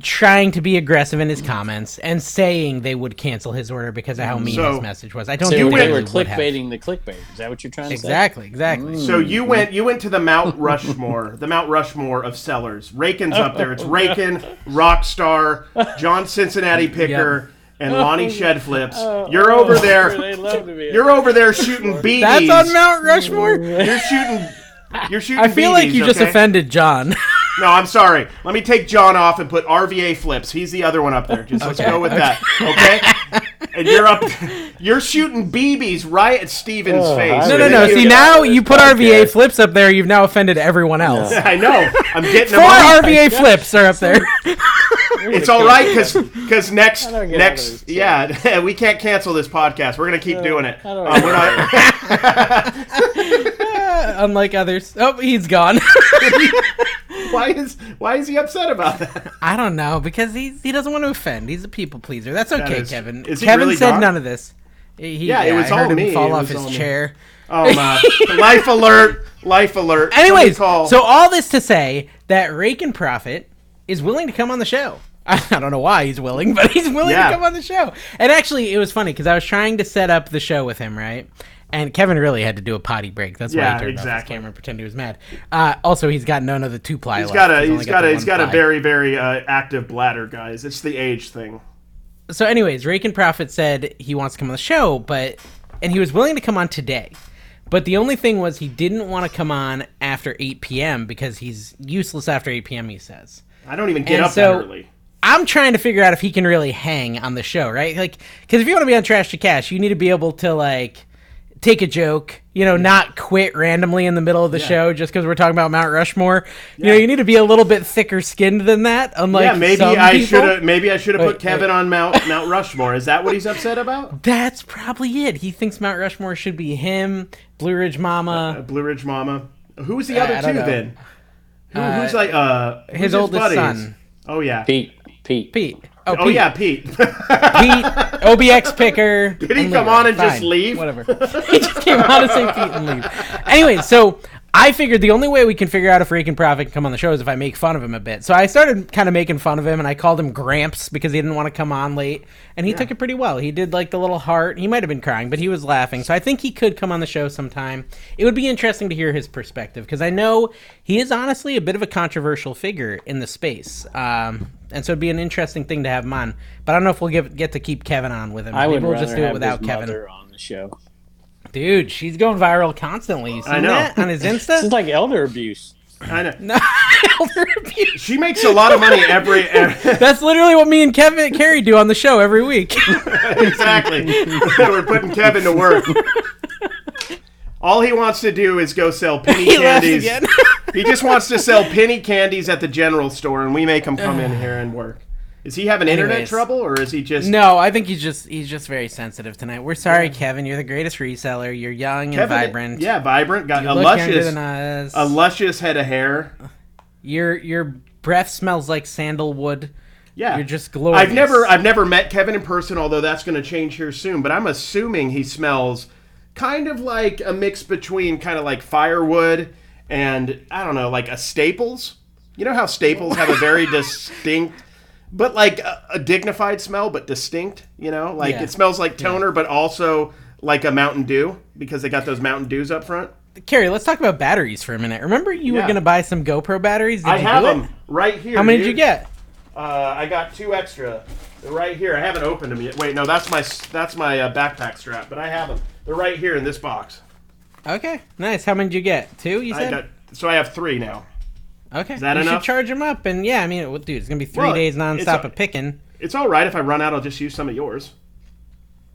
S2: trying to be aggressive in his comments and saying they would cancel his order because of how mean
S3: So-
S2: his message was i don't
S1: So
S2: think
S1: they
S2: they
S1: were
S2: really would have.
S1: clickbaiting Mm. the clickbait. Is that what you're trying to say?
S2: exactly exactly
S3: So you went you went to the Mount Rushmore, the Mount Rushmore of sellers. Rakin's up there. It's Rakin, Rockstar, John Cincinnati Picker, and Lonnie Shedflips. You're over
S1: They
S3: there.
S1: love to be.
S3: You're over there shooting bees.
S2: that's on mount rushmore
S3: You're shooting. You're shooting.
S2: i feel like
S3: BBs,
S2: you just
S3: okay?
S2: offended john
S3: No, I'm sorry. Let me take John off and put RVA Flips. He's the other one up there. Just let's go with that. Okay. and you're up, you're shooting BBs right at Steven's
S1: Oh,
S3: face.
S1: I
S2: No, no, no.
S1: Video
S2: See, now
S1: on
S2: you
S1: this
S2: put RVA
S1: podcast.
S2: flips up there. You've now offended everyone else.
S3: I know. I'm getting them
S2: Four
S3: all.
S2: RVA flips are up there.
S3: It's all right because because next
S1: don't get out of
S3: next
S1: this
S3: yeah we can't cancel this podcast. We're gonna keep doing it.
S1: I don't
S3: Uh, we're not-
S2: Unlike others. Oh, he's gone.
S3: why is why is he upset about that?
S2: I don't know because he he doesn't want to offend. He's a people pleaser. That's okay,
S3: is-
S2: Kevin.
S3: is he
S2: Kevin
S3: really
S2: said
S3: gone?
S2: none of this. He,
S3: Yeah, it was
S2: I heard
S3: all
S2: him
S3: me.
S2: fall
S3: It
S2: off
S3: was
S2: his
S3: all me.
S2: chair.
S3: Oh my! Life alert! Life alert!
S2: Anyways,
S3: Somebody call.
S2: so all this to say that Rake and Profit is willing to come on the show. I don't know why he's willing, but he's willing
S3: Yeah.
S2: to come on the show. And actually, it was funny because I was trying to set up the show with him, right? And Kevin really had to do a potty break. That's why
S3: Yeah,
S2: he turned off his
S3: exactly.
S2: camera and pretended he was mad. Uh, also, he's got none of the two ply.
S3: he's got a
S2: only
S3: he's got
S2: the
S3: a he's
S2: one
S3: got a
S2: ply.
S3: very very uh, active bladder, guys. It's the age thing.
S2: so anyways rake and profit said he wants to come on the show but and he was willing to come on today but the only thing was he didn't want to come on after 8 p.m because he's useless after 8 p.m he says
S3: I don't even get
S2: And
S3: up
S2: so-
S3: that early.
S2: i'm trying to figure out if he can really hang on the show right like because if you want to be on trash to cash you need to be able to like take a joke you know not quit randomly in the middle of the show just because we're talking about mount rushmore you know you need to be a little bit thicker skinned than that unlike
S3: yeah, maybe
S2: some
S3: I
S2: people.
S3: should have maybe I should have
S2: Wait,
S3: put Kevin on Mount Mount Rushmore. Is that what he's upset about?
S2: That's probably it. He thinks Mount Rushmore should be him, Blue Ridge
S3: Uh,
S2: Mama,
S3: Blue Ridge Mama. Who was the
S2: I
S3: other two
S2: don't know.
S3: then? Who, who's like uh who's his
S2: oldest
S3: buddies?
S2: son.
S3: Oh yeah.
S1: Pete. Pete.
S2: Pete. Oh,
S3: Oh
S2: Pete.
S3: yeah, Pete.
S2: Pete, OBX picker. Did
S3: he come on and just leave?
S2: Whatever. he just came on and say Pete and leave. Anyway, so I figured the only way we can figure out if Reek and Profit can come on the show is if I make fun of him a bit. So I started kind of making fun of him and I called him Gramps because he didn't want to come on late. And he took it pretty well. He did like the little heart. He might have been crying, but he was laughing. So I think he could come on the show sometime. It would be interesting to hear his perspective because I know he is honestly a bit of a controversial figure in the space. Um, and so it'd be an interesting thing to have him on. But I don't know if we'll give, get to keep Kevin on with him.
S1: I would
S2: Maybe we'll
S1: rather
S2: just do
S1: have
S2: it without
S1: his
S2: Kevin.
S1: mother on the show.
S2: Dude, she's going viral constantly. You seen
S3: know.
S2: that on his
S1: This
S2: Insta?
S1: is like elder abuse.
S3: I know.
S2: Elder abuse.
S3: She makes a lot of money every, every
S2: That's literally what me and Kevin Carrie do on the show every week.
S3: exactly. We're putting Kevin to work. All he wants to do is go sell penny
S2: He laughs
S3: candies.
S2: again.
S3: he just wants to sell penny candies at the general store, and we make him come in here and work. Is he having internet
S2: Anyways.
S3: trouble, or is he just
S2: no, I think he's just he's just very sensitive tonight. We're sorry, Kevin. You're the greatest reseller. You're young and
S3: Kevin-
S2: vibrant.
S3: Yeah, vibrant. Got a
S2: Look younger
S3: luscious,
S2: than us.
S3: a luscious head of hair.
S2: your your breath smells like sandalwood.
S3: Yeah,
S2: You're just glorious.
S3: I've never, I've never met Kevin in person, although that's going to change here soon. But I'm assuming he smells kind of like a mix between kind of like firewood and I don't know, like a Staples. You know how Staples have a very distinct, but like a, a dignified smell, but distinct. You know, like
S2: Yeah.
S3: it smells like toner, but also like a Mountain Dew because they got those Mountain Dews up front.
S2: Carrie, let's talk about batteries for a minute. Remember you were
S3: Yeah.
S2: gonna buy some GoPro batteries? Did
S3: I
S2: you
S3: have
S2: do it?
S3: them right here.
S2: How many did
S3: dude.
S2: you get?
S3: Uh, I got two extra They're right here. I haven't opened them yet. Wait, no, that's my that's my uh, backpack strap, but I have them. They're right here in this box.
S2: Okay, nice. How many did you get? Two? You
S3: I
S2: said?
S3: got so I have three now.
S2: Okay. Is
S3: that
S2: you
S3: enough?
S2: should charge them up, and yeah, I mean, well, dude, it's gonna be three
S3: Well,
S2: days
S3: it's
S2: nonstop
S3: a-
S2: of picking.
S3: It's all right if I run out. I'll just use some of yours.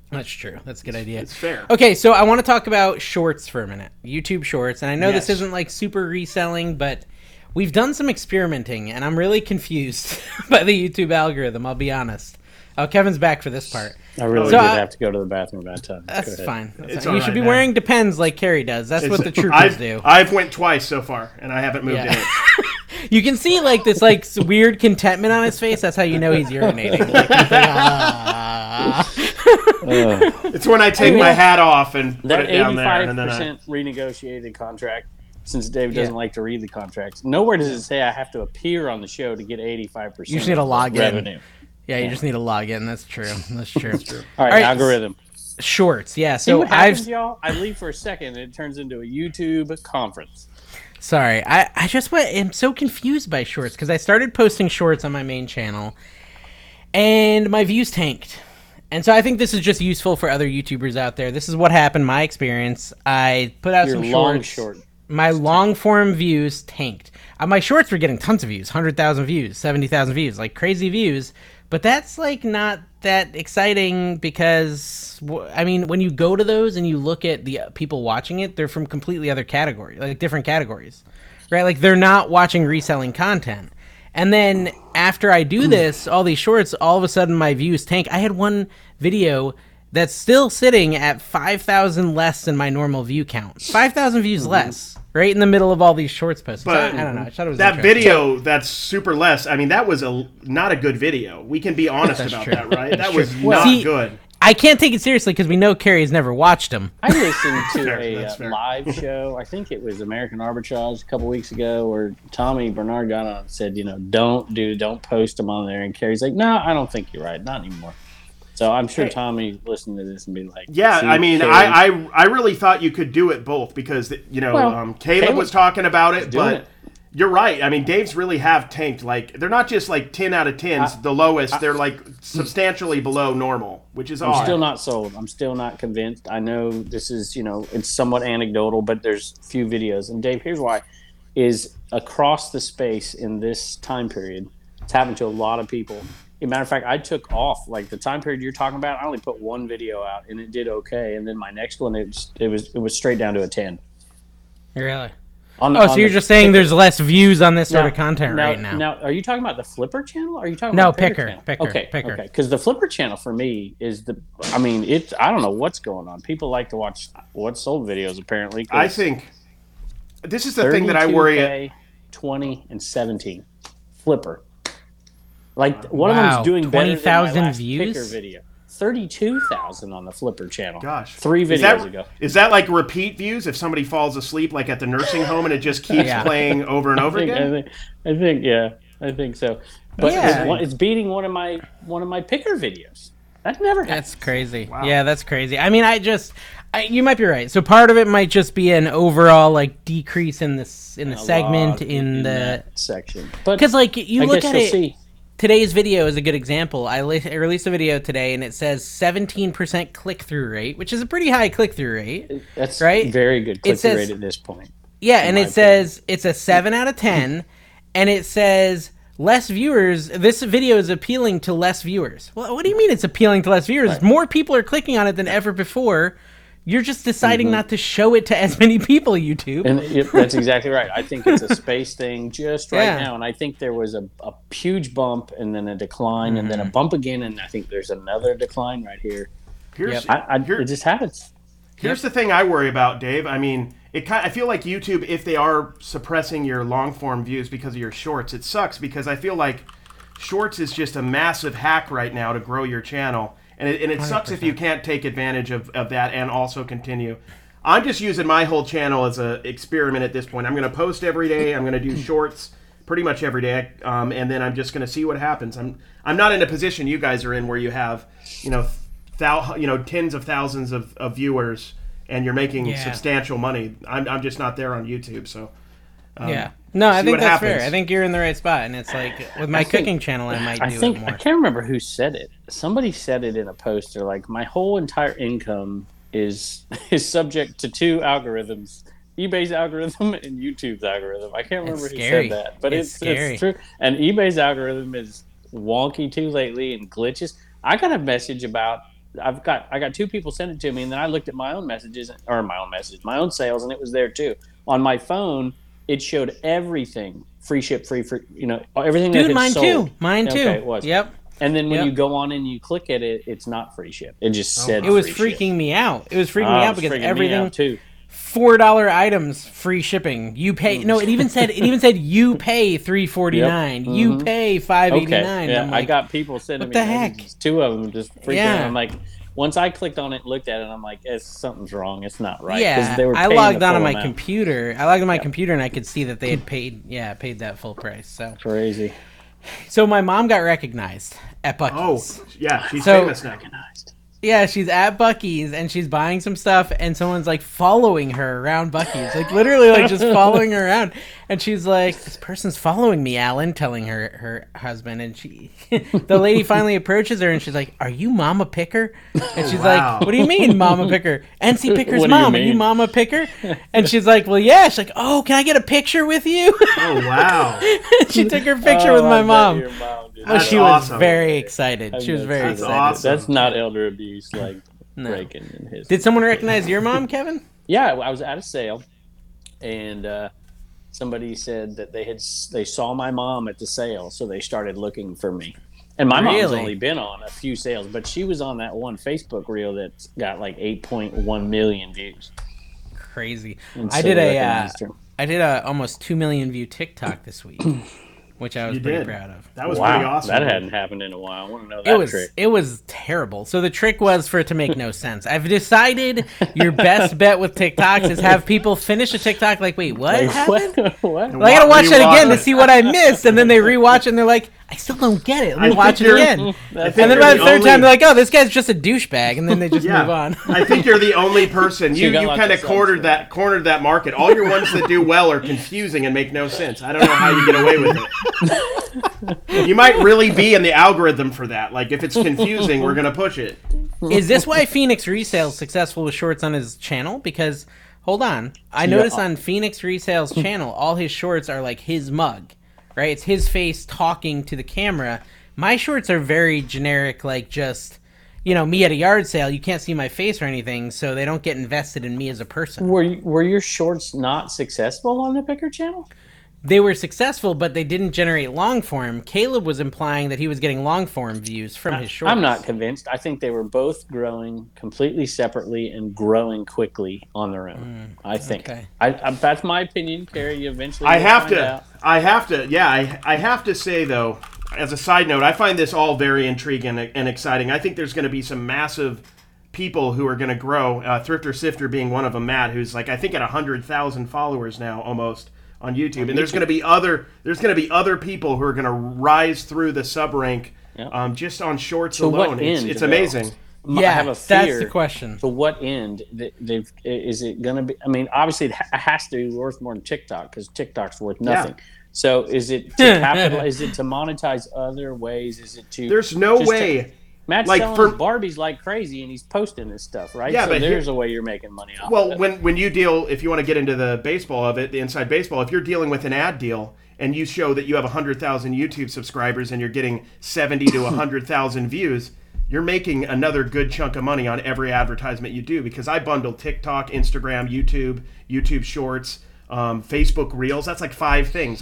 S2: That's true. That's a good idea.
S3: It's fair.
S2: Okay, so I want to talk about shorts for a minute. YouTube shorts, and I know this
S3: Yes.
S2: isn't like super reselling, but we've done some experimenting, and I'm really confused by the YouTube algorithm. I'll be honest. Oh, Kevin's back for this part.
S1: I really
S2: So
S1: did
S2: I-
S1: have to go to the bathroom that time. Go
S2: That's
S1: ahead.
S2: fine. That's
S3: It's
S2: fine. You
S3: all
S2: should
S3: right,
S2: be
S3: man.
S2: wearing depends like Carrie does. That's what the troopers
S3: I've,
S2: do.
S3: I've went twice so far, and I haven't moved
S2: Yeah.
S3: in it.
S2: You can see like this like s- weird contentment on his face. That's how you know he's urinating. Like, he's like, "Ah."
S3: It's when I take my hat off and put
S1: That
S3: it down there,
S1: eighty-five
S3: and then I,
S1: percent renegotiated contract. Since Dave
S2: Yeah.
S1: doesn't like to read the contracts, nowhere does it say I have to appear on the show to get eighty-five percent.
S2: You just need to log in.
S1: revenue.
S2: Yeah, you just need to log in. That's true. That's true.
S1: All right,
S2: All right.
S1: algorithm.
S2: Shorts. Yeah.
S1: See
S2: So
S1: what happens,
S2: I've
S1: y'all? I leave for a second, and it turns into a YouTube conference.
S2: sorry. I I just went, am so confused by shorts because I started posting shorts on my main channel, and my views tanked. And so I think this is just useful for other YouTubers out there. This is what happened. My experience. I put out
S1: Your
S2: some
S1: long short.
S2: shorts. my long form views tanked. Uh, my shorts were getting tons of views, 100,000 views, 70,000 views, like crazy views, but that's like not that exciting because wh- I mean, when you go to those and you look at the uh, people watching it, they're from completely other category, like different categories, right? Like they're not watching reselling content. And then after I
S3: Hmm.
S2: do this, all these shorts, all of a sudden my views tank. I had one video that's still sitting at 5,000 less than my normal view count. 5,000 views less, right in the middle of all these shorts posts.
S3: mm-hmm. But
S2: I, I don't know. I thought it was
S3: That
S2: interesting.
S3: video that's super less. I mean, that was a not a good video. We can be honest about
S2: true.
S3: that, right? That was not
S2: See,
S3: good.
S2: I can't take it seriously because we know Carrie's never watched them.
S1: I listened to
S3: Fair,
S1: a
S3: that's
S1: uh,
S3: fair.
S1: live show. I think it was American Arbitrage a couple weeks ago, where Tommy Bernard got on and said, "You know, don't do, don't post them on there." And Carrie's like, "No, I don't think you're right, not anymore." So I'm sure Tommy listened to this and be like,
S3: Yeah,
S1: "See,
S3: I mean,
S1: Carrie,
S3: I, I I really thought you could do it both because you know
S1: Well,
S3: um, Caleb,
S1: Caleb
S3: was talking about it,
S1: doing
S3: but
S1: it.
S3: you're right. I mean, Dave's really have tanked. Like they're not just like ten out of tens, the lowest. they're like substantially below normal, which is
S1: I'm
S3: odd.
S1: still not sold. I'm still not convinced. I know this is, you know, it's somewhat anecdotal, but there's few videos. And Dave, here's why: is across the space in this time period, it's happened to a lot of people. As a matter of fact, I took off like the time period you're talking about. I only put one video out, and it did okay. And then my next one, it was it was, it was straight down to a ten.
S2: Really?
S1: On,
S2: Oh,
S1: on
S2: so
S1: the-
S2: you're just saying there's less views on this sort of
S1: now-
S2: content
S1: now-
S2: right now.
S1: Now, are you talking about the Flipper channel? Or are you talking
S2: No,
S1: about the
S2: Picker,
S1: channel?
S2: Picker,
S1: okay,
S2: Picker.
S1: okay. Because the Flipper channel for me is the. I mean, it's. I don't know what's going on. People like to watch what's sold videos apparently. 'cause
S3: I think this is the thing that I worry.
S1: 32K, Twenty and seventeen, Flipper. Like one of
S2: Wow,
S1: them's doing better than my
S2: 20,000
S1: last
S2: views?
S1: Picker video. Thirty-two thousand on the Flipper channel.
S3: Gosh,
S1: three videos
S3: is that,
S1: ago.
S3: Is that like repeat views? If somebody falls asleep, like at the nursing home, and it just keeps
S2: Yeah.
S3: playing over and over
S1: I think, I
S3: again?
S1: think, I think, yeah, I think so. But
S2: Yeah.
S1: it's, one- it's beating one of my one of my picker videos. That never happens.
S2: That's crazy. Yeah, that's crazy. I mean, I just I, you might be right. So part of it might just be an overall like decrease in this in the segment in the
S1: that section. But
S2: because like you
S1: I
S2: look
S1: guess
S2: at
S1: you'll
S2: it.
S1: see.
S2: Today's video is a good example. I, li- I released a video today and it says 17% click through rate, which is a pretty high click through rate.
S1: That's
S2: right?
S1: Very good click
S2: says-
S1: rate at this point.
S2: Yeah, and
S1: my
S2: it says it's a 7 out of 10 and it says less viewers this video is appealing to less viewers. Well, what do you mean it's appealing to less viewers? More people are clicking on it than ever before. You're just deciding
S1: Mm-hmm.
S2: not to show it to as many people, YouTube.
S1: And it, that's exactly right. I think it's a space thing just right
S2: Yeah.
S1: now. And I think there was a, a huge bump and then a decline and
S2: Mm-hmm.
S1: then a bump again. And I think there's another decline right here.
S3: Here's,
S1: I, I,
S3: here-
S1: it just happens.
S3: Here's the thing I worry about, Dave. I mean, it kind I feel like YouTube, if they are suppressing your long form views because of your shorts, it sucks because I feel like shorts is just a massive hack right now to grow your channel, and it, and it sucks if you can't take advantage of, of that and also continue. I'm just using my whole channel as a experiment at this point. I'm going to post every day. I'm going to do shorts pretty much every day, um, and then I'm just going to see what happens. I'm I'm not in a position you guys are in where you have, you know, thou, you know, tens of thousands of, of viewers, and you're making
S2: Yeah.
S3: substantial money. I'm I'm just not there on YouTube, so
S2: yeah. No, I
S3: see
S2: think
S3: what
S2: that's fair.
S3: happens.
S2: I think you're in the right spot and it's like with my cooking channel I might
S1: I
S2: do
S1: think
S2: it
S1: I
S2: more.
S1: can't remember who said it. Somebody said it in a post. They're like, my whole entire income is is subject to two algorithms: eBay's algorithm and YouTube's algorithm. I can't remember
S2: It's
S1: who
S2: scary.
S1: said that, but
S2: It's
S1: it's
S2: scary.
S1: it's true. And eBay's algorithm is wonky too lately and glitches. I got a message about. I've got I got two people sent it to me, and then I looked at my own messages or my own message, my own sales, and it was there too. On my phone, it showed everything free ship, free free. You know everything. that
S2: Dude,
S1: had
S2: mine
S1: sold.
S2: too. Mine too.
S1: Okay, it was.
S2: Yep.
S1: And then when
S2: Yep.
S1: you go on and you click at it, it's not free ship. It just said
S2: Oh It was
S1: free ship.
S2: freaking me out. It was freaking
S1: Oh,
S2: me
S1: it
S2: out
S1: was
S2: because
S1: freaking me
S2: everything
S1: out, too.
S2: four dollar items free shipping you
S1: Mm.
S2: pay no it even said it even said you pay 349 you pay 589
S1: Mm-hmm. Okay, yeah,
S2: I'm
S1: I
S2: like,
S1: got people sending
S2: what the
S1: me
S2: heck?
S1: messages, two of them just freaking.
S2: Yeah.
S1: out. I'm like, once I clicked on it, and looked at it, I'm like, it's something's wrong. It's not right. 'Cause
S2: yeah
S1: they were
S2: i
S1: paying
S2: logged
S1: the
S2: on to
S1: full
S2: my
S1: amount.
S2: computer i logged on my computer and i could see that they had paid yeah paid that full price so
S1: Crazy.
S2: so my mom got recognized at
S3: oh
S2: bucky's
S3: yeah, she's
S2: So-
S3: famous now.
S1: Recognized.
S2: yeah she's at bucky's and she's buying some stuff and someone's like following her around bucky's like literally like just following her around and she's like this person's following me alan telling her her husband and she the lady finally approaches her and she's like are you mama picker and she's
S3: Wow.
S2: like what do you mean mama picker nc picker's
S1: What do you
S2: mom are you
S1: mean?
S2: mama picker and she's like well yeah she's like oh can i get a picture with you
S3: Oh wow,
S2: she took her picture with
S1: Oh,
S2: my
S1: I bet
S2: mom
S1: your mom dude.
S2: Oh,
S3: That's
S2: she
S3: awesome.
S2: was very excited. she was very
S3: That's
S2: excited.
S3: awesome.
S1: That's not elder abuse, like
S2: No.
S1: breaking in his.
S2: Did someone recognize your mom, Kevin?
S1: yeah, I was at a sale, and uh, somebody said that they had s- they saw my mom at the sale, so they started looking for me. And my mom's
S2: Really?
S1: only been on a few sales, but she was on that one Facebook reel that got like 8.1 million views.
S2: Crazy.
S1: And so
S2: I did
S1: they
S2: a uh,
S1: recognized her.
S2: I did a almost two million view TikTok this week, which I was
S3: You
S2: pretty
S3: did.
S2: proud of.
S3: That was
S1: wow,
S3: pretty awesome.
S1: that hadn't happened in a while. I want to know that
S2: it was
S1: trick.
S2: it was terrible. So the trick was for it to make no sense. I've decided your best bet with TikToks is have people finish a TikTok like, wait, what
S1: Like,
S2: happened?
S1: what? what?
S2: Like, I gotta watch that
S3: Rewatch
S2: again to
S3: it.
S2: see what I missed, and then they rewatch it and they're like, I still don't get it. Let
S3: I
S2: me
S3: think
S2: watch it
S3: you're-
S2: again.
S1: That's
S2: And then
S3: you're
S2: by
S3: the
S2: the third
S3: only-
S2: time, they're like, oh, this guy's just a douchebag, and then they just move on.
S3: I think you're the only person. You,
S1: you got
S3: you
S1: lots
S3: kind
S1: of
S3: of
S1: subs,
S3: cornered
S1: right?
S3: that cornered that market. All your ones that do well are confusing and make no sense. I don't know how you get away with it. You might really be in the algorithm for that. Like if it's confusing, we're gonna push it.
S2: Is this why Phoenix Resale's successful with shorts on his channel? Because hold on, I noticed on Phoenix Resale's
S1: Hmm.
S2: channel, all his shorts are like his mug, right? It's his face talking to the camera. My shorts are very generic, like just you know me at a yard sale. You can't see my face or anything, so they don't get invested in me as a person.
S1: Were you, were your shorts not successful on the Picker channel?
S2: They were successful, but they didn't generate long form. Caleb was implying that he was getting long form views from his shorts.
S1: I'm not convinced. I think they were both growing completely separately and growing quickly on their own. I think.
S2: Mm, okay.
S1: I, I, that's my opinion, Carrie. You eventually.
S3: I
S1: will
S3: have
S1: find
S3: to.
S1: out.
S3: I have to. Yeah, I, I have to say though, as a side note, I find this all very intriguing and, and exciting. I think there's going to be some massive people who are going to grow. Uh, Thrifter Sifter being one of them. Matt, who's like I think at hundred thousand followers now, almost on YouTube. And there's going to be other. There's going to be other people who are going to rise through the sub rank. Um, just on shorts
S1: what
S3: alone, it's,
S1: end,
S3: it's
S1: though?
S3: amazing.
S1: M-
S2: Yeah,
S1: I have a fear.
S2: that's the question.
S1: To what end th- they've, is it going to be? I mean, obviously, it ha- has to be worth more than TikTok because TikTok's worth nothing. So, is it to capital? is it to monetize other ways? Is it to?
S3: There's no
S1: just to-
S3: way.
S1: Matt's
S3: like,
S1: selling
S3: for-
S1: Barbies like crazy, and he's posting this stuff, right?
S3: Yeah,
S1: so
S3: but here-
S1: there's a way you're making money off. of
S3: Well,
S1: it.
S3: when when you deal, if you want to get into the baseball of it, the inside baseball, if you're dealing with an ad deal and you show that you have hundred thousand YouTube subscribers and you're getting seventy to hundred thousand views, you're making another good chunk of money on every advertisement you do because I bundle TikTok, Instagram, YouTube, YouTube Shorts, um, Facebook Reels. That's like five things.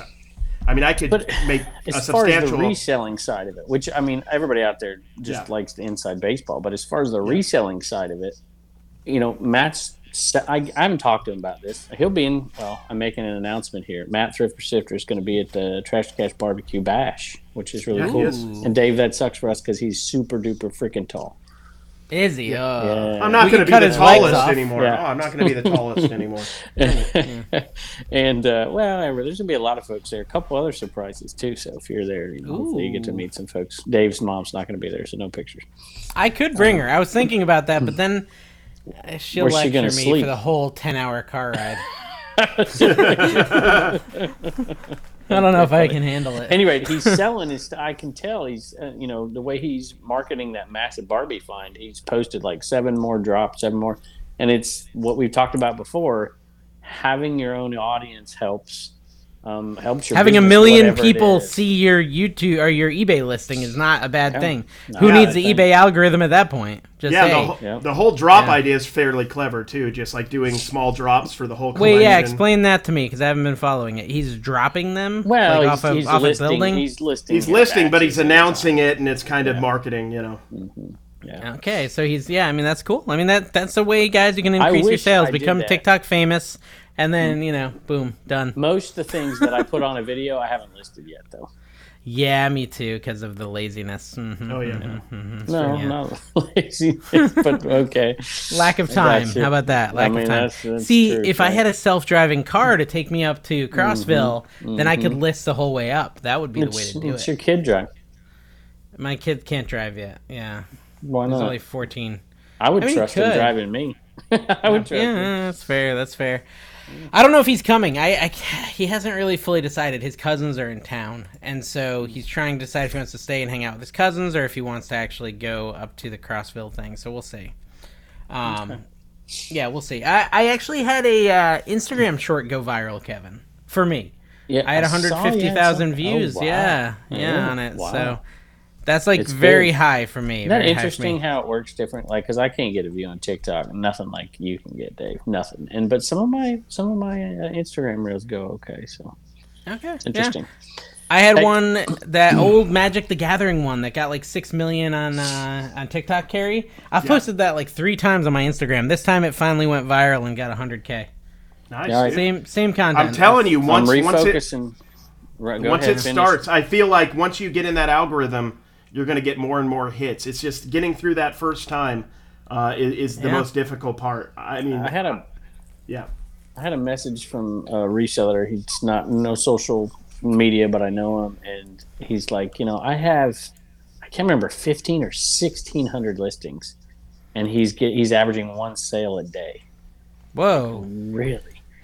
S3: I mean, I could
S1: But
S3: make a
S1: as far as the
S3: substantial.
S1: reselling side of it, which I mean, everybody out there just
S3: Yeah.
S1: likes the inside baseball. But as far as the reselling side of it, you know, Matt's. I, I haven't talked to him about this. He'll be in. Well, I'm making an announcement here. Matt Thrifter Sifter is going to be at the Trash to Cash Barbecue Bash, which is really
S3: Yeah, he
S1: cool.
S3: is.
S1: And Dave, that sucks for us because he's super duper freaking tall.
S2: Is he? Oh.
S1: Yeah.
S3: I'm not
S2: We could
S3: going to be
S2: cut
S3: the
S2: his legs
S3: tallest
S2: off.
S3: anymore.
S1: Yeah.
S3: Oh, I'm not going to be the tallest anymore.
S1: Uh, and uh, well, anyway, there's gonna be a lot of folks there. A couple other surprises too. So if you're there, you know, hopefully you get to
S2: Ooh.
S1: meet some folks. Dave's mom's not gonna be there, so no pictures.
S2: I could bring her. I was thinking about that, but then uh, she'll
S1: Where's she
S2: lecture
S1: gonna
S2: me
S1: sleep?
S2: for the whole ten-hour car ride. I don't know if I can handle it.
S1: Anyway, he's selling his. I can tell he's, uh, you know, the way he's marketing that massive Barbie find. He's posted like seven more drops, seven more, and it's what we've talked about before. Having your own audience helps. Um, helps your
S2: Having a
S1: business,
S2: million
S1: whatever it
S2: people
S1: is.
S2: see your YouTube or your eBay listing is not a bad thing. Who
S1: not
S2: needs
S1: a
S2: the
S1: thing.
S2: eBay algorithm at that point? Just
S3: Yeah,
S2: hey.
S3: the, whole-
S1: Yeah.
S3: the whole drop
S2: Yeah.
S3: idea is fairly clever too. Just like doing small drops for the whole.
S2: Wait, yeah,
S3: collection.
S2: explain that to me because I haven't been following it. He's dropping them
S1: Well,
S2: like,
S1: he's,
S2: off, of,
S1: he's
S2: off a
S1: listing.
S2: building.
S1: He's listing.
S3: He's
S1: it
S3: listing, but
S1: back.
S3: he's announcing it, and it's kind of marketing. You know,
S2: Okay, so he's yeah. I mean that's cool. I mean that that's the way guys you can increase your
S1: wish
S2: sales,
S1: I did
S2: become
S1: that.
S2: TikTok famous, and then you know, boom, done.
S1: Most of the things that I put on a video, I haven't listed yet, though.
S2: Yeah, me too, because of the laziness. Mhm.
S3: oh yeah,
S1: No, not lazy, but okay.
S2: Lack of time.
S1: you.
S2: How about that? Lack
S1: mean,
S2: of time.
S1: that's- that's
S2: See,
S1: true,
S2: if I
S1: yeah. Mm-hmm.
S2: had a self-driving car to take me up to Crossville, then I could list the whole way up. That would be the way
S1: It's,
S2: to do
S1: it's
S2: it.
S1: your kid drunk.
S2: My kid can't drive yet. Yeah,
S1: Why
S2: he's
S1: not?
S2: only fourteen.
S1: I would
S2: I mean, he
S1: trust him
S2: could.
S1: driving me. I would trust
S2: Yeah,
S1: him.
S2: that's fair. That's fair. I don't know if he's coming. I, I ca- he hasn't really fully decided. His cousins are in town, and so he's trying to decide if he wants to stay and hang out with his cousins or if he wants to actually go up to the Crossville thing. So we'll see. Um, yeah, we'll see. I, I actually had a uh, Instagram short go viral, Kevin, for me.
S1: Yeah,
S2: I had
S1: saw you had
S2: 150,000
S1: something.
S2: views.
S1: Oh, wow.
S2: Yeah, yeah,
S1: Oh,
S2: on it.
S1: wow.
S2: So that's like
S1: It's
S2: very
S1: big.
S2: high for me.
S1: Isn't that
S2: very high for
S1: interesting
S2: me.
S1: how it works different? Like, because I can't get a view on TikTok, nothing like you can get, Dave, nothing. And but some of my some of my uh, Instagram reels go okay, so
S2: Okay, yeah.
S1: interesting.
S2: I had
S1: Hey.
S2: one that old Magic the Gathering one that got like six million on uh, on TikTok carry. I've posted that like three times on my Instagram. This time it finally went viral and got 100k.
S3: Nice.
S1: Yeah, I-
S3: dude.
S2: Same same content.
S3: I'm telling you, once
S1: I'm
S3: once it
S1: refocusing. Right, go
S3: once
S1: ahead,
S3: it
S1: finish.
S3: starts, I feel like once you get in that algorithm, you're going to get more and more hits. It's just getting through that first time uh, is, is the
S2: Yeah.
S3: most difficult part. I mean,
S1: I had a
S3: yeah,
S1: I had a message from a reseller. He's not no social media, but I know him, and he's like, you know, I have, I can't remember, fifteen or sixteen hundred listings, and he's get, he's averaging one sale a day.
S2: Whoa.
S1: Really?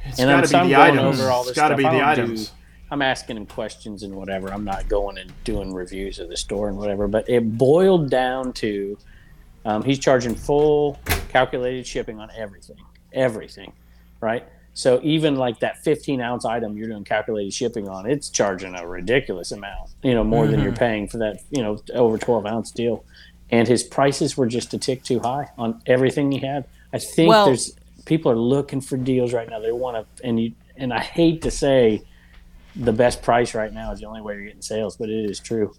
S3: it's
S1: And
S3: got
S1: I'm-
S3: to
S1: so I'm
S3: be the
S1: going
S3: items.
S1: over all
S3: It's
S1: this
S3: got to
S1: stuff.
S3: be
S1: I
S3: the
S1: don't
S3: items.
S1: do- I'm asking him questions and whatever. I'm not going and doing reviews of the store and whatever. But it boiled down to um, he's charging full calculated shipping on everything, everything, right? So even like that 15 ounce item you're doing calculated shipping on, it's charging a ridiculous amount, you know, more than
S2: Mm-hmm.
S1: you're paying for that, you know, over 12 ounce deal. And his prices were just a tick too high on everything he had. I think
S2: Well-
S1: there's people are looking for deals right now. They want to, and you, and I hate to say the best price right now is the only way you're getting sales, but it is true.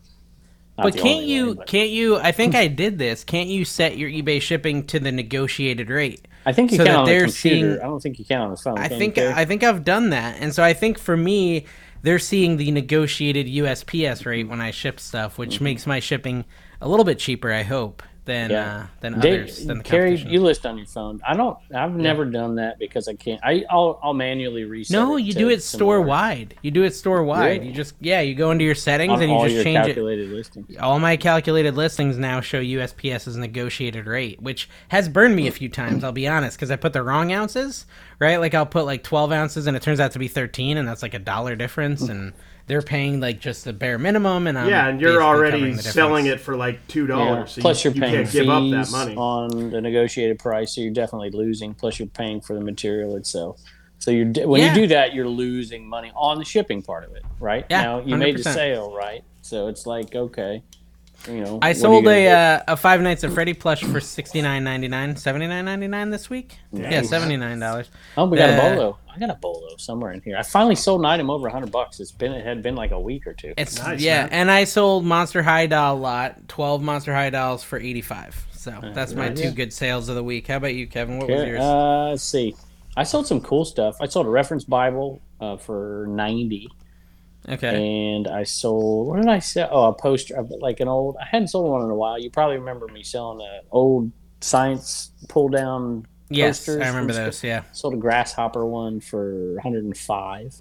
S1: Not
S2: But
S1: the
S2: can't
S1: only
S2: you
S1: way, but-
S2: can't you I think I did this. Can't you set your eBay shipping to the negotiated rate?
S1: I think you
S2: so
S1: can
S2: that
S1: on the
S2: they're
S1: computer.
S2: seeing-
S1: I don't think you can on the phone.
S2: I
S1: can you,
S2: think
S1: Terry?
S2: I think I've done that. And so I think for me they're seeing the negotiated USPS rate when I ship stuff, which
S1: Mm-hmm.
S2: makes my shipping a little bit cheaper, I hope, than
S1: Yeah.
S2: uh, than
S1: Dave,
S2: others than the
S1: Carrie,
S2: competition.
S1: you list on your phone. I don't. I've never done that because I can't. I, I'll, I'll manually reset.
S2: no, you
S1: to
S2: do it
S1: similar-
S2: store wide. You do it store wide.
S1: Really?
S2: You just yeah, you go into your settings
S1: on
S2: and
S1: all
S2: you just
S1: your
S2: change it.
S1: calculated listings.
S2: all my calculated listings now show USPS's negotiated rate, which has burned me a few times. I'll be honest, because I put the wrong ounces, right? Like I'll put like twelve ounces, and it turns out to be thirteen, and that's like a dollar difference, and they're paying like just the bare minimum, and I'm
S3: yeah, and you're
S2: basically
S3: already
S2: covering the
S3: selling
S2: difference.
S3: it for like two
S2: Oh,
S3: dollars.
S1: Yeah.
S3: So
S1: Plus,
S3: you,
S1: you're
S3: you
S1: paying
S3: can't
S1: fees
S3: give up that money.
S1: on the negotiated price, so you're definitely losing. Plus, you're paying for the material itself. So you're de- when
S2: Yeah.
S1: you do that, you're losing money on the shipping part of it, right?
S2: Yeah,
S1: now you made the
S2: 100%.
S1: sale, right? So it's like okay, you know.
S2: I
S1: what are you
S2: sold
S1: gonna
S2: a
S1: do?
S2: uh, a Five Nights at Freddy plush for sixty nine ninety nine, seventy nine ninety nine this week. Yeah,
S3: Nice.
S2: seventy nine dollars.
S1: Oh, we got a
S2: the-
S1: bolo. I got a bolo somewhere in here. I finally sold an item over hundred bucks. It's been it had been like a week or two.
S2: It's
S3: Nice,
S2: yeah,
S3: man.
S2: and I sold Monster High Doll lot, twelve Monster High Dolls for eighty five. So that's my
S1: nice.
S2: two good sales of the week. How about you, Kevin? What was
S1: Okay,
S2: yours?
S1: uh, let's see. I sold some cool stuff. I sold a reference Bible uh, for ninety,
S2: okay,
S1: and I sold what did I sell? Oh, a poster, of, like an old. I hadn't sold one in a while. You probably remember me selling an old science pull down.
S2: yes,
S1: posters
S2: I remember
S1: and
S2: those. Yeah,
S1: Sold a grasshopper one for one hundred and five.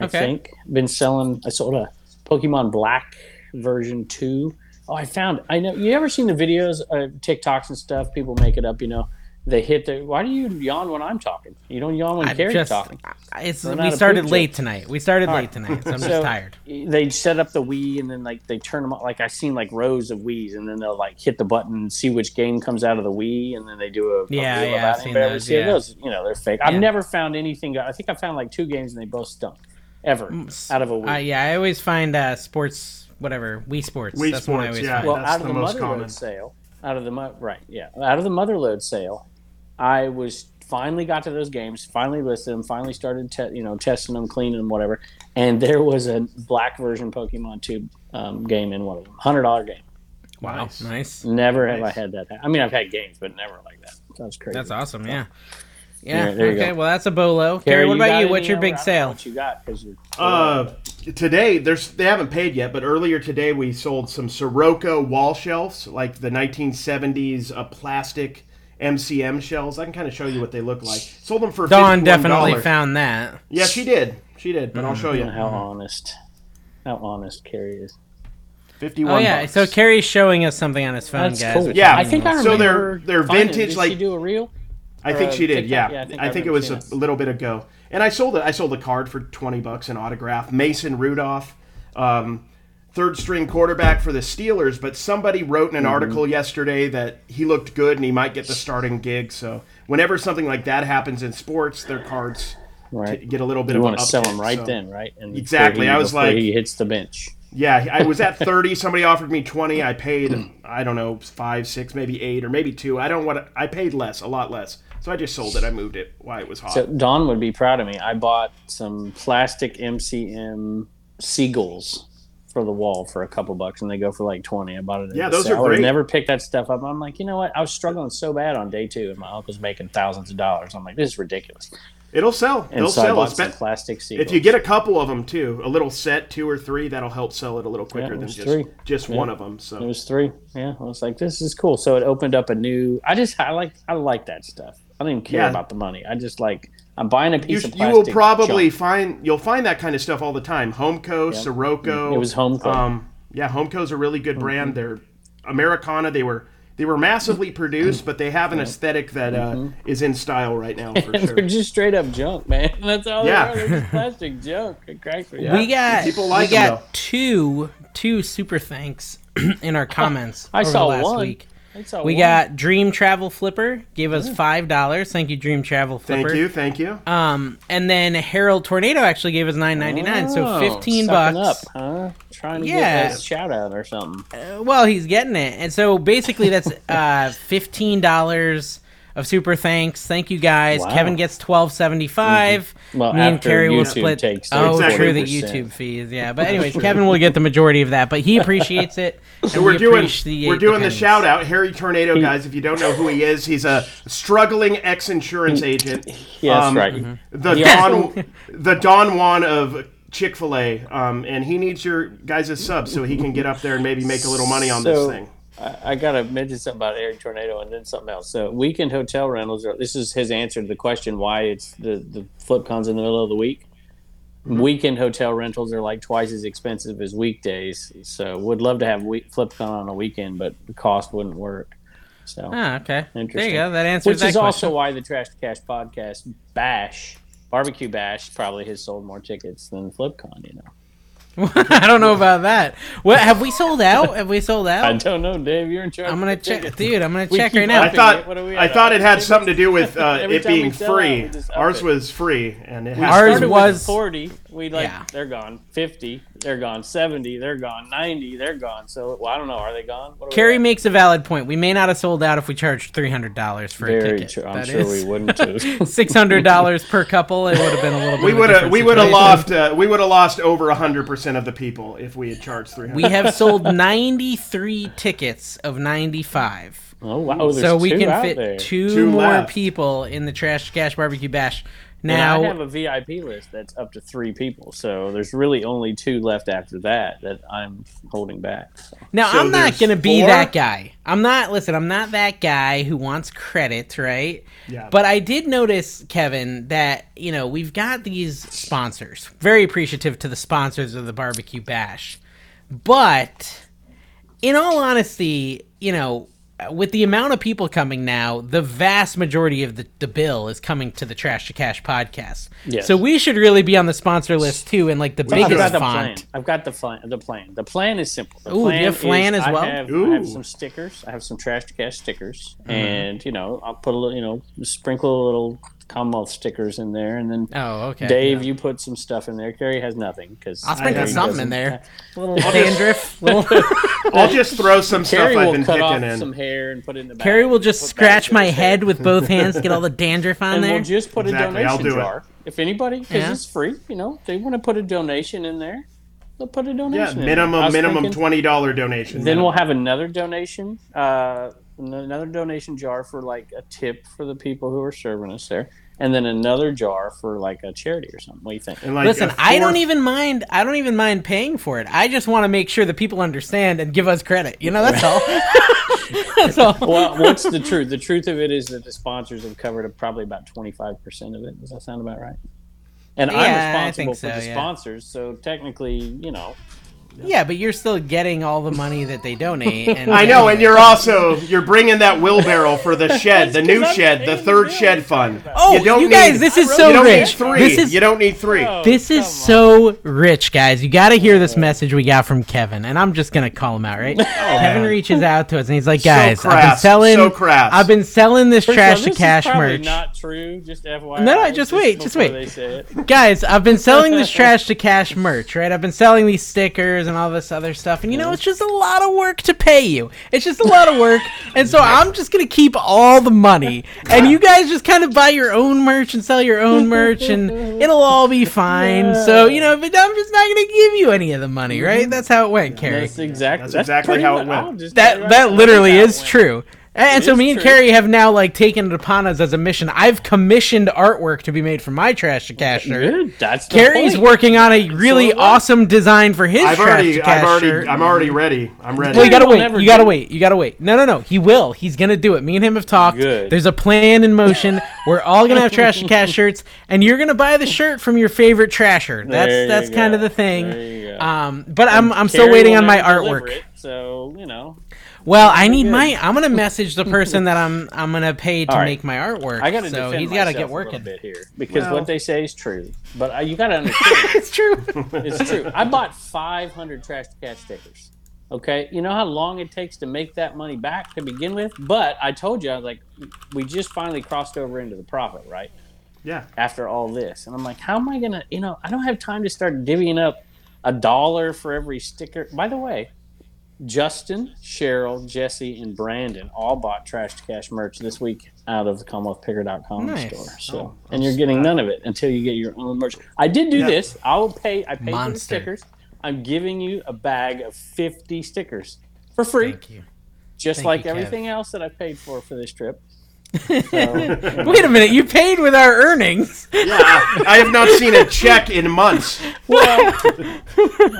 S1: I
S2: Okay.
S1: think. Been selling. I sold a Pokemon Black version two. Oh, I found. I know. You ever seen the videos, uh, TikToks and stuff? People make it up. You know, they hit the. Why do you yawn when I'm talking? You don't yawn when
S2: I
S1: Carrie's
S2: just
S1: talking.
S2: I- it's
S1: Run
S2: we
S1: out of
S2: started
S1: poop
S2: late tonight. We started late
S1: right.
S2: tonight, so I'm
S1: So,
S2: just tired.
S1: They set up the Wii and then like they turn them on. Like I've seen like rows of Wii's and then they'll like hit the button and see which game comes out of the Wii and then they do a a
S2: Yeah,
S1: reel
S2: yeah,
S1: about
S2: I've
S1: it.
S2: seen
S1: But every-
S2: those,
S1: see,
S2: yeah.
S1: those, you know, they're fake.
S2: Yeah.
S1: I've never found anything. I think I found like two games and they both stunk ever out of a Wii.
S2: Uh, yeah, I always find uh, sports, whatever Wii Sports.
S3: Wii
S2: that's one I
S3: Sports,
S2: always
S3: yeah.
S2: find.
S1: well,
S3: That's
S1: out of
S3: the
S1: the,
S3: most
S1: motherload
S3: common.
S1: sale, out of the mo- right, yeah, out of the motherload sale, I was finally got to those games, finally listed them, finally started te- you know testing them, cleaning them, whatever. And there was a black version Pokemon Two um, game in one of them, hundred dollar game.
S2: wow,
S3: Nice.
S2: nice.
S1: Never have I
S3: Nice.
S1: had that. ha- I mean, I've had games, but never like that. Sounds crazy.
S2: That's awesome. Yeah, yeah.
S1: Yeah, there you
S2: okay,
S1: go.
S2: well that's a bolo. Carrie, what about
S1: got
S2: you? What's
S1: any uh,
S2: your
S1: other-
S2: big
S1: I don't know
S2: sale?
S1: What you got? Because you're
S3: Uh, today there's they haven't paid yet, but earlier today we sold some Sirocco wall shelves, like the 1970s uh, plastic MCM shells. I can kind of show you what they look like. Sold them for
S2: Dawn
S3: $51.
S2: definitely found that.
S3: Yeah, she did. She did, but I'll show you.
S1: how honest, how honest Carrie is.
S3: 51
S2: Oh yeah,
S3: bucks.
S2: so Carrie's showing us something on his phone,
S1: That's
S2: guys.
S1: cool.
S2: which
S3: Yeah.
S1: I think I
S3: So
S1: remember.
S3: they're- they're
S1: finding it.
S3: vintage,
S1: Did
S3: like-
S1: she do a reel?
S3: I think
S1: uh,
S3: she did.
S1: TikTok.
S3: Yeah,
S1: Yeah, I think
S3: I
S1: I
S3: think it
S1: remember
S3: was
S1: seeing
S3: a little bit ago. And I sold it. I sold a card for twenty bucks, an autograph. Mason Rudolph, um, third string quarterback for the Steelers. But somebody wrote in
S1: Mm-hmm.
S3: an article yesterday that he looked good
S1: Right.
S3: to get a little bit
S1: You
S3: of.
S1: want
S3: an
S1: to sell
S3: uptick,
S1: him right
S3: so-
S1: then, right? And
S3: Exactly,
S1: before he-
S3: I was
S1: before
S3: like-
S1: he hits the bench.
S3: Yeah, I was at thirty. Somebody offered me twenty. I
S1: Mm.
S3: paid I don't know five, six, maybe eight, or maybe two. I don't want. To, I paid less, a lot less. So I just sold it. I moved it while it was hot.
S1: So Don would be proud of me. I bought some plastic MCM seagulls for the wall for a couple bucks, and they go for like twenty. I bought it. at
S3: Yeah,
S1: the
S3: those
S1: sale.
S3: are
S1: I would've
S3: great.
S1: never picked that stuff up. I'm like, you know what? I was struggling so bad on day two, and my uncle's making thousands of dollars. I'm like, this is ridiculous.
S3: It'll sell.
S1: And
S3: It'll
S1: so I
S3: sell.
S1: bought
S3: It's
S1: some
S3: bet-
S1: plastic seagulls.
S3: if you get a couple of them too, a little set, two or three, that'll help sell it a little quicker than
S1: there's
S3: just
S1: three.
S3: just
S1: Yeah.
S3: one of them.
S1: it
S3: So
S1: was three. Yeah, I was like, this is cool. So it opened up a new. I just I like I like that stuff. I don't even care
S3: Yeah.
S1: about the money. I just like I'm buying a
S3: you,
S1: piece of
S3: you
S1: plastic.
S3: will probably
S1: junk.
S3: find you'll find that kind of stuff all the time. Homeco, Sirocco.
S1: Mm, It was Mm-hmm. Homeco.
S3: Um, yeah, Homeco's a really good brand. They're Americana. They were they were
S1: Mm-hmm.
S3: massively produced, but they have an aesthetic that uh, is in style right now for
S1: And
S3: sure.
S1: they're just straight up junk, man. That's all
S3: Yeah.
S1: they are. They're just plastic junk. It cracks me
S2: We
S1: up.
S2: got
S3: People like
S2: we
S3: 'em,
S2: got
S3: though.
S2: two two super thanks in our comments.
S1: I
S2: over
S1: saw
S2: the last
S1: one.
S2: week.
S1: That's all
S2: We
S1: one. Mm.
S2: got Dream Travel Flipper gave us five dollars. Thank you, Dream Travel Flipper.
S3: Thank you, thank you.
S2: Um, and then Harold Tornado actually gave us nine ninety nine, so
S1: Oh,
S2: fifteen
S1: sucking
S2: bucks.
S1: up, huh? Trying to
S2: Yeah.
S1: get that shout out or something.
S2: Uh, Well, he's getting it, and so basically that's uh fifteen dollars of super thanks. Thank you guys.
S1: Wow. Mm-hmm.
S2: Kevin gets twelve seventy five.
S1: Well,
S2: Me and
S1: after
S2: Carrie will
S1: YouTube
S2: split.
S1: takes their
S2: oh, true, the
S1: 20%.
S2: YouTube fees. Yeah, but anyways, Kevin will get the majority of that, but he appreciates it.
S3: So we're doing we're doing the shout out, Harry Tornado, guys. If you don't know who he is, he's a struggling ex insurance agent.
S1: Yeah,
S3: um,
S1: that's right.
S2: Mm-hmm.
S3: The
S1: Yeah.
S3: Don the Don Juan of Chick Fil A, um, and he needs your guys' subs so he can get up there and maybe make a little money on this
S1: So-
S3: thing.
S1: I, I gotta mention something about Eric Tornado and then something else. So weekend hotel rentals are. This is his answer to the question why it's the the flip cons in the middle of the week.
S3: Mm-hmm.
S1: Weekend hotel rentals are like twice as expensive as weekdays. So would love to have week, FlipCon on a weekend, but the cost wouldn't work. So
S2: Ah, okay. There you
S1: Interesting.
S2: go. That answers
S1: Which
S2: that
S1: is
S2: question.
S1: also why the Trash to Cash podcast bash, barbecue bash, probably has sold more tickets than FlipCon. You know,
S2: I don't know about that. What have we sold out? Have we sold out?
S1: I don't know, Dave. You're in charge.
S2: I'm
S1: of
S2: gonna
S1: the
S2: check,
S1: tickets.
S2: dude. I'm gonna
S1: We
S2: check
S1: keep
S2: right
S1: up
S2: now.
S3: I thought
S1: What are we
S3: I
S1: at?
S3: thought it had something to do with uh,
S1: Every
S3: it
S1: time we
S3: being
S1: sell out,
S3: free.
S1: we just up
S3: Ours
S1: it.
S3: was free, and it
S2: Ours
S3: has
S1: Started with
S2: was-
S1: forty. We like
S2: Yeah.
S1: they're gone. Fifty, they're gone. Seventy, they're gone. Ninety, they're gone. So well, I don't know. Are they gone? What are we
S2: Carrie
S1: at?
S2: makes a valid point. We may not have sold out if we charged three hundred dollars for a
S1: Very
S2: ticket.
S1: true. I'm sure we wouldn't. Too.
S2: Six hundred dollars per couple. It would have been a little. Bit
S3: we
S2: of a
S3: would have
S2: different
S3: we would have
S2: situation.
S3: lost uh, we would have lost over hundred percent of the people if we had charged three
S2: We
S3: hundred.
S2: have sold ninety three tickets of ninety five.
S1: oh wow, there's
S2: so we
S1: two
S2: can
S1: out
S2: fit
S1: there.
S2: two,
S3: Two
S2: more
S3: left.
S2: people in the trash cash barbecue bash.
S1: And
S2: Now
S1: I have a VIP list that's up to three people, so there's really only two left after that that I'm holding back. So.
S2: Now
S3: So
S2: I'm not
S3: there's
S2: gonna be
S3: four?
S2: that guy. I'm not. Listen, I'm not that guy who wants credit, right?
S3: Yeah.
S2: But I did notice, Kevin, that you know we've got these sponsors. Very appreciative to the sponsors of the barbecue bash, but in all honesty, you know, with the amount of people coming now, the vast majority of the, the bill is coming to the Trash to Cash podcast.
S1: Yes.
S2: So we should really be on the sponsor list too, and like the
S1: I've got
S2: biggest
S1: the
S2: font.
S1: plan. I've got the plan. The plan. The plan is simple. The
S2: Ooh, do you have plan as well?
S1: I have, I
S3: Ooh.
S1: have some stickers. I have some trash to cash stickers,
S2: Mm-hmm.
S1: and you know, I'll put a little, you know, sprinkle a little Commonwealth stickers in there, and then
S2: Oh, okay.
S1: Dave, you put some stuff in there. Carrie has nothing because
S2: I'll sprinkle
S3: have
S2: something in there. little
S3: just-
S2: dandruff. Little...
S3: I'll just throw some stuff
S1: Carrie
S3: I've
S1: will
S3: been
S1: cut off
S3: picking in.
S1: some hair and put it in the bag.
S2: Carrie will just
S1: Put
S2: scratch
S1: back in
S2: my
S1: his
S2: head with both hands, get all the dandruff on
S1: and
S2: there.
S1: we'll just put
S3: Exactly,
S1: a
S3: I'll
S1: donation
S3: do it.
S1: jar. If anybody, because
S2: Yeah.
S1: it's free, you know, they want to put a donation in there, they'll put a
S3: Yeah,
S1: donation. in there. I
S3: minimum
S1: was
S3: minimum
S1: thinking-
S3: twenty dollar donation.
S1: Then we'll have another donation, uh, n- another donation jar for like a tip for the people who are serving us there, and then another jar for like a charity or something. What do you think?
S3: And like
S2: Listen,
S3: a
S2: I don't
S3: fourth-
S2: even mind. I don't even mind paying for it. I just want to make sure that people understand and give us credit. You know, that's all. that's all.
S1: Well, what's the truth? The truth of it is that the sponsors have covered up probably about twenty five percent of it. Does that sound about right? And
S2: Yeah, I
S1: I'm
S2: think
S1: responsible
S2: so,
S1: for the
S2: yeah.
S1: sponsors, so technically, you know,
S2: Yeah, but you're still getting all the money that they donate. And
S3: I know, and you're also you're bringing that wheelbarrow for the shed, the new
S1: 'cause I'm
S3: shed, the
S1: paying
S3: third
S1: the
S3: shed
S1: bills.
S3: fund.
S2: Oh, you, guys, this is
S1: I
S2: so
S3: you don't
S2: rich.
S3: need three.
S2: This is
S3: you don't need three.
S1: Oh,
S2: this
S1: come
S2: is
S1: on. Oh.
S2: so rich, guys. You got to hear this message we got from Kevin, and I'm just gonna call him out, right? Kevin reaches out to us, and he's like, "Guys, I've been
S3: crass,
S2: selling,
S3: so crass."
S2: I've been selling this
S1: First of all,
S2: trash to
S1: this is
S2: cash
S1: probably
S2: merch,
S1: Not true. Just FYI.
S2: No, no, just wait, just
S1: before
S2: wait.
S1: They say it.
S2: guys. I've been selling this trash to cash merch, right? I've been selling these stickers and all this other stuff, and you know, it's just a lot of work to pay you. It's just a lot of work, and so I'm just gonna keep all the money, and you guys just kind of buy your own merch and sell your own merch, and it'll all be fine. So you know, but I'm just not gonna give you any of the money, right? That's how it went, Carrie.
S1: Mm-hmm. That's exactly.
S3: That's exactly
S1: pretty
S3: how
S1: much-
S3: it went.
S1: I'll just tell you
S2: That
S1: right
S2: that
S1: now,
S2: literally
S1: how it
S2: is
S1: went.
S2: true. And so
S1: is
S2: me and
S1: true.
S2: Carrie have now like taken it upon us as a mission. I've commissioned artwork to be made for my trash to cash shirt.
S1: Good. That's the
S2: Carrie's
S1: point.
S2: working on a really
S1: it works.
S2: awesome design for his
S3: I've
S2: trash
S3: already,
S2: to
S3: I've
S2: cash
S3: already,
S2: shirt.
S3: I'm already ready. I'm ready.
S2: well, you gotta
S1: We'll
S2: wait.
S1: never
S2: You
S1: do
S2: gotta
S1: it.
S2: wait. You gotta wait. No, no, no. He will. He's gonna do it. Me and him have talked.
S1: Good.
S2: There's a plan in motion. We're all gonna have trash to cash shirts, and you're gonna buy the shirt from your favorite trasher. That's
S1: There you
S2: that's kind of
S1: go.
S2: the thing.
S1: There you go.
S2: Um, but I'm I'm still
S1: Carrie
S2: waiting
S1: will
S2: on my
S1: never deliver
S2: artwork.
S1: it, so you know,
S2: Well, I need
S1: good.
S2: my. I'm gonna message the person that I'm. I'm gonna pay to
S1: All right.
S2: make my artwork.
S1: I gotta.
S2: So
S1: defend
S2: he's gotta
S1: myself
S2: get
S1: a little
S2: working.
S1: bit here because
S3: Well-
S1: what they say is true. But uh, you gotta understand.
S2: it's true.
S1: It's true. I bought 500 trash to cash stickers. Okay, you know how long it takes to make that money back to begin with. But I told you, I was like, we just finally crossed over into the profit, right?
S3: yeah.
S1: After all this, and I'm like, how am I gonna? You know, I don't have time to start divvying up a dollar for every sticker. By the way, Justin, Cheryl, Jesse, and Brandon all bought trash to cash merch this week out of the CommonwealthPicker.com
S2: Nice. Oh,
S1: store. So, and you're getting none of it until you get your own merch. I did do
S3: Yeah.
S1: this. I will pay. I paid for the
S2: Monster.
S1: stickers. I'm giving you a bag of 50 stickers for free,
S2: Thank you.
S1: just
S2: thank
S1: like
S2: you, Kev.
S1: everything else that I paid for for this trip. So,
S2: Wait a minute. You paid with our earnings.
S3: Yeah, I I have not seen a check in months.
S1: well,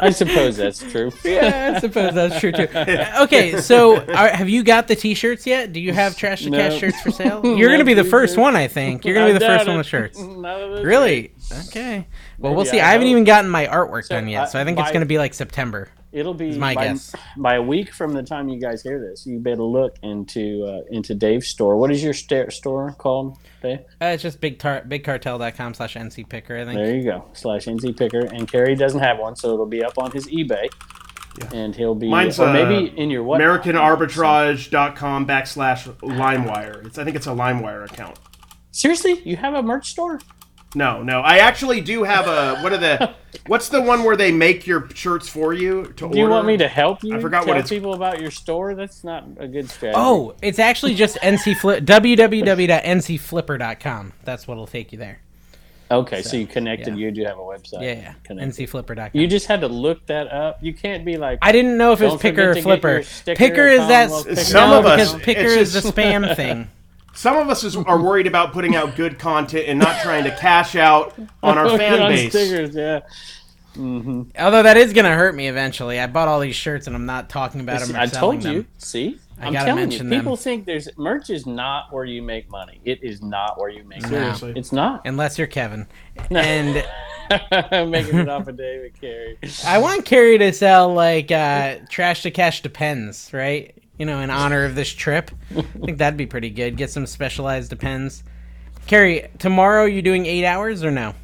S1: I suppose that's true.
S2: yeah, I suppose that's true too. Okay, so are, have you got the T-shirts yet? Do you have trash to cash
S1: No.
S2: shirts for sale? You're gonna
S1: No,
S2: be the
S1: we
S2: first
S1: do.
S2: one, I think. You're gonna
S1: I
S2: be the first
S1: doubt
S2: one
S1: it.
S2: with shirts.
S1: None of us-
S2: Really? Okay. Well, we'll
S1: Maybe,
S2: see.
S1: I
S2: I haven't
S1: hope.
S2: even gotten my artwork done
S1: I-
S2: yet, so I think it's
S1: my-
S2: gonna be like September.
S1: It'll be
S2: my
S1: by,
S2: guess.
S1: by a week from the time you guys hear this. You better look into uh, into Dave's store. What is your sta- store called, Dave?
S2: Uh, it's just big tar- bigcartel.com slash nc picker. I think.
S1: There you go. Slash NZ Picker. And Kerry doesn't have one, so it'll be up on his eBay. And he'll be
S3: Mine's,
S1: or
S3: uh,
S1: maybe in your what?
S3: AmericanArbitrage.com backslash LimeWire. It's I think it's a LimeWire account.
S1: Seriously, you have a merch store?
S3: No, no, I actually do have a. What are the? What's the one where they make your shirts for you? To
S1: Do you want me to help you?
S3: I forgot what
S1: tell
S3: it's-
S1: people about your store. That's not a good strategy.
S2: Oh, it's actually just NC Flip www.ncflipper.com. That's what'll take you there.
S1: okay. So, you connected.
S2: yeah.
S1: You do have a website.
S2: Yeah, yeah.
S1: Connected.
S2: ncflipper.com.
S1: You just had to look that up. You can't be like
S2: I didn't know if it was
S1: Don't
S2: picker or
S1: forget to get your
S2: flipper.
S1: sticker
S2: Picker
S1: at
S2: is that
S1: Commonwealth
S2: s-
S1: Picker.
S3: Some
S2: no,
S3: of us-
S2: because picker
S3: it's
S2: is the
S3: just-
S2: spam thing.
S3: Some of us is, are worried about putting out good content and not trying to cash out on our
S1: "Oh, you're
S3: fan
S1: on
S3: base.
S1: stickers. Yeah.
S2: Although that is gonna hurt me eventually. I bought all these shirts and I'm not talking about them.
S1: See,
S2: Or
S1: I
S2: selling
S1: told
S2: them.
S1: you. See,
S2: I
S1: I'm
S2: gotta
S1: telling you,
S2: mention them.
S1: people think there's merch is not where you make money. It is not where you make money.
S3: Seriously.
S1: It's not.
S2: Unless you're Kevin.
S1: No.
S2: And
S1: making it off of David Carey.
S2: I want Carrie to sell like uh, trash to cash depends, right? You know, in honor of this trip. I think that'd be pretty good. Get some specialized depends. Carrie, tomorrow you doing eight hours or no?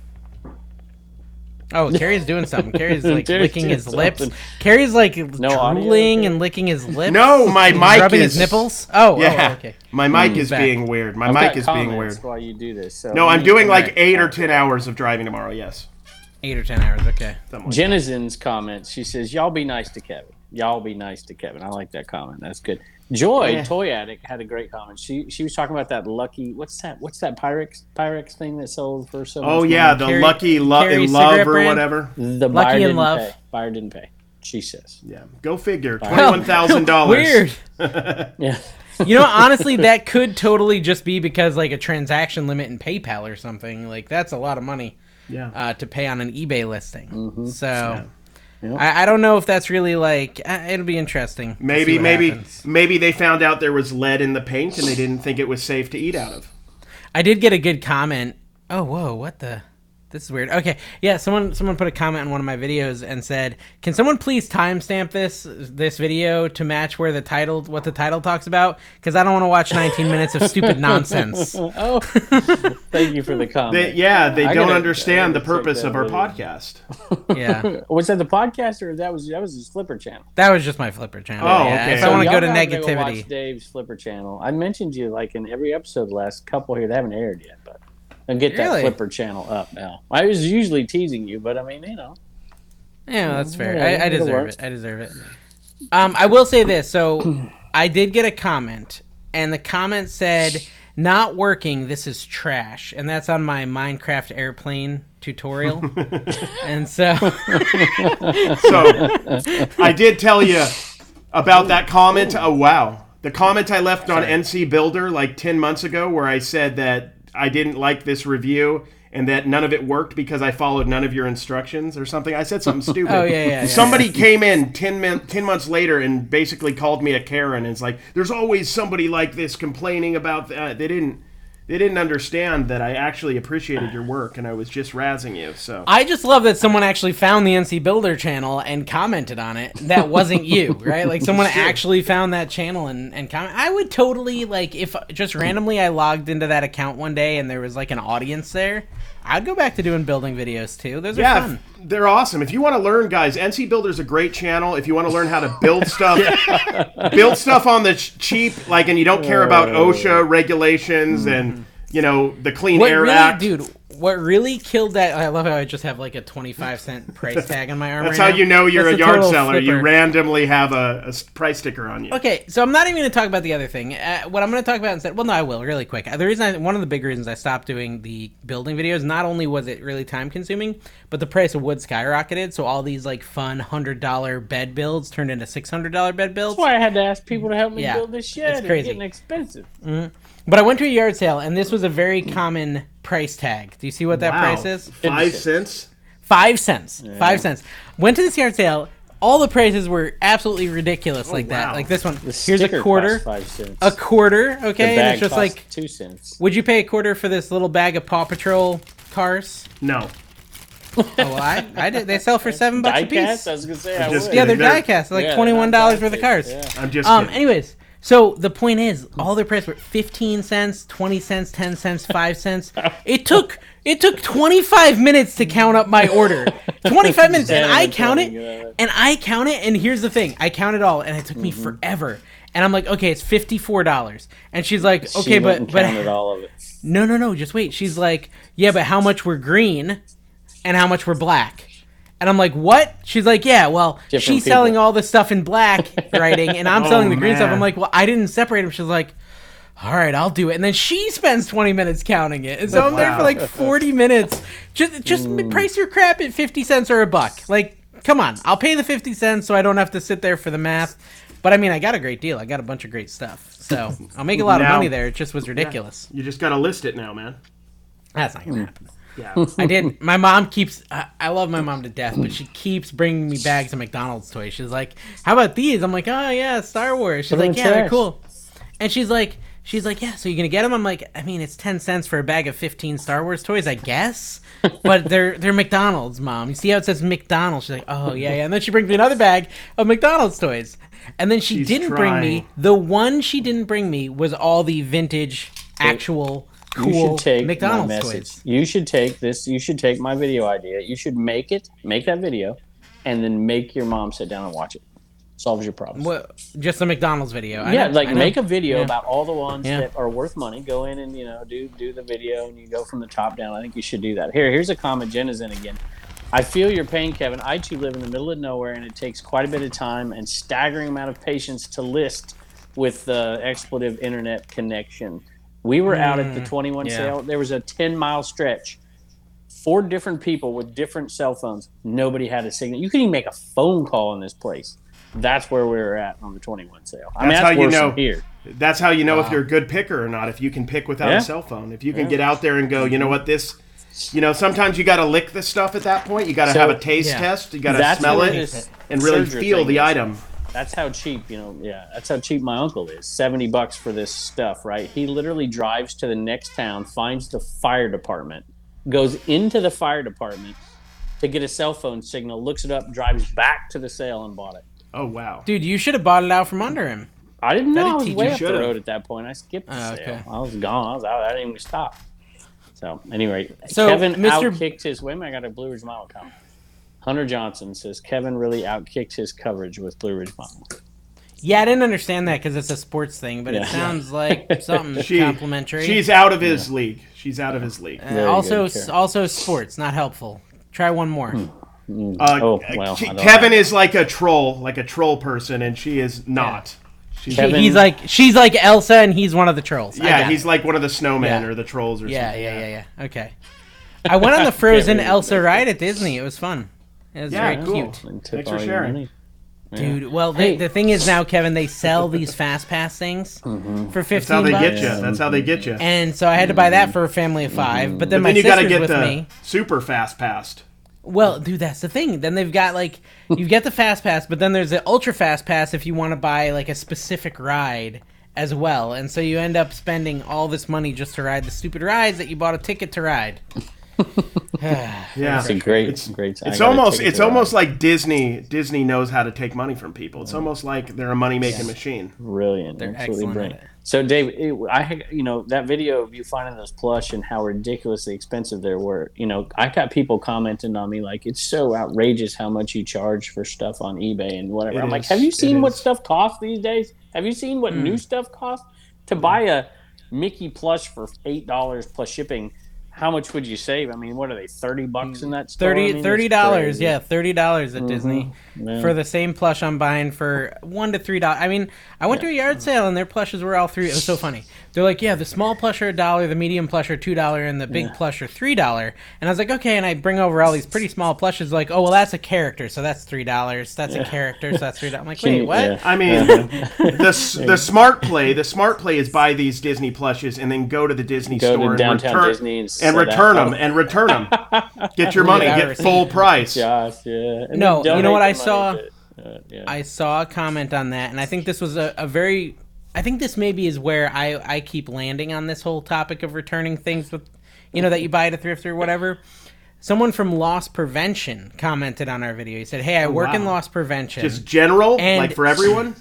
S2: Oh, Carrie's doing something. Carrie's like
S1: Carrie's
S2: licking
S1: doing
S2: his lips.
S1: something.
S2: Carrie's like
S1: audio,
S2: drooling
S1: okay.
S2: and licking his lips.
S3: No, my mic
S2: rubbing
S3: is
S2: his nipples. Oh,
S3: Yeah,
S2: oh, okay.
S3: my mic is
S2: back.
S3: being weird. My
S1: I've
S3: mic
S1: got
S3: is being weird.
S1: comments While you do this, so
S3: No,
S1: let
S3: I'm
S1: me-
S3: doing like
S2: Alright.
S3: eight or ten hours of driving tomorrow. Yes.
S2: Eight or ten hours. Okay.
S3: Something like
S1: Jenizens comments. She says, "Y'all be nice to Kevin. Y'all be nice to Kevin." I like that comment. That's good. Joy
S3: Yeah.
S1: Toy Addict had a great comment. She she was talking about that lucky. What's that? What's that Pyrex Pyrex thing that sold for so?
S3: Oh
S1: much
S3: yeah,
S1: money?
S3: the
S2: Carrie-
S3: lucky love
S2: Carrie
S3: in love
S2: cigarette
S3: or
S2: brand?
S3: whatever.
S1: the buyer
S2: Lucky in
S1: didn't
S2: Love.
S1: pay. Buyer didn't pay. She says,
S3: Yeah, go figure. Twenty-one thousand dollars.
S2: Weird.
S1: "Yeah."
S2: You know, honestly, that could totally just be because like a transaction limit in PayPal or something. Like that's a lot of money
S3: Yeah.
S2: uh, to pay on an eBay listing. So
S1: Mm-hmm. Yeah.
S2: I, I don't know if that's really like uh, it'll be interesting. to see
S3: maybe,
S2: what
S3: maybe,
S2: happens.
S3: maybe they found out there was lead in the paint and they didn't think it was safe to eat out of.
S2: I did get a good comment. Oh whoa, what the. This is weird. Okay, yeah. Someone someone put a comment on one of my videos and said, "Can someone please timestamp this this video to match where the title what the title talks about? Because I don't want to watch 19 minutes of stupid nonsense."
S1: Oh, thank you for the comment.
S3: They, yeah, they
S1: I
S3: don't
S1: gotta-
S3: understand
S1: I gotta
S3: the
S1: check
S3: purpose
S1: that
S3: of our
S1: video.
S3: podcast.
S2: Yeah,
S1: Was that the podcast or that was that was his Flipper channel?
S2: that was just my Flipper channel.
S3: Oh,
S2: yeah.
S3: okay.
S2: If
S3: So
S2: I want to
S1: y'all
S2: go to
S1: gotta Go
S2: negativity,
S1: watch Dave's Flipper channel. I mentioned you like in every episode the last couple here. They haven't aired yet, but I'll get that
S2: Really?
S1: Flipper channel up now. I was usually teasing you, but I mean, you know,
S2: Yeah, that's fair.
S1: Yeah,
S2: I, I
S1: it'll
S2: deserve
S1: work.
S2: it. I deserve it. Um, I will say this. So I did get a comment, and the comment said, "Not working. This is trash." And that's on my Minecraft airplane tutorial. and so, oh,
S3: So I did tell you about that comment. Oh wow, the comment I left on NC Builder like ten months ago, where I said that I didn't like this review and that none of it worked because I followed none of your instructions or something. I said something stupid.
S2: Oh, yeah, yeah, yeah.
S3: Somebody came in 10, min- 10 months later and basically called me a Karen. And it's like there's always somebody like this complaining about that. They didn't. They didn't understand that I actually appreciated your work and I was just razzing you. So
S2: I just love that someone actually found the NC Builder channel and commented on it. That wasn't you, right? Like someone actually found that channel and and comment. I would totally like if just randomly I logged into that account one day and there was like an audience there. I'd go back to doing building videos too. Those are
S3: Yeah,
S2: fun.
S3: f- they're awesome. If you want to learn, guys, NC Builder's a great channel. If you want to learn how to build stuff, build stuff on the ch- cheap, like, and you don't care about OSHA regulations and you know the Clean
S2: Oh. Hmm. What
S3: Air
S2: really,
S3: Act.
S2: dude? What really killed that? I love how I just have like a twenty-five cent price tag on my arm.
S3: That's
S2: right
S3: how
S2: now.
S3: you know you're
S2: That's
S3: a yard
S2: total
S3: seller. You
S2: flipper.
S3: randomly have a, a s- price sticker on you.
S2: Okay, so I'm not even going to talk about the other thing. Uh, what I'm going to talk about instead, well, no, I will really quick. Uh, The reason, I, one of the big reasons I stopped doing the building videos, not only was it really time consuming, but the price of wood skyrocketed. So all these like fun hundred dollar bed builds turned into six hundred dollar bed builds.
S1: that's why I had to ask people to help me
S2: Yeah,
S1: build this shed.
S2: it's
S1: It's,
S2: crazy.
S1: getting expensive.
S2: But I went to a yard sale, and this was a very common price tag. Do you see what that
S3: Wow.
S2: price is?
S3: Five cents.
S2: Five cents. Five cents. Went to this yard sale. All the prices were absolutely ridiculous, like that.
S3: wow.
S2: Like this one.
S1: Oh, The
S2: Here's a
S1: sticker
S2: quarter.
S1: costs five cents.
S2: A quarter.
S1: The
S2: Okay, and
S1: bag
S2: it's just
S1: costs
S2: like,
S1: two cents.
S2: would you pay a quarter for this little bag of Paw Patrol cars?
S3: No.
S2: Oh, well, I, I did. They sell for seven bucks a
S1: Diecast?
S2: piece.
S1: I was gonna say I
S3: Just-
S1: would.
S2: Yeah, they're
S3: They're-
S2: diecast. Like
S1: Yeah, they're
S2: twenty-one dollars
S1: not
S2: worth of cars.
S1: diecast,
S3: I'm just.
S2: Um.
S3: kidding.
S2: Anyways, so the point is, all their prices were fifteen cents, twenty cents, ten cents, five cents. It took it took twenty-five minutes to count up my order. Twenty-five minutes, and I count it, and I count it. And here's the thing: I count it all, and it took me
S1: Mm-hmm.
S2: forever. And I'm like, okay, it's fifty-four dollars. And she's like, okay,
S1: She went
S2: but
S1: and
S2: but
S1: counted all of it.
S2: no, no, no, just wait. She's like, yeah, but how much were green and how much were black? And I'm like, what? She's like, yeah, well,
S1: Different
S2: she's
S1: people.
S2: selling all the stuff in black writing and I'm
S3: Oh,
S2: selling the green stuff.
S3: man.
S2: I'm like, well, I didn't separate them. She's like, all right, I'll do it. And then she spends 20 minutes counting it. And so I'm there for
S3: Wow.
S2: like 40 minutes. Just just
S1: Mm.
S2: price your crap at 50 cents or a buck. Like, come on. I'll pay the 50 cents so I don't have to sit there for the math. But I mean, I got a great deal. I got a bunch of great stuff. So I'll make a lot of
S3: Now-
S2: money there. It just was ridiculous.
S3: You just gotta list it now, man.
S2: That's not gonna
S1: Hmm.
S2: happen.
S3: Yeah.
S2: I did. My mom keeps. I, I love my mom to death, but she keeps bringing me bags of McDonald's toys. She's like, "How about these?" I'm like, "Oh yeah, Star Wars." She's
S1: Put 'em
S2: like,
S1: in
S2: "Yeah, they're
S1: trash."
S2: cool." And she's like, "She's like, yeah." So you gonna get them? I'm like, "I mean, it's ten cents for a bag of fifteen Star Wars toys, I guess." But they're they're McDonald's, mom. You see how it says McDonald's? She's like, "Oh yeah, yeah." And then she brings me another bag of McDonald's toys, and then she
S3: She's
S2: didn't bring me
S3: trying.
S2: the one. She didn't bring me was all the vintage, actual,
S1: You
S2: cool
S1: should take
S2: McDonald's
S1: my message.
S2: toys.
S1: You should take this. You should take my video idea. You should make it, make that video, and then make your mom sit down and watch it. Solves your problem.
S2: What? Just the McDonald's video. I
S1: yeah,
S2: know,
S1: like
S2: I know.
S1: make a video
S2: Yeah.
S1: about all the ones
S2: Yeah.
S1: that are worth money. Go in and you know do do the video, and you go from the top down. I think you should do that. Here, here's a comment Jenna's in again. I feel your pain, Kevin. I too live in the middle of nowhere, and it takes quite a bit of time and staggering amount of patience to list with the expletive internet connection. We were out at the 21
S2: Mm, yeah.
S1: sale. There was a 10 mile stretch, four different people with different cell phones. Nobody had a signal. You couldn't even make a phone call in this place. That's where we were at on the 21 sale. I mean,
S3: That's
S1: that's
S3: how you
S1: worse
S3: know-
S1: than here.
S3: That's how you know if you're a good picker or not. If you can pick without
S1: Yeah.
S3: a cell phone. If you can get out there and go, you know what this. You know, sometimes you got to lick the stuff at that point. You got to
S1: So-
S3: have a taste
S2: Yeah.
S3: test. You got to
S1: That's
S3: smell
S1: where
S3: it
S1: this
S3: and really
S1: surgery
S3: feel
S1: thing
S3: the
S1: is.
S3: item.
S1: That's how cheap, you know. Yeah, that's how cheap my uncle is. Seventy bucks for this stuff, right? He literally drives to the next town, finds the fire department, goes into the fire department to get a cell phone signal, looks it up, drives back to the sale and bought it.
S3: Oh wow.
S2: Dude, you should have bought it out from under him.
S1: I didn't know I was
S2: teach
S1: way
S2: you
S1: up the
S3: should've.
S1: road at that point. I skipped the
S2: Oh,
S1: sale.
S2: okay.
S1: I was gone. I was out. I didn't even stop. So anyway,
S2: So,
S1: Kevin
S2: Mr.
S1: outkicked his. Wait a minute, I got a Blue Ridge Mile comment. Hunter Johnson says Kevin really outkicked his coverage with Blue Ridge Mile.
S2: Yeah, I didn't understand that because it's a sports thing, but it
S1: Yeah.
S2: sounds like something
S3: She-
S2: complimentary.
S3: She's out of his league. She's out of his league.
S2: Uh,
S1: Very
S2: also,
S1: good, Karen.
S2: also sports not helpful. Try one
S1: Hmm.
S2: more.
S3: Uh,
S1: Oh,
S3: uh,
S1: well,
S3: Ke-
S1: I don't
S3: Kevin is like a troll, like a troll person, and she is not. She's,
S1: Kevin-
S2: He's like she's like Elsa, and he's one of the trolls. I
S3: yeah,
S2: got
S3: he's
S2: it.
S3: like one of the snowmen
S2: Yeah.
S3: or the trolls or
S2: yeah,
S3: something.
S2: yeah, yeah, yeah. Okay, I went on the Frozen
S1: really
S2: Elsa ride at Disney. It was fun. It was
S3: Yeah,
S2: very
S3: cool.
S2: cute,
S1: And tip
S3: Thanks for
S1: all your
S3: sharing.
S1: money.
S2: dude. Well, the,
S1: Hey.
S2: the thing is now, Kevin, they sell these fast pass things
S1: Mm-hmm.
S2: for fifteen.
S3: That's how they get
S2: bucks.
S3: you. That's how they get you.
S2: And so I had to buy that for a family of five. But then my
S3: Mm. then you got to
S2: sister's
S3: get
S2: with
S3: the
S2: me.
S3: super fast passed.
S2: Well, dude, that's the thing. Then they've got like you've got the fast pass, but then there's the ultra fast pass if you want to buy like a specific ride as well. And so you end up spending all this money just to ride the stupid rides that you bought a ticket to ride.
S3: Yeah,
S1: It's a great,
S3: It's-
S1: great. I
S3: It's
S1: got a
S3: almost
S1: ticket
S3: it's
S1: to that.
S3: almost like Disney Disney knows how to take money from people. It's almost like they're a money making machine.
S1: brilliant, absolutely
S2: excellent
S1: brilliant.
S2: at it.
S1: So, Dave, it, I had- you know that video of you finding those plush and how ridiculously expensive they were. You know, I got people commenting on me like, "It's so outrageous how much you charge for stuff on eBay and whatever."
S3: It
S1: I'm like,
S3: is,
S1: "Have you
S3: it
S1: seen what
S3: is.
S1: stuff costs these days? Have you seen
S2: Hmm.
S1: what new stuff costs to buy a Mickey plush for eight dollars plus shipping?" How much would you save? I mean, what are they, thirty bucks in that store? I mean,
S2: 30
S1: it's
S2: Mm, dollars,
S1: crazy. Mm-hmm.
S2: yeah, thirty dollars at Disney
S1: Yeah.
S2: for the same plush I'm buying for one to three dollars. I mean, I went to a yard sale and their plushes were all three. It was so funny. They're like, yeah, the small plush are a dollar, the medium plush are two dollar, and the big plush are three dollar. And I was like, okay. And I bring over all these pretty small plushes. Like, oh well, that's a character, so that's three dollars. That's a character, so that's three dollars. I'm like,
S1: Can
S2: wait,
S1: you-
S2: what?
S1: yeah.
S3: I mean, the s- the smart play the smart play is buy these Disney plushes and then go to the Disney
S1: Go to
S3: store
S1: downtown
S3: and return
S1: Disney and set
S3: and
S1: up-
S3: return them and return them. Get your money,
S2: that
S3: get
S2: receipt.
S3: full price.
S1: Gosh, yeah. And
S2: No,
S1: then
S2: you know what
S1: donate the
S2: I saw?
S1: money to- uh, yeah.
S2: I saw a comment on that, and I think this was a, a very. I think this maybe is where I, I keep landing on this whole topic of returning things with, you know, that you buy at a thrift or whatever. Someone from Loss Prevention commented on our video. He said, "Hey, I work in
S3: Oh, wow.
S2: loss prevention.
S3: Just general,
S2: And-
S3: like for everyone.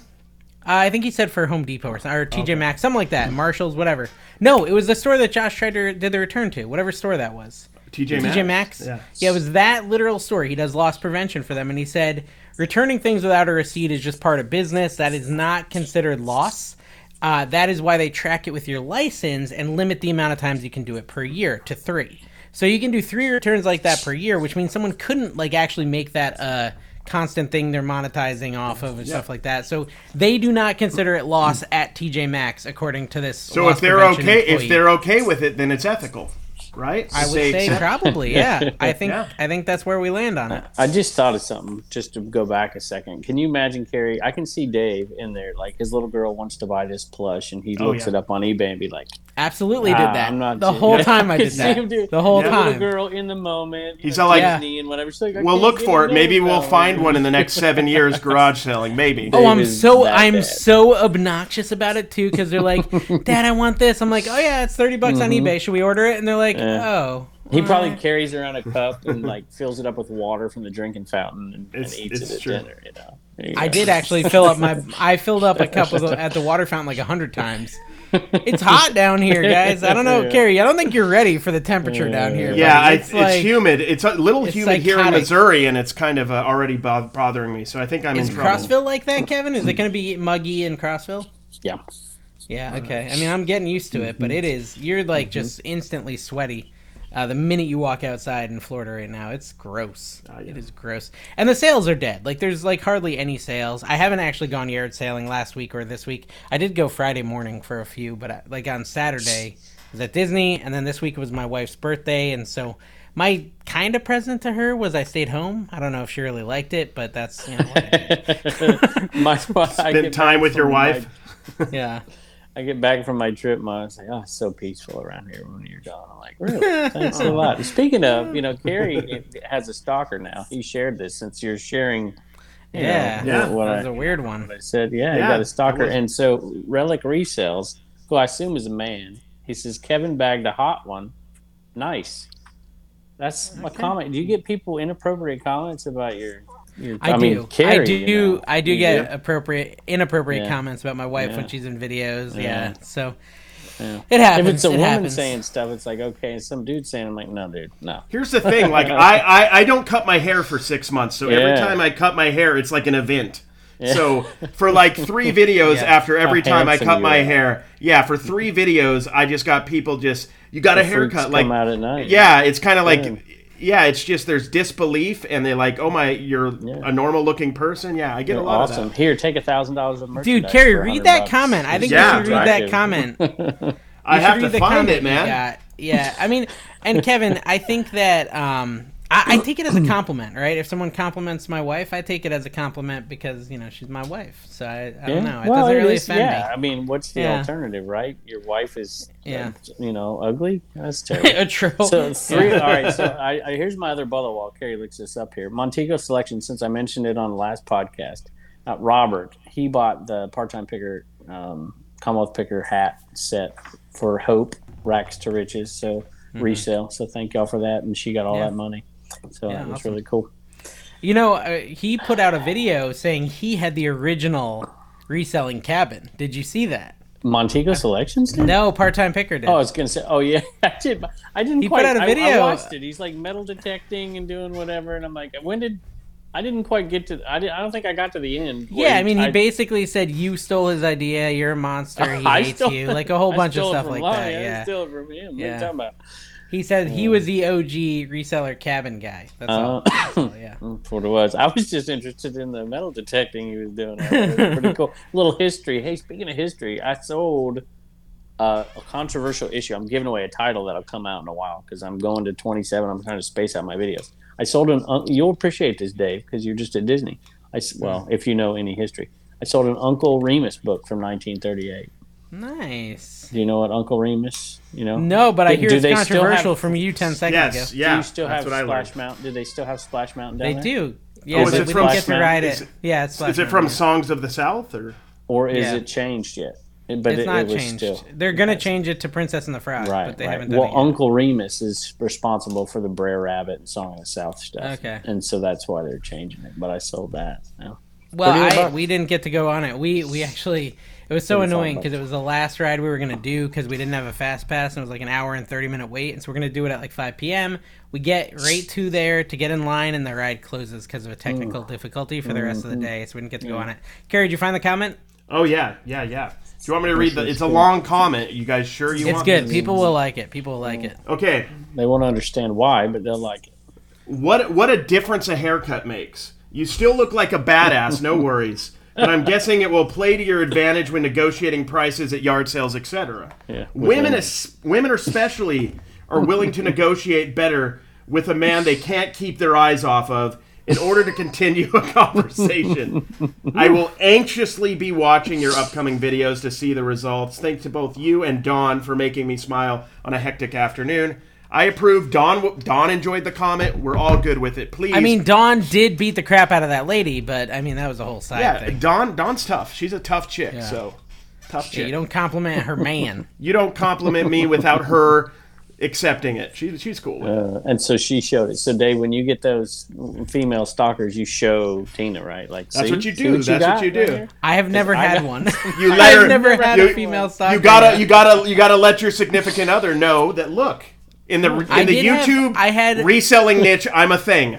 S2: Uh, I think he said for Home Depot or, some- or TJ Maxx, something like that. Marshalls, whatever. No, it was the store that Josh tried to did the return to, whatever store that was.
S3: TJ Maxx.
S2: TJ Maxx.
S3: Yeah.
S2: Yeah. it was that literal story. He does loss prevention for them, and he said returning things without a receipt is just part of business. That is not considered loss. Uh, that is why they track it with your license and limit the amount of times you can do it per year to three. So you can do three returns like that per year, which means someone couldn't like actually make that a constant thing they're monetizing off of and stuff like that. So they do not consider it loss at TJ Maxx, according to this.
S3: So
S2: loss
S3: if they're
S2: prevention
S3: okay, if
S2: employee.
S3: they're okay with it, then it's ethical, right?
S2: I would say probably, yeah. I think
S3: Yeah.
S2: I think that's where we land on it.
S1: I just thought of something. Just to go back a second, can you imagine Carrie? I can see Dave in there, like his little girl wants to buy this plush, and he looks
S3: Oh, yeah.
S1: it up on eBay and be like,
S2: Absolutely did
S1: "Ah,
S2: that.
S1: I'm not
S2: the
S1: doing
S2: whole
S1: that."
S2: time I
S1: can
S2: did
S1: see him
S2: that.
S1: do it.
S2: The whole
S1: The
S2: time.
S1: Little girl in the moment. you
S3: He's
S1: know,
S3: all like,
S1: Disney and whatever. She's like, I
S3: We'll
S1: can't
S3: look
S1: get
S3: for it.
S1: into
S3: Maybe we'll
S1: now.
S3: find one in the next seven years. Garage selling, maybe.
S2: Oh, I'm
S1: Dave is
S2: so
S1: that
S2: I'm
S1: bad.
S2: so obnoxious about it too because they're like, "Dad, I want this." I'm like, "Oh yeah, it's thirty bucks on eBay. Should we order it?" And they're like,
S1: Mm-hmm. Yeah.
S2: "Oh."
S1: He probably carries around a cup and like fills it up with water from the drinking fountain and, and
S3: It's-
S1: eats
S3: it's
S1: it at
S3: true.
S1: dinner. You know. There you
S2: I
S1: go.
S2: did actually fill up my. I filled up a cup of the, at the water fountain like a hundred times. It's hot down here, guys. I don't know,
S1: Yeah.
S2: Carrie. I don't think you're ready for the temperature down here.
S3: Yeah,
S2: buddy.
S3: it's, it's, humid. It's a little
S2: it's
S3: humid here in
S2: psychotic.
S3: Missouri, and it's kind of uh, already bo- bothering me. So I think I'm
S2: Is
S3: in trouble.
S2: Crossville like that, Kevin? Is it going to be muggy in Crossville?
S1: Yeah.
S2: Yeah, okay. I mean, I'm getting used to it, but it is. You're like just instantly sweaty uh, the minute you walk outside in Florida right now. It's gross. It is gross. And the sales are dead. Like, there's like hardly any sales. I haven't actually gone yard sailing last week or this week. I did go Friday morning for a few, but I, like on Saturday I was at Disney, and then this week was my wife's birthday, and so. My kind of present to her was I stayed home. I don't know if she really liked it, but that's you know, what I did.
S1: my, I
S3: Spend
S1: get
S3: time with your
S1: from my-
S3: wife.
S2: yeah.
S1: I get back from my trip, my wife's like, "Oh, it's so peaceful around here when you're gone." I'm like, "Really? Thanks a lot." Speaking of, you know, Gary has a stalker now. He shared this since you're sharing. you know,
S2: Yeah.
S3: Yeah.
S1: what
S2: That
S1: I,
S2: was a weird one.
S1: what I said. Yeah,
S3: Yeah,
S1: he got
S3: that
S1: a stalker,
S3: was-
S1: and so Relic Resells, who I assume is a man, he says Kevin bagged a hot one. Nice. That's my comment. Do you get people inappropriate comments about your? your
S2: I, do.
S1: mean, Carrie,
S2: I do.
S1: you know?
S2: I do get
S3: Yeah.
S2: appropriate, inappropriate
S1: Yeah.
S2: comments about my wife
S1: Yeah.
S2: when she's in videos. Yeah.
S1: Yeah.
S2: So
S1: Yeah.
S2: it happens.
S1: If it's a
S2: it
S1: woman
S2: happens.
S1: saying stuff, it's like okay. And some dude saying, I'm like, no, dude, no.
S3: Here's the thing, like I, I, I don't cut my hair for six months, so every
S1: Yeah.
S3: time I cut my hair, it's like an event. So for like three videos
S2: Yeah.
S3: after every
S1: How
S3: time I
S1: handsome
S3: cut
S1: you
S3: my
S1: are.
S3: hair, yeah, for three videos, I just got people just you got a
S1: Freaks
S3: haircut,
S1: come
S3: like
S1: out at night.
S3: yeah, it's kind of like
S1: Yeah.
S3: yeah, it's just there's disbelief and they like oh my, you're a normal looking person, yeah, I get a
S1: You're
S3: lot
S1: awesome.
S3: of that.
S1: Here, take a thousand dollars of merchandise.
S2: Dude,
S1: for
S2: Carrie,
S1: 100
S2: read that
S1: bucks.
S2: comment. I think
S3: Yeah,
S2: you should read that
S1: attractive.
S2: comment.
S3: I
S2: You should
S3: have to
S2: read the
S3: find
S2: comment
S3: it,
S2: you
S3: man.
S2: got. Yeah, I mean, and Kevin, I think that um, I, I take it as a compliment, right? If someone compliments my wife, I take it as a compliment because you know she's my wife. So I, I don't know. It
S1: Well,
S2: doesn't really
S1: is-
S2: offend
S1: yeah.
S2: me.
S1: I mean, what's the
S2: Yeah.
S1: alternative, right? Your wife is,
S2: Yeah.
S1: yeah. you know, ugly. That's terrible.
S2: a troll.
S1: So three, all right. So I, I, here's my other bullet while Carrie looks this up here. Montego selection. Since I mentioned it on the last podcast, uh, Robert he bought the part-time picker, um, Commonwealth picker hat set for Hope Racks to Riches. So resale. So thank y'all for that, and she got all
S2: Mm-hmm. Yeah.
S1: that money. So
S2: Yeah,
S1: that was
S2: awesome.
S1: really cool.
S2: You know, uh, he put out a video saying he had the original reselling cabin. Did you see that?
S1: Montego selections. dude?
S2: No, part-time picker did.
S1: Oh, I was gonna say. Oh yeah, I did. but I didn't.
S2: He put
S1: quite,
S2: out a
S1: I- I,
S2: video.
S1: watched it. He's like metal detecting and doing whatever, and I'm like, when did? I didn't quite get to. I, did, I don't think I got to the end. where
S2: yeah, I mean, he
S1: I-
S2: basically said you stole his idea. You're a monster. He
S1: I
S2: hates
S1: stole-
S2: you. Like a whole
S1: I
S2: bunch of
S1: stole it
S2: stuff
S1: from
S2: like
S1: Lonnie.
S2: that.
S1: I
S2: Yeah.
S1: stole it from him. What are
S2: Yeah.
S1: you talking about?
S2: He said he was the OG reseller cabin guy. That's
S1: Uh,
S2: all. That's
S1: hmm.
S2: all, Yeah.
S1: That's what it was. I was just interested in the metal detecting he was doing. It was pretty cool. Little history. Hey, speaking of history, I sold uh, a controversial issue. I'm giving away a title that'll come out in a while because I'm going to 27. I'm trying to space out my videos. I sold an. un you'll appreciate this, Dave, because you're just at Disney. I s- well, if you know any history, I sold an Uncle Remus book from 1938.
S2: Nice.
S1: Do you know what Uncle Remus? You know?
S2: No, but I
S1: Do-
S2: hear
S1: do
S2: it's
S1: they still
S2: controversial
S1: have-
S2: from you ten seconds
S3: Yes,
S2: ago.
S1: Do
S3: yeah,
S1: you still
S3: that's
S1: have
S3: what I learned.
S1: Splash Mountain? Do they still have Splash Mountain down
S2: They
S1: there?
S2: do. Yeah,
S1: Oh, is
S2: but
S1: it
S2: we
S1: from
S2: don't get to
S1: Splash
S2: ride
S3: Mountain?
S2: it. Yeah, it's Splash
S3: Is it from
S2: Mountain.
S3: Songs of the South or?
S1: Or is
S2: Yeah.
S1: it changed yet? It- But
S2: It's
S1: it,
S2: not
S1: it was
S2: changed.
S1: still.
S2: They're gonna change it to Princess and the Frog,
S1: Right,
S2: but they
S1: right.
S2: haven't done
S1: Well,
S2: it yet.
S1: Uncle Remus is responsible for the Brer Rabbit and Song of the South stuff.
S2: Okay.
S1: And so that's why they're changing it. But I sold that. now.
S2: Well,
S1: 38
S2: I,
S1: bucks.
S2: we didn't get to go on it. We we actually it was so
S1: 35
S2: annoying
S1: bucks.
S2: because it was the last ride we were gonna do because we didn't have a fast pass and it was like an hour and thirty minute wait. And so we're gonna do it at like five p.m. We get right to there to get in line and the ride closes because of a
S3: Mm.
S2: technical difficulty for the rest of the
S3: Mm-hmm.
S2: day. So we didn't get to go on it. Carrie, did you find the comment?
S3: Oh yeah, yeah, yeah. Do you want me to read the? It's a long comment. You guys sure you
S2: It's
S3: want?
S2: good.
S3: this?
S2: People will like it. People will like it.
S3: Okay.
S1: They won't understand why, but they'll like it.
S3: What what a difference a haircut makes. You still look like a badass. No worries. But I'm guessing it will play to your advantage when negotiating prices at yard sales, etc.
S1: Yeah, with
S3: women,
S1: women.
S3: es- women especially, are willing to negotiate better with a man they can't keep their eyes off of in order to continue a conversation. I will anxiously be watching your upcoming videos to see the results. Thanks to both you and Dawn for making me smile on a hectic afternoon. I approve. Dawn, Dawn enjoyed the comment. We're all good with it. Please.
S2: I mean, Dawn did beat the crap out of that lady, but I mean that was a whole side
S3: yeah,
S2: thing.
S3: Dawn, Dawn's tough. She's a tough chick. So tough
S2: Yeah,
S3: chick.
S2: you don't compliment her man.
S3: compliment me without her accepting it. She, she's cool with it.
S1: Uh, and so she showed it. So, Dave, when you get those female stalkers, you show Tina, right? Like
S3: That's
S1: see?
S3: what you
S1: See
S3: do. That's what
S1: got
S3: you
S1: right
S3: do.
S1: here?
S2: I have never
S1: I
S2: had
S1: got-
S2: one.
S3: You let her-
S2: I've never had
S3: you,
S2: a female stalker.
S3: You gotta, you gotta, you gotta let your significant other know that. Look, in the in
S2: I
S3: the
S2: did have-
S3: YouTube
S2: I had-
S3: reselling niche, I'm a thing.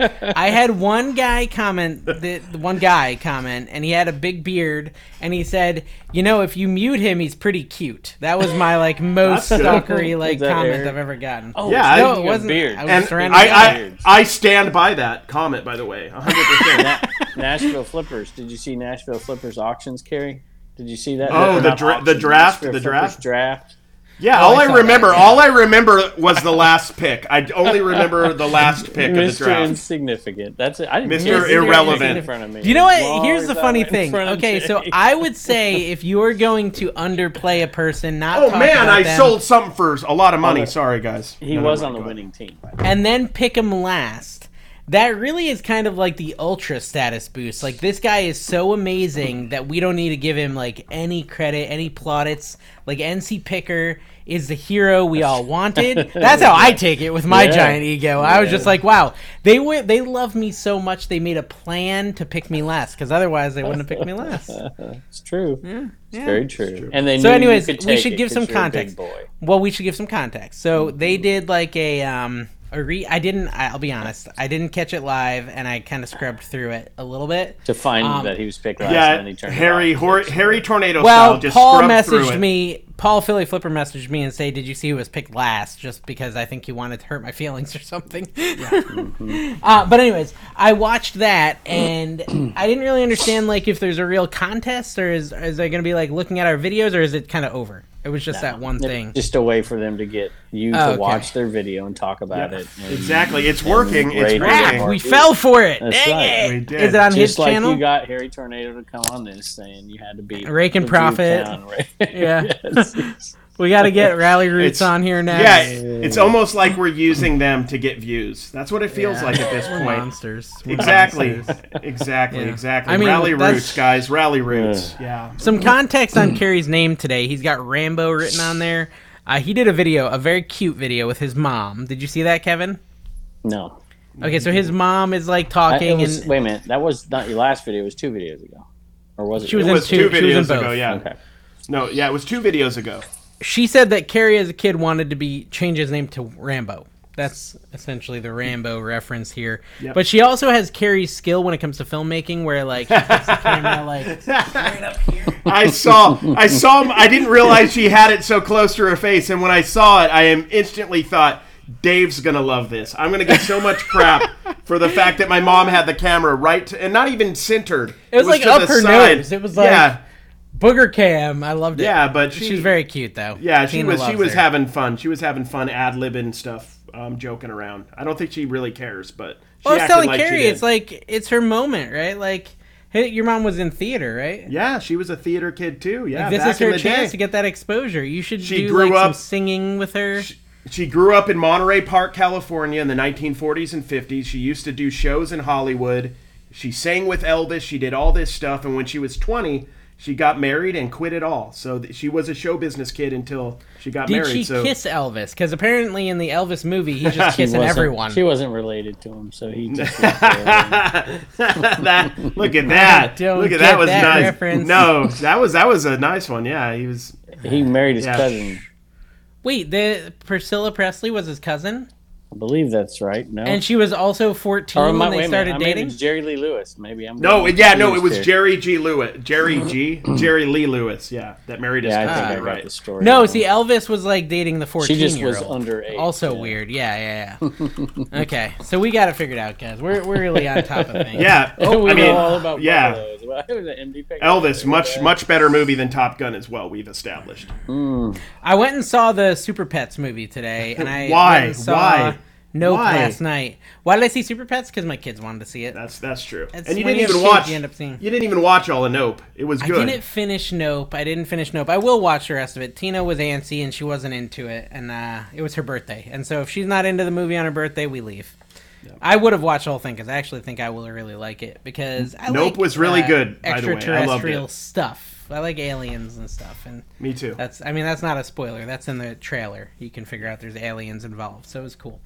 S2: I had one guy comment, the, the one guy comment, and he had a big beard, and he said, "You know, if you mute him, he's pretty cute." That was my like most
S3: That's good.
S2: stalkery like
S1: Is that
S2: comment
S1: Eric?
S2: I've ever gotten.
S1: Oh,
S3: Yeah, I-
S1: yeah,
S2: no,
S1: I,
S2: it wasn't.
S1: Beard.
S2: I was
S3: And
S2: surrounded by
S3: I,
S1: beards.
S3: I, I stand by that comment, by the way, 100.
S1: Na- Nashville Flippers. Did you see Nashville Flippers auctions, Carrie? Did you see that?
S3: Oh,
S1: Or
S3: the
S1: not
S3: dra- the
S1: auctions,
S3: draft,
S1: Nashville
S3: the
S1: Flippers
S3: draft?
S1: draft.
S3: Yeah,
S2: Oh,
S3: all
S2: I
S3: I,
S2: saw that,
S3: remember,
S2: yeah.
S3: all I remember was the last pick. I only remember the last pick of the
S1: Mr.
S3: draft.
S1: Insignificant. That's it. I didn't
S3: Mr.
S1: care.
S2: Mr.
S3: Irrelevant.
S1: In front of me.
S2: Do you know what?
S1: Small
S2: Here's the
S1: is
S2: funny
S1: out in
S2: thing.
S1: front of
S2: Okay,
S1: me.
S2: so I would say if you're going to underplay a person, not
S3: Oh
S2: talk
S3: man,
S2: about
S3: I
S2: them,
S3: sold something for a lot of money.
S1: the-
S3: Sorry guys.
S1: Oh. he
S3: No, no,
S1: was
S3: no,
S1: on the
S3: go ahead.
S1: winning team.
S2: and then pick him last. that really is kind of like the ultra status boost. Like this guy is so amazing that we don't need to give him like any credit, any plaudits. Like NC Picker is the hero we all wanted. That's how I take it with my
S1: Yeah.
S2: giant ego. I was just like, wow, they were they love me so much they made a plan to pick me last because otherwise they wouldn't have picked me last.
S1: It's true. It's
S2: yeah.
S1: very true. And they
S2: So
S1: knew
S2: anyways,
S1: you could
S2: we
S1: take
S2: should
S1: it
S2: give
S1: 'cause
S2: some
S1: you're a big
S2: context.
S1: Boy.
S2: Well, we should give some context.
S3: Oh,
S2: So they did like a um a re. I didn't. I- I'll be honest. I didn't catch it live, and I kind of scrubbed through it a little bit.
S1: To find
S2: Um,
S1: that he was picked last, and then
S3: Yeah,
S1: he turned it
S3: Harry
S1: off.
S3: Hor- Harry Tornado
S2: Well,
S3: style. Just
S2: Paul
S3: scrubbed through
S2: messaged
S3: it.
S2: me. Paul Philly Flipper messaged me and say, "Did you see who was picked last?" Just because I think he wanted to hurt my feelings or something. uh, but anyways, I watched that and I didn't really understand like if there's a real contest or is is they going to be like looking at our videos or is it kind of over? It was just that one thing.
S1: Just a way for them to get you
S2: Oh,
S1: to
S2: okay.
S1: watch their video and talk about
S3: Yeah.
S1: it. and-
S3: Exactly, it's working. It's
S1: rated
S3: working.
S2: Crap, we
S1: Dude.
S2: fell for it.
S1: That's
S2: Dang
S1: right.
S2: it.
S3: We did.
S2: Is it on his
S1: Just like
S2: channel?
S1: you got Harry Tornado to come on this saying you had to be
S2: Rake and profit. Yeah.
S1: yes.
S2: we got to get Rally Roots
S3: It's-
S2: on here now.
S3: Yeah, it's almost like we're using them to get views. That's what it feels
S2: Yeah.
S3: like at this
S2: We're
S3: point.
S2: monsters. We're
S3: Exactly,
S2: monsters.
S3: exactly,
S2: Yeah.
S3: exactly.
S2: I mean,
S3: rally
S2: that's-
S3: roots, guys. Rally roots. Yeah.
S2: Some context on Carrie's name today. He's got Rambo written on there. Uh, he did a video, a very cute video with his mom. Did you see that, Kevin?
S1: No.
S2: Okay, so his mom is like
S1: I, it
S2: talking,
S1: was,
S2: and
S1: wait a minute. That was not your last video. It was two videos ago. Or was it?
S2: She was
S3: It
S2: in
S3: was
S2: two-
S3: two,
S2: she was in
S3: videos ago.
S2: both.
S3: Yeah.
S1: Okay.
S3: No. Yeah, it was two videos ago.
S2: she said that Carrie, as a kid, wanted to be change his name to Rambo. That's essentially the Rambo reference here.
S3: Yep.
S2: But she also has Carrie's skill when it comes to filmmaking, where like she puts the camera like
S3: I saw, I saw, I didn't realize she had it so close to her face, and when I saw it, I am instantly thought, Dave's gonna love this. I'm gonna get so much crap for the fact that my mom had the camera right to, and not even centered. It
S2: was like
S3: to
S2: up
S3: the
S2: her nose. It was like-
S3: yeah,
S2: booger cam. I loved it.
S3: yeah, but she,
S2: she's very cute though.
S3: yeah, she
S2: Tina
S3: was, she
S2: loves
S3: was
S2: her.
S3: having fun. She was having fun ad libbing stuff, um, joking around. I don't think she really cares, but she
S2: Well, I was
S3: acted
S2: telling
S3: like she
S2: Carrie,
S3: did.
S2: it's like it's her moment, right? Like, hey, your mom was in theater, right?
S3: yeah, she was a theater kid too. Yeah,
S2: this
S3: back
S2: is her
S3: in the
S2: chance
S3: day.
S2: to get that exposure. You should do
S3: She grew
S2: like some
S3: up-
S2: singing with her.
S3: She grew up in Monterey Park, California in the 1940s and 50s. She used to do shows in Hollywood. She sang with Elvis. She did all this stuff. And when she was 20, she got married and quit it all. So th- she was a show business kid until she got
S2: Did
S3: married.
S2: she
S3: so
S2: kiss Elvis? Because apparently in the Elvis movie, he's just kissing
S1: Wasn't-
S2: everyone.
S1: She wasn't related to him, so he just. left her alone.
S3: that, look at that.
S2: don't
S3: Look
S2: get
S3: at that was
S2: that
S3: nice.
S2: reference.
S3: No, that was that was a nice one. Yeah, he was.
S1: he married his
S3: Yeah.
S1: cousin.
S2: Wait, the Priscilla Presley was his cousin,
S1: I believe that's right. No.
S2: and she was also fourteen
S1: or am I-
S2: when
S1: wait
S2: they
S1: a minute,
S2: started
S1: I mean,
S2: dating.
S1: it's Jerry Lee Lewis. Maybe I'm.
S3: No,
S1: getting
S3: yeah, no, it
S1: confused
S3: was
S1: here.
S3: Jerry G. Lewis, Jerry G. Jerry Lee Lewis. Yeah, that married his
S1: Yeah, I
S3: cousin.
S1: think I got
S3: right.
S1: the story.
S2: Ah, No,
S1: wrong.
S2: see, Elvis was like dating the
S1: she just
S2: fourteen-year-old.
S1: was underage.
S2: Also
S1: yeah.
S2: weird. Yeah, yeah, yeah. okay, so we got it figured out, guys. We're we're really on top of things.
S3: Yeah,
S1: Oh, we
S3: I mean,
S1: know all about
S3: yeah.
S1: yeah. Those. Well, it was an MD pick.
S3: Elvis, much much better movie than Top Gun as well. We've established.
S2: I went and saw the Super Pets movie today, and I
S3: Why?
S2: went and saw
S3: Why?
S2: Nope
S3: Why?
S2: last night. Why did I see Super Pets? Because my kids wanted to see it.
S3: That's that's true.
S2: That's
S3: and you
S2: when
S3: didn't
S2: you
S3: even
S2: have kids,
S3: watch.
S2: you
S3: You,
S2: end up seeing-
S3: didn't even watch all of Nope. It was
S2: I
S3: good.
S2: didn't finish Nope. I didn't finish Nope. I will watch the rest of it. Tina was antsy and she wasn't into it, and uh, it was her birthday. And so if she's not into the movie on her birthday, we leave. I would have watched the whole thing because I actually think I will really like it because I
S3: Nope
S2: like,
S3: was really
S2: uh,
S3: good, by the way. I loved it.
S2: Extraterrestrial stuff. I like aliens and stuff, and
S3: Me too.
S2: That's I mean that's not a spoiler. That's in the trailer. You can figure out there's aliens involved. So it was cool.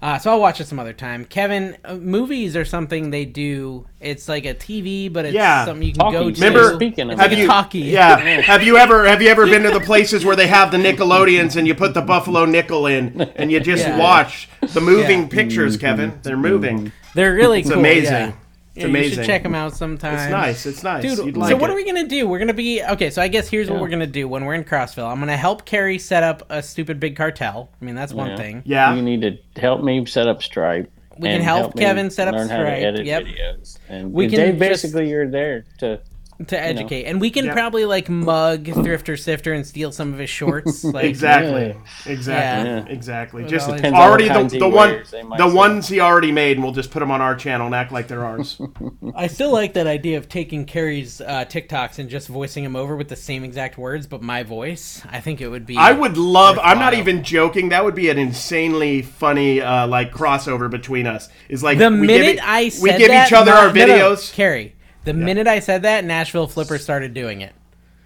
S2: Uh, so I'll watch it some other time. Kevin, uh, movies are something they do. It's like a TV, but it's
S3: Yeah.
S2: something you can
S1: Talkie.
S2: go to.
S3: Remember-
S1: Speaking of
S2: it's like
S1: that.
S2: a talkie.
S3: Yeah. have you ever have you ever been to the places where they have the Nickelodeons and you put the Buffalo Nickel in and you just
S2: Yeah.
S3: watch the moving
S2: Yeah.
S3: pictures, Kevin? They're moving.
S2: they're really
S3: It's
S2: cool.
S3: amazing.
S2: yeah.
S3: It's
S2: Yeah, You
S3: amazing.
S2: should check them out sometime.
S3: It's nice. It's nice.
S2: Dude,
S3: You'd
S2: so
S3: like
S2: what
S3: it.
S2: are we gonna do? We're gonna be okay. So I guess here's what we're gonna do when we're in Crossville. I'm gonna help Carrie set up a stupid big cartel. I mean that's one
S1: Yeah.
S2: thing.
S3: Yeah.
S1: You need to help me set up Stripe.
S2: We can
S1: and
S2: help
S1: me
S2: Kevin set up
S1: learn How
S2: Stripe,
S1: to edit
S2: yep.
S1: videos. And
S2: We
S1: we
S2: can
S1: Dave,
S2: just-
S1: basically, you're there to
S2: to educate, and we can
S3: Yeah.
S2: probably like mug Thrifter Sifter and steal some of his shorts. Like,
S3: Exactly. Exactly.
S1: Yeah.
S3: Exactly.
S2: It
S3: Just
S2: always-
S1: Depends on
S3: already
S1: what
S3: the,
S1: kinds he
S3: the one
S1: wears, they might
S3: the
S1: say.
S3: ones he already made, and we'll just put them on our channel and act like they're ours.
S2: I still like that idea of taking Carrie's uh, TikToks and just voicing them over with the same exact words, but my voice. I think it would be.
S3: I would love. I'm not
S2: Worthwhile.
S3: even joking. That would be an insanely funny uh, like crossover between us. Is like
S2: The
S3: we give
S2: minute
S3: it-
S2: I said
S3: we give
S2: that,
S3: each other
S2: no, no,
S3: our
S2: no,
S3: videos.
S2: Carrie. The minute I said that, Nashville Flipper started doing it.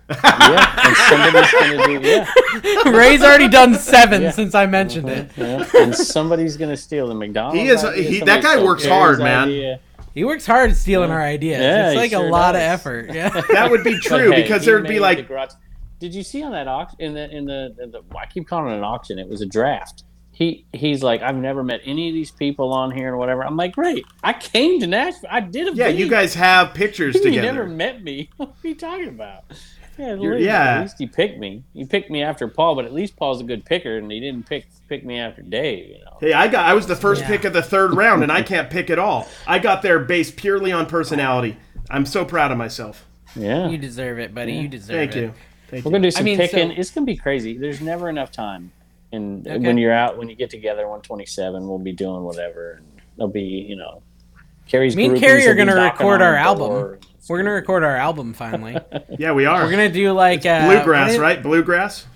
S1: Yeah, and somebody's gonna do yeah,
S2: Ray's already done seven since I mentioned it.
S1: yeah, and somebody's gonna steal the McDonald's.
S3: He is-
S1: idea,
S3: he- that
S1: somebody
S3: guy
S1: stole
S3: works
S1: Jerry's
S3: hard, man.
S1: idea.
S2: He works hard at stealing our ideas.
S1: Yeah,
S2: it's
S1: he
S2: like a
S1: sure
S2: lot of
S1: does.
S2: effort. Yeah.
S3: That would be true
S1: Like, hey,
S3: because
S1: he
S3: there'd be
S1: made
S3: like
S1: the garage- Did you see on that auction in the in the, in the well, I keep calling it an auction? It was a draft. He he's like, I've never met any of these people on here and whatever. I'm like, great. I came to Nashville. I did a
S3: yeah, you
S1: video.
S3: guys have pictures
S1: He
S3: together.
S1: never met me. What are you talking about? Yeah, at
S3: You're-
S1: least-
S3: yeah.
S1: At least he picked me. He picked me after Paul, but at least Paul's a good picker, and he didn't pick pick me after Dave. You know.
S3: Hey, I got I was the first
S2: Yeah.
S3: pick of the third round, and I can't pick at all. I got there based purely on personality. I'm so proud of myself.
S1: Yeah.
S2: You deserve it, buddy. You deserve
S3: Thank
S2: it.
S3: you. Thank
S1: We're
S3: you.
S1: gonna do some
S2: mean,
S1: picking.
S2: so-
S1: it's gonna be crazy. There's never enough time. And
S2: Okay.
S1: when you're out, when you get together, 127, we'll be doing whatever, and there'll be you know, Carrie's.
S2: Me and
S1: groupies
S2: Carrie
S1: will
S2: are
S1: be
S2: gonna
S1: knocking
S2: record
S1: on
S2: our
S1: the
S2: album.
S1: door.
S2: We're gonna record our album finally.
S3: Yeah, we are.
S2: We're gonna do like uh, what
S3: Bluegrass,
S2: is-
S3: right? Bluegrass.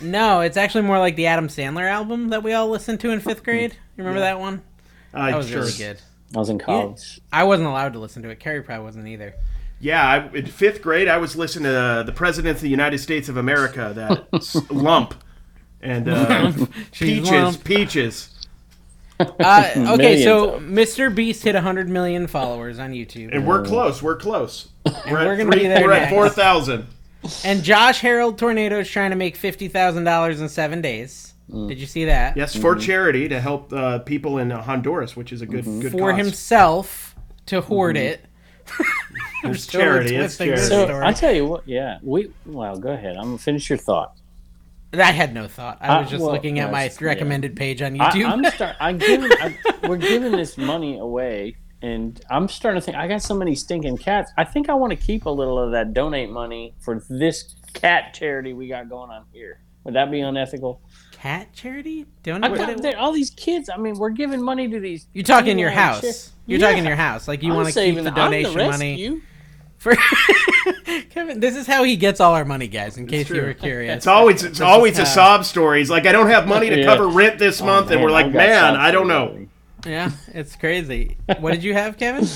S2: No, it's actually more like the Adam Sandler album that we all listened to in
S1: Hmm.
S2: fifth grade. You remember that one?
S3: Uh,
S2: That was
S3: sure.
S2: really good.
S1: I was in college.
S2: I wasn't allowed to listen to it. Carrie probably wasn't either.
S3: Yeah, I, in fifth grade, I was listening to uh, the President of the United States of America, that s- lump, and uh,
S2: She's
S3: peaches,
S2: lump.
S3: peaches.
S2: Uh, okay,
S1: Millions
S2: so Mr. Beast hit 100 million followers on YouTube,
S3: And we're close. We're close. We're,
S2: we're
S3: at,
S2: gonna be
S3: three-
S2: there
S3: we're at
S2: next.
S3: four thousand.
S2: and Josh Harold Tornado is trying to make fifty thousand dollars in seven days.
S1: Mm.
S2: Did you see that?
S3: Yes,
S1: Mm-hmm.
S3: for charity to help uh, people in uh, Honduras, which is a good good
S2: Mm-hmm. For
S3: cause.
S2: himself to hoard
S1: Mm-hmm.
S2: it. I'm
S3: It's
S2: still
S3: charity, it's
S2: twisting this
S3: charity.
S1: So
S2: story.
S1: I tell you what, yeah, we. Well, go ahead. I'm gonna finish your thought.
S2: I had no thought. I
S1: I-
S2: was just
S1: Uh, well,
S2: looking at my
S1: that's- yeah.
S2: recommended page on
S1: I,
S2: YouTube.
S1: I'm start. I'm giving. I, we're giving this money away, and I'm starting to think. I got so many stinking cats. I think I want to keep a little of that donate money for this cat charity we got going on here. Would that be unethical?
S2: Cat charity? Don't
S1: I
S2: know what
S1: got,
S2: it-
S1: there- all these kids. I mean, we're giving money to these.
S2: You're talking your
S1: Yeah,
S2: house.
S1: sure.
S2: You're
S1: Yeah.
S2: talking your house. Like you
S1: I'm
S2: want to keep
S1: saving-
S2: the
S1: I'm
S2: donation money
S1: rescue.
S2: for Kevin. This is how he gets all our money, guys. In case you
S3: true.
S2: were curious.
S3: It's always it's always a
S2: sad.
S3: sob story. It's like I don't have money to
S1: Yeah. Oh,
S3: cover rent this month, and
S1: Man,
S3: we're like,
S1: I've got
S3: man,
S1: sob
S3: I don't
S1: stories.
S3: know.
S2: yeah, it's crazy. What did you have, Kevin?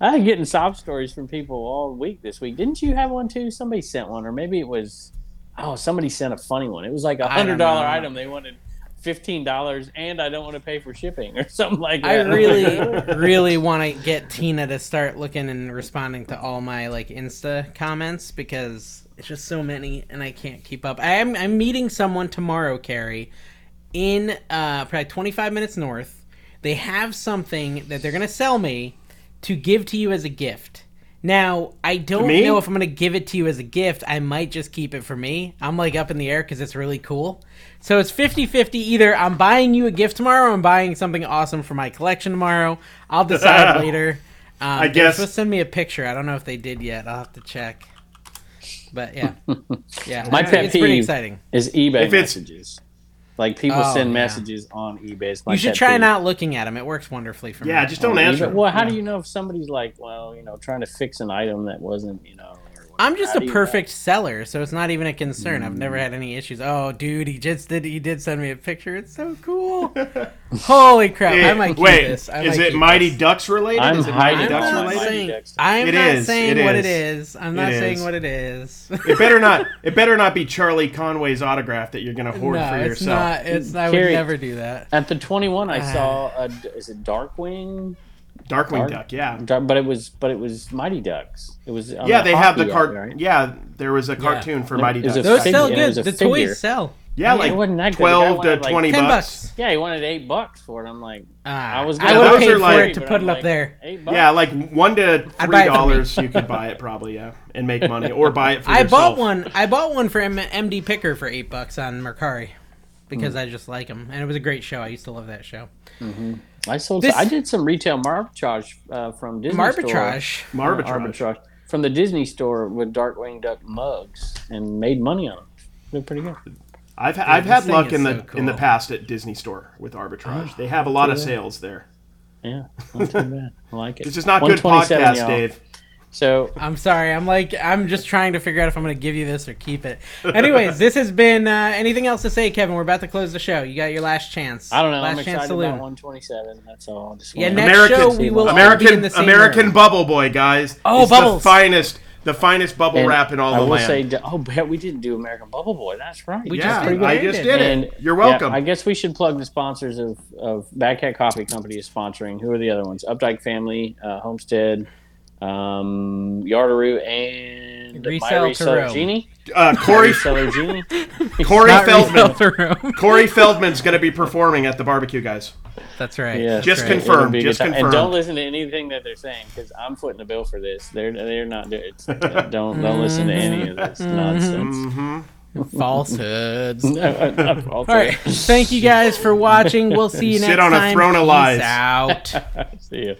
S1: I'm getting sob stories from people all week this week. Didn't you have one too? Somebody sent one, or maybe it was. Oh, somebody sent a funny one. It was like a
S2: I don't
S1: hundred dollar
S2: know.
S1: item. They wanted fifteen dollars, and I don't want to pay for shipping or something like
S2: I
S1: that.
S2: really, really want to get Tina to start looking and responding to all my like Insta comments because it's just so many and I can't keep up. I'm I'm meeting someone tomorrow, Carrie, in uh, probably 25 minutes north. They have something that they're gonna sell me to give to you as a gift. Now I don't
S3: me?
S2: know if I'm gonna give it to you as a gift. I might just keep it for me. I'm like up in the air because it's really cool. So it's 50-50 either I'm buying you a gift tomorrow or I'm buying something awesome for my collection tomorrow. I'll decide later. Um, I
S3: guess-
S2: They're supposed to send me a picture. I don't know if they did yet. I'll have to check. But yeah, yeah.
S1: My
S2: it's,
S1: pet
S2: it's pretty
S1: peeve-
S2: exciting.
S1: is eBay
S3: If it's-
S1: messages. Like people
S2: Oh,
S1: send
S2: yeah.
S1: messages on eBay. It's my
S2: You should
S1: pet
S2: try
S1: peeve.
S2: not looking at them. It works wonderfully for me.
S3: Yeah, just
S1: On
S3: don't answer.
S1: eBay. Well, how do you know if somebody's like, well, you know, trying to fix an item that wasn't, you know? or whatever?
S2: I'm just
S1: How
S2: a
S1: do you know?
S2: perfect seller, so it's not even a concern. I've never had any issues. Oh, dude, he just did. He did send me a picture. It's so cool. Holy crap! I
S3: It-
S2: might keep
S3: wait,
S2: this. I
S3: is
S2: might
S3: it
S2: keep
S3: Mighty
S2: this.
S3: Ducks related?
S1: I'm
S3: is it
S1: hiding
S3: Mighty
S2: I'm
S3: Ducks
S1: Ducks
S2: not
S1: Mighty
S3: related?
S2: saying.
S1: Ducks.
S2: I'm
S3: It
S2: not
S3: is,
S2: saying
S3: it
S2: what it
S3: is.
S2: is. I'm not
S3: It
S2: saying
S3: is.
S2: what it is.
S3: It better not. It better not be Charlie Conway's autograph that you're gonna hoard
S2: no,
S3: for
S2: it's
S3: yourself.
S2: not. It's. I would
S1: Carrie-
S2: never do that.
S1: At the 21, I
S2: Ah.
S1: saw a. d- Is it Darkwing?
S3: Darkwing
S1: Dark-
S3: Duck. Yeah.
S1: Dar- But it was, but it was Mighty Ducks. It was. on
S3: Yeah,
S1: a
S3: they have the
S1: uh, hockey
S3: cart.
S1: app, right?
S3: Yeah, there was a cartoon for
S1: It
S3: Mighty
S1: was a
S3: Ducks.
S2: Those
S1: fig-
S2: sell
S1: and it
S2: good.
S1: was a
S2: The
S1: figure.
S2: toys sell.
S3: yeah,
S1: it
S3: like
S1: wasn't that good. The guy
S3: twelve to
S1: wanted, like,
S3: twenty
S2: Ten bucks.
S3: bucks.
S1: Yeah, he wanted eight bucks for it. I'm like,
S2: Ah,
S1: I was.
S2: I
S1: gonna
S2: would
S3: those
S2: have
S1: buy
S2: paid
S3: are
S2: for
S3: like-
S2: it to
S1: but
S2: put
S1: I'm
S2: it up
S1: like,
S2: there.
S1: Eight bucks.
S3: Yeah, like one to
S2: I'd
S3: three
S2: buy it for me.
S3: dollars. You could buy it probably, yeah, and make money or buy it for
S2: I
S3: yourself.
S2: bought one. I bought one for M- MD Picker for eight bucks on
S1: Hmm.
S2: Mercari because I just like him, and it was a great show. I used to love that show.
S1: I sold.
S2: This-
S1: I did some retail arbitrage uh, from Disney. Store.
S2: Marbitrage.
S1: Yeah,
S3: Marbitrage.
S1: arbitrage. from the Disney store with Darkwing Duck mugs and made money on them. They're pretty good.
S3: I've I've had
S2: thing
S3: luck
S2: is
S3: in the
S2: so cool.
S3: in the past at Disney Store with
S1: Oh,
S3: arbitrage. they have a lot of sales there.
S1: Yeah, not too bad. I like it.
S3: This is not good
S1: 127,
S3: podcast,
S1: y'all.
S3: Dave.
S1: So
S2: I'm sorry. I'm like I'm just trying to figure out if I'm going to give you this or keep it. Anyways, this has been uh, anything else to say, Kevin? We're about to close the show. You got your last chance.
S1: I don't know.
S2: Last
S1: I'm excited
S2: saloon.
S1: about 127. That's all. Just
S2: Yeah,
S1: wanna-
S2: next
S3: American-
S2: show we will all be in
S3: American
S2: the same
S3: American
S2: room.
S3: Bubble Boy, guys.
S2: Oh,
S3: It's
S2: bubbles.
S3: The finest, the finest bubble
S1: And
S3: wrap in all
S1: I
S3: the
S1: will
S3: land.
S1: say, oh, bet we didn't do American Bubble Boy. That's right.
S2: We
S3: yeah,
S2: just did
S3: I
S2: it.
S3: just did it.
S1: And
S3: You're
S1: yeah,
S3: welcome.
S1: I guess we should plug the sponsors of of Bad Cat Coffee Company is sponsoring. Who are the other ones? Updike Family, uh, Homestead, um, Yardaroo, and
S2: Resell
S1: My Reseller
S2: Tarot.
S1: Genie.
S3: uh, Corey
S1: Reseller Genie.
S3: Corey
S2: Not
S3: Feldman.
S2: refill the room.
S3: Corey Feldman's going to be performing at the barbecue, guys.
S2: That's right.
S1: Yeah,
S2: That's
S3: Just
S2: right.
S1: It'll
S3: confirm.
S1: be a
S3: just
S1: good time.
S3: confirm.
S1: And don't listen to anything that they're saying because I'm footing the bill for this. They're they're not. doing It's, uh, don't don't listen to any of this
S3: Mm.
S1: nonsense.
S3: Mm-hmm.
S2: falsehoods.
S1: All
S2: All right. Thank you guys for watching. We'll see you next
S3: Sit
S2: time.
S3: on a throne of lies.
S2: Peace out.
S1: See you.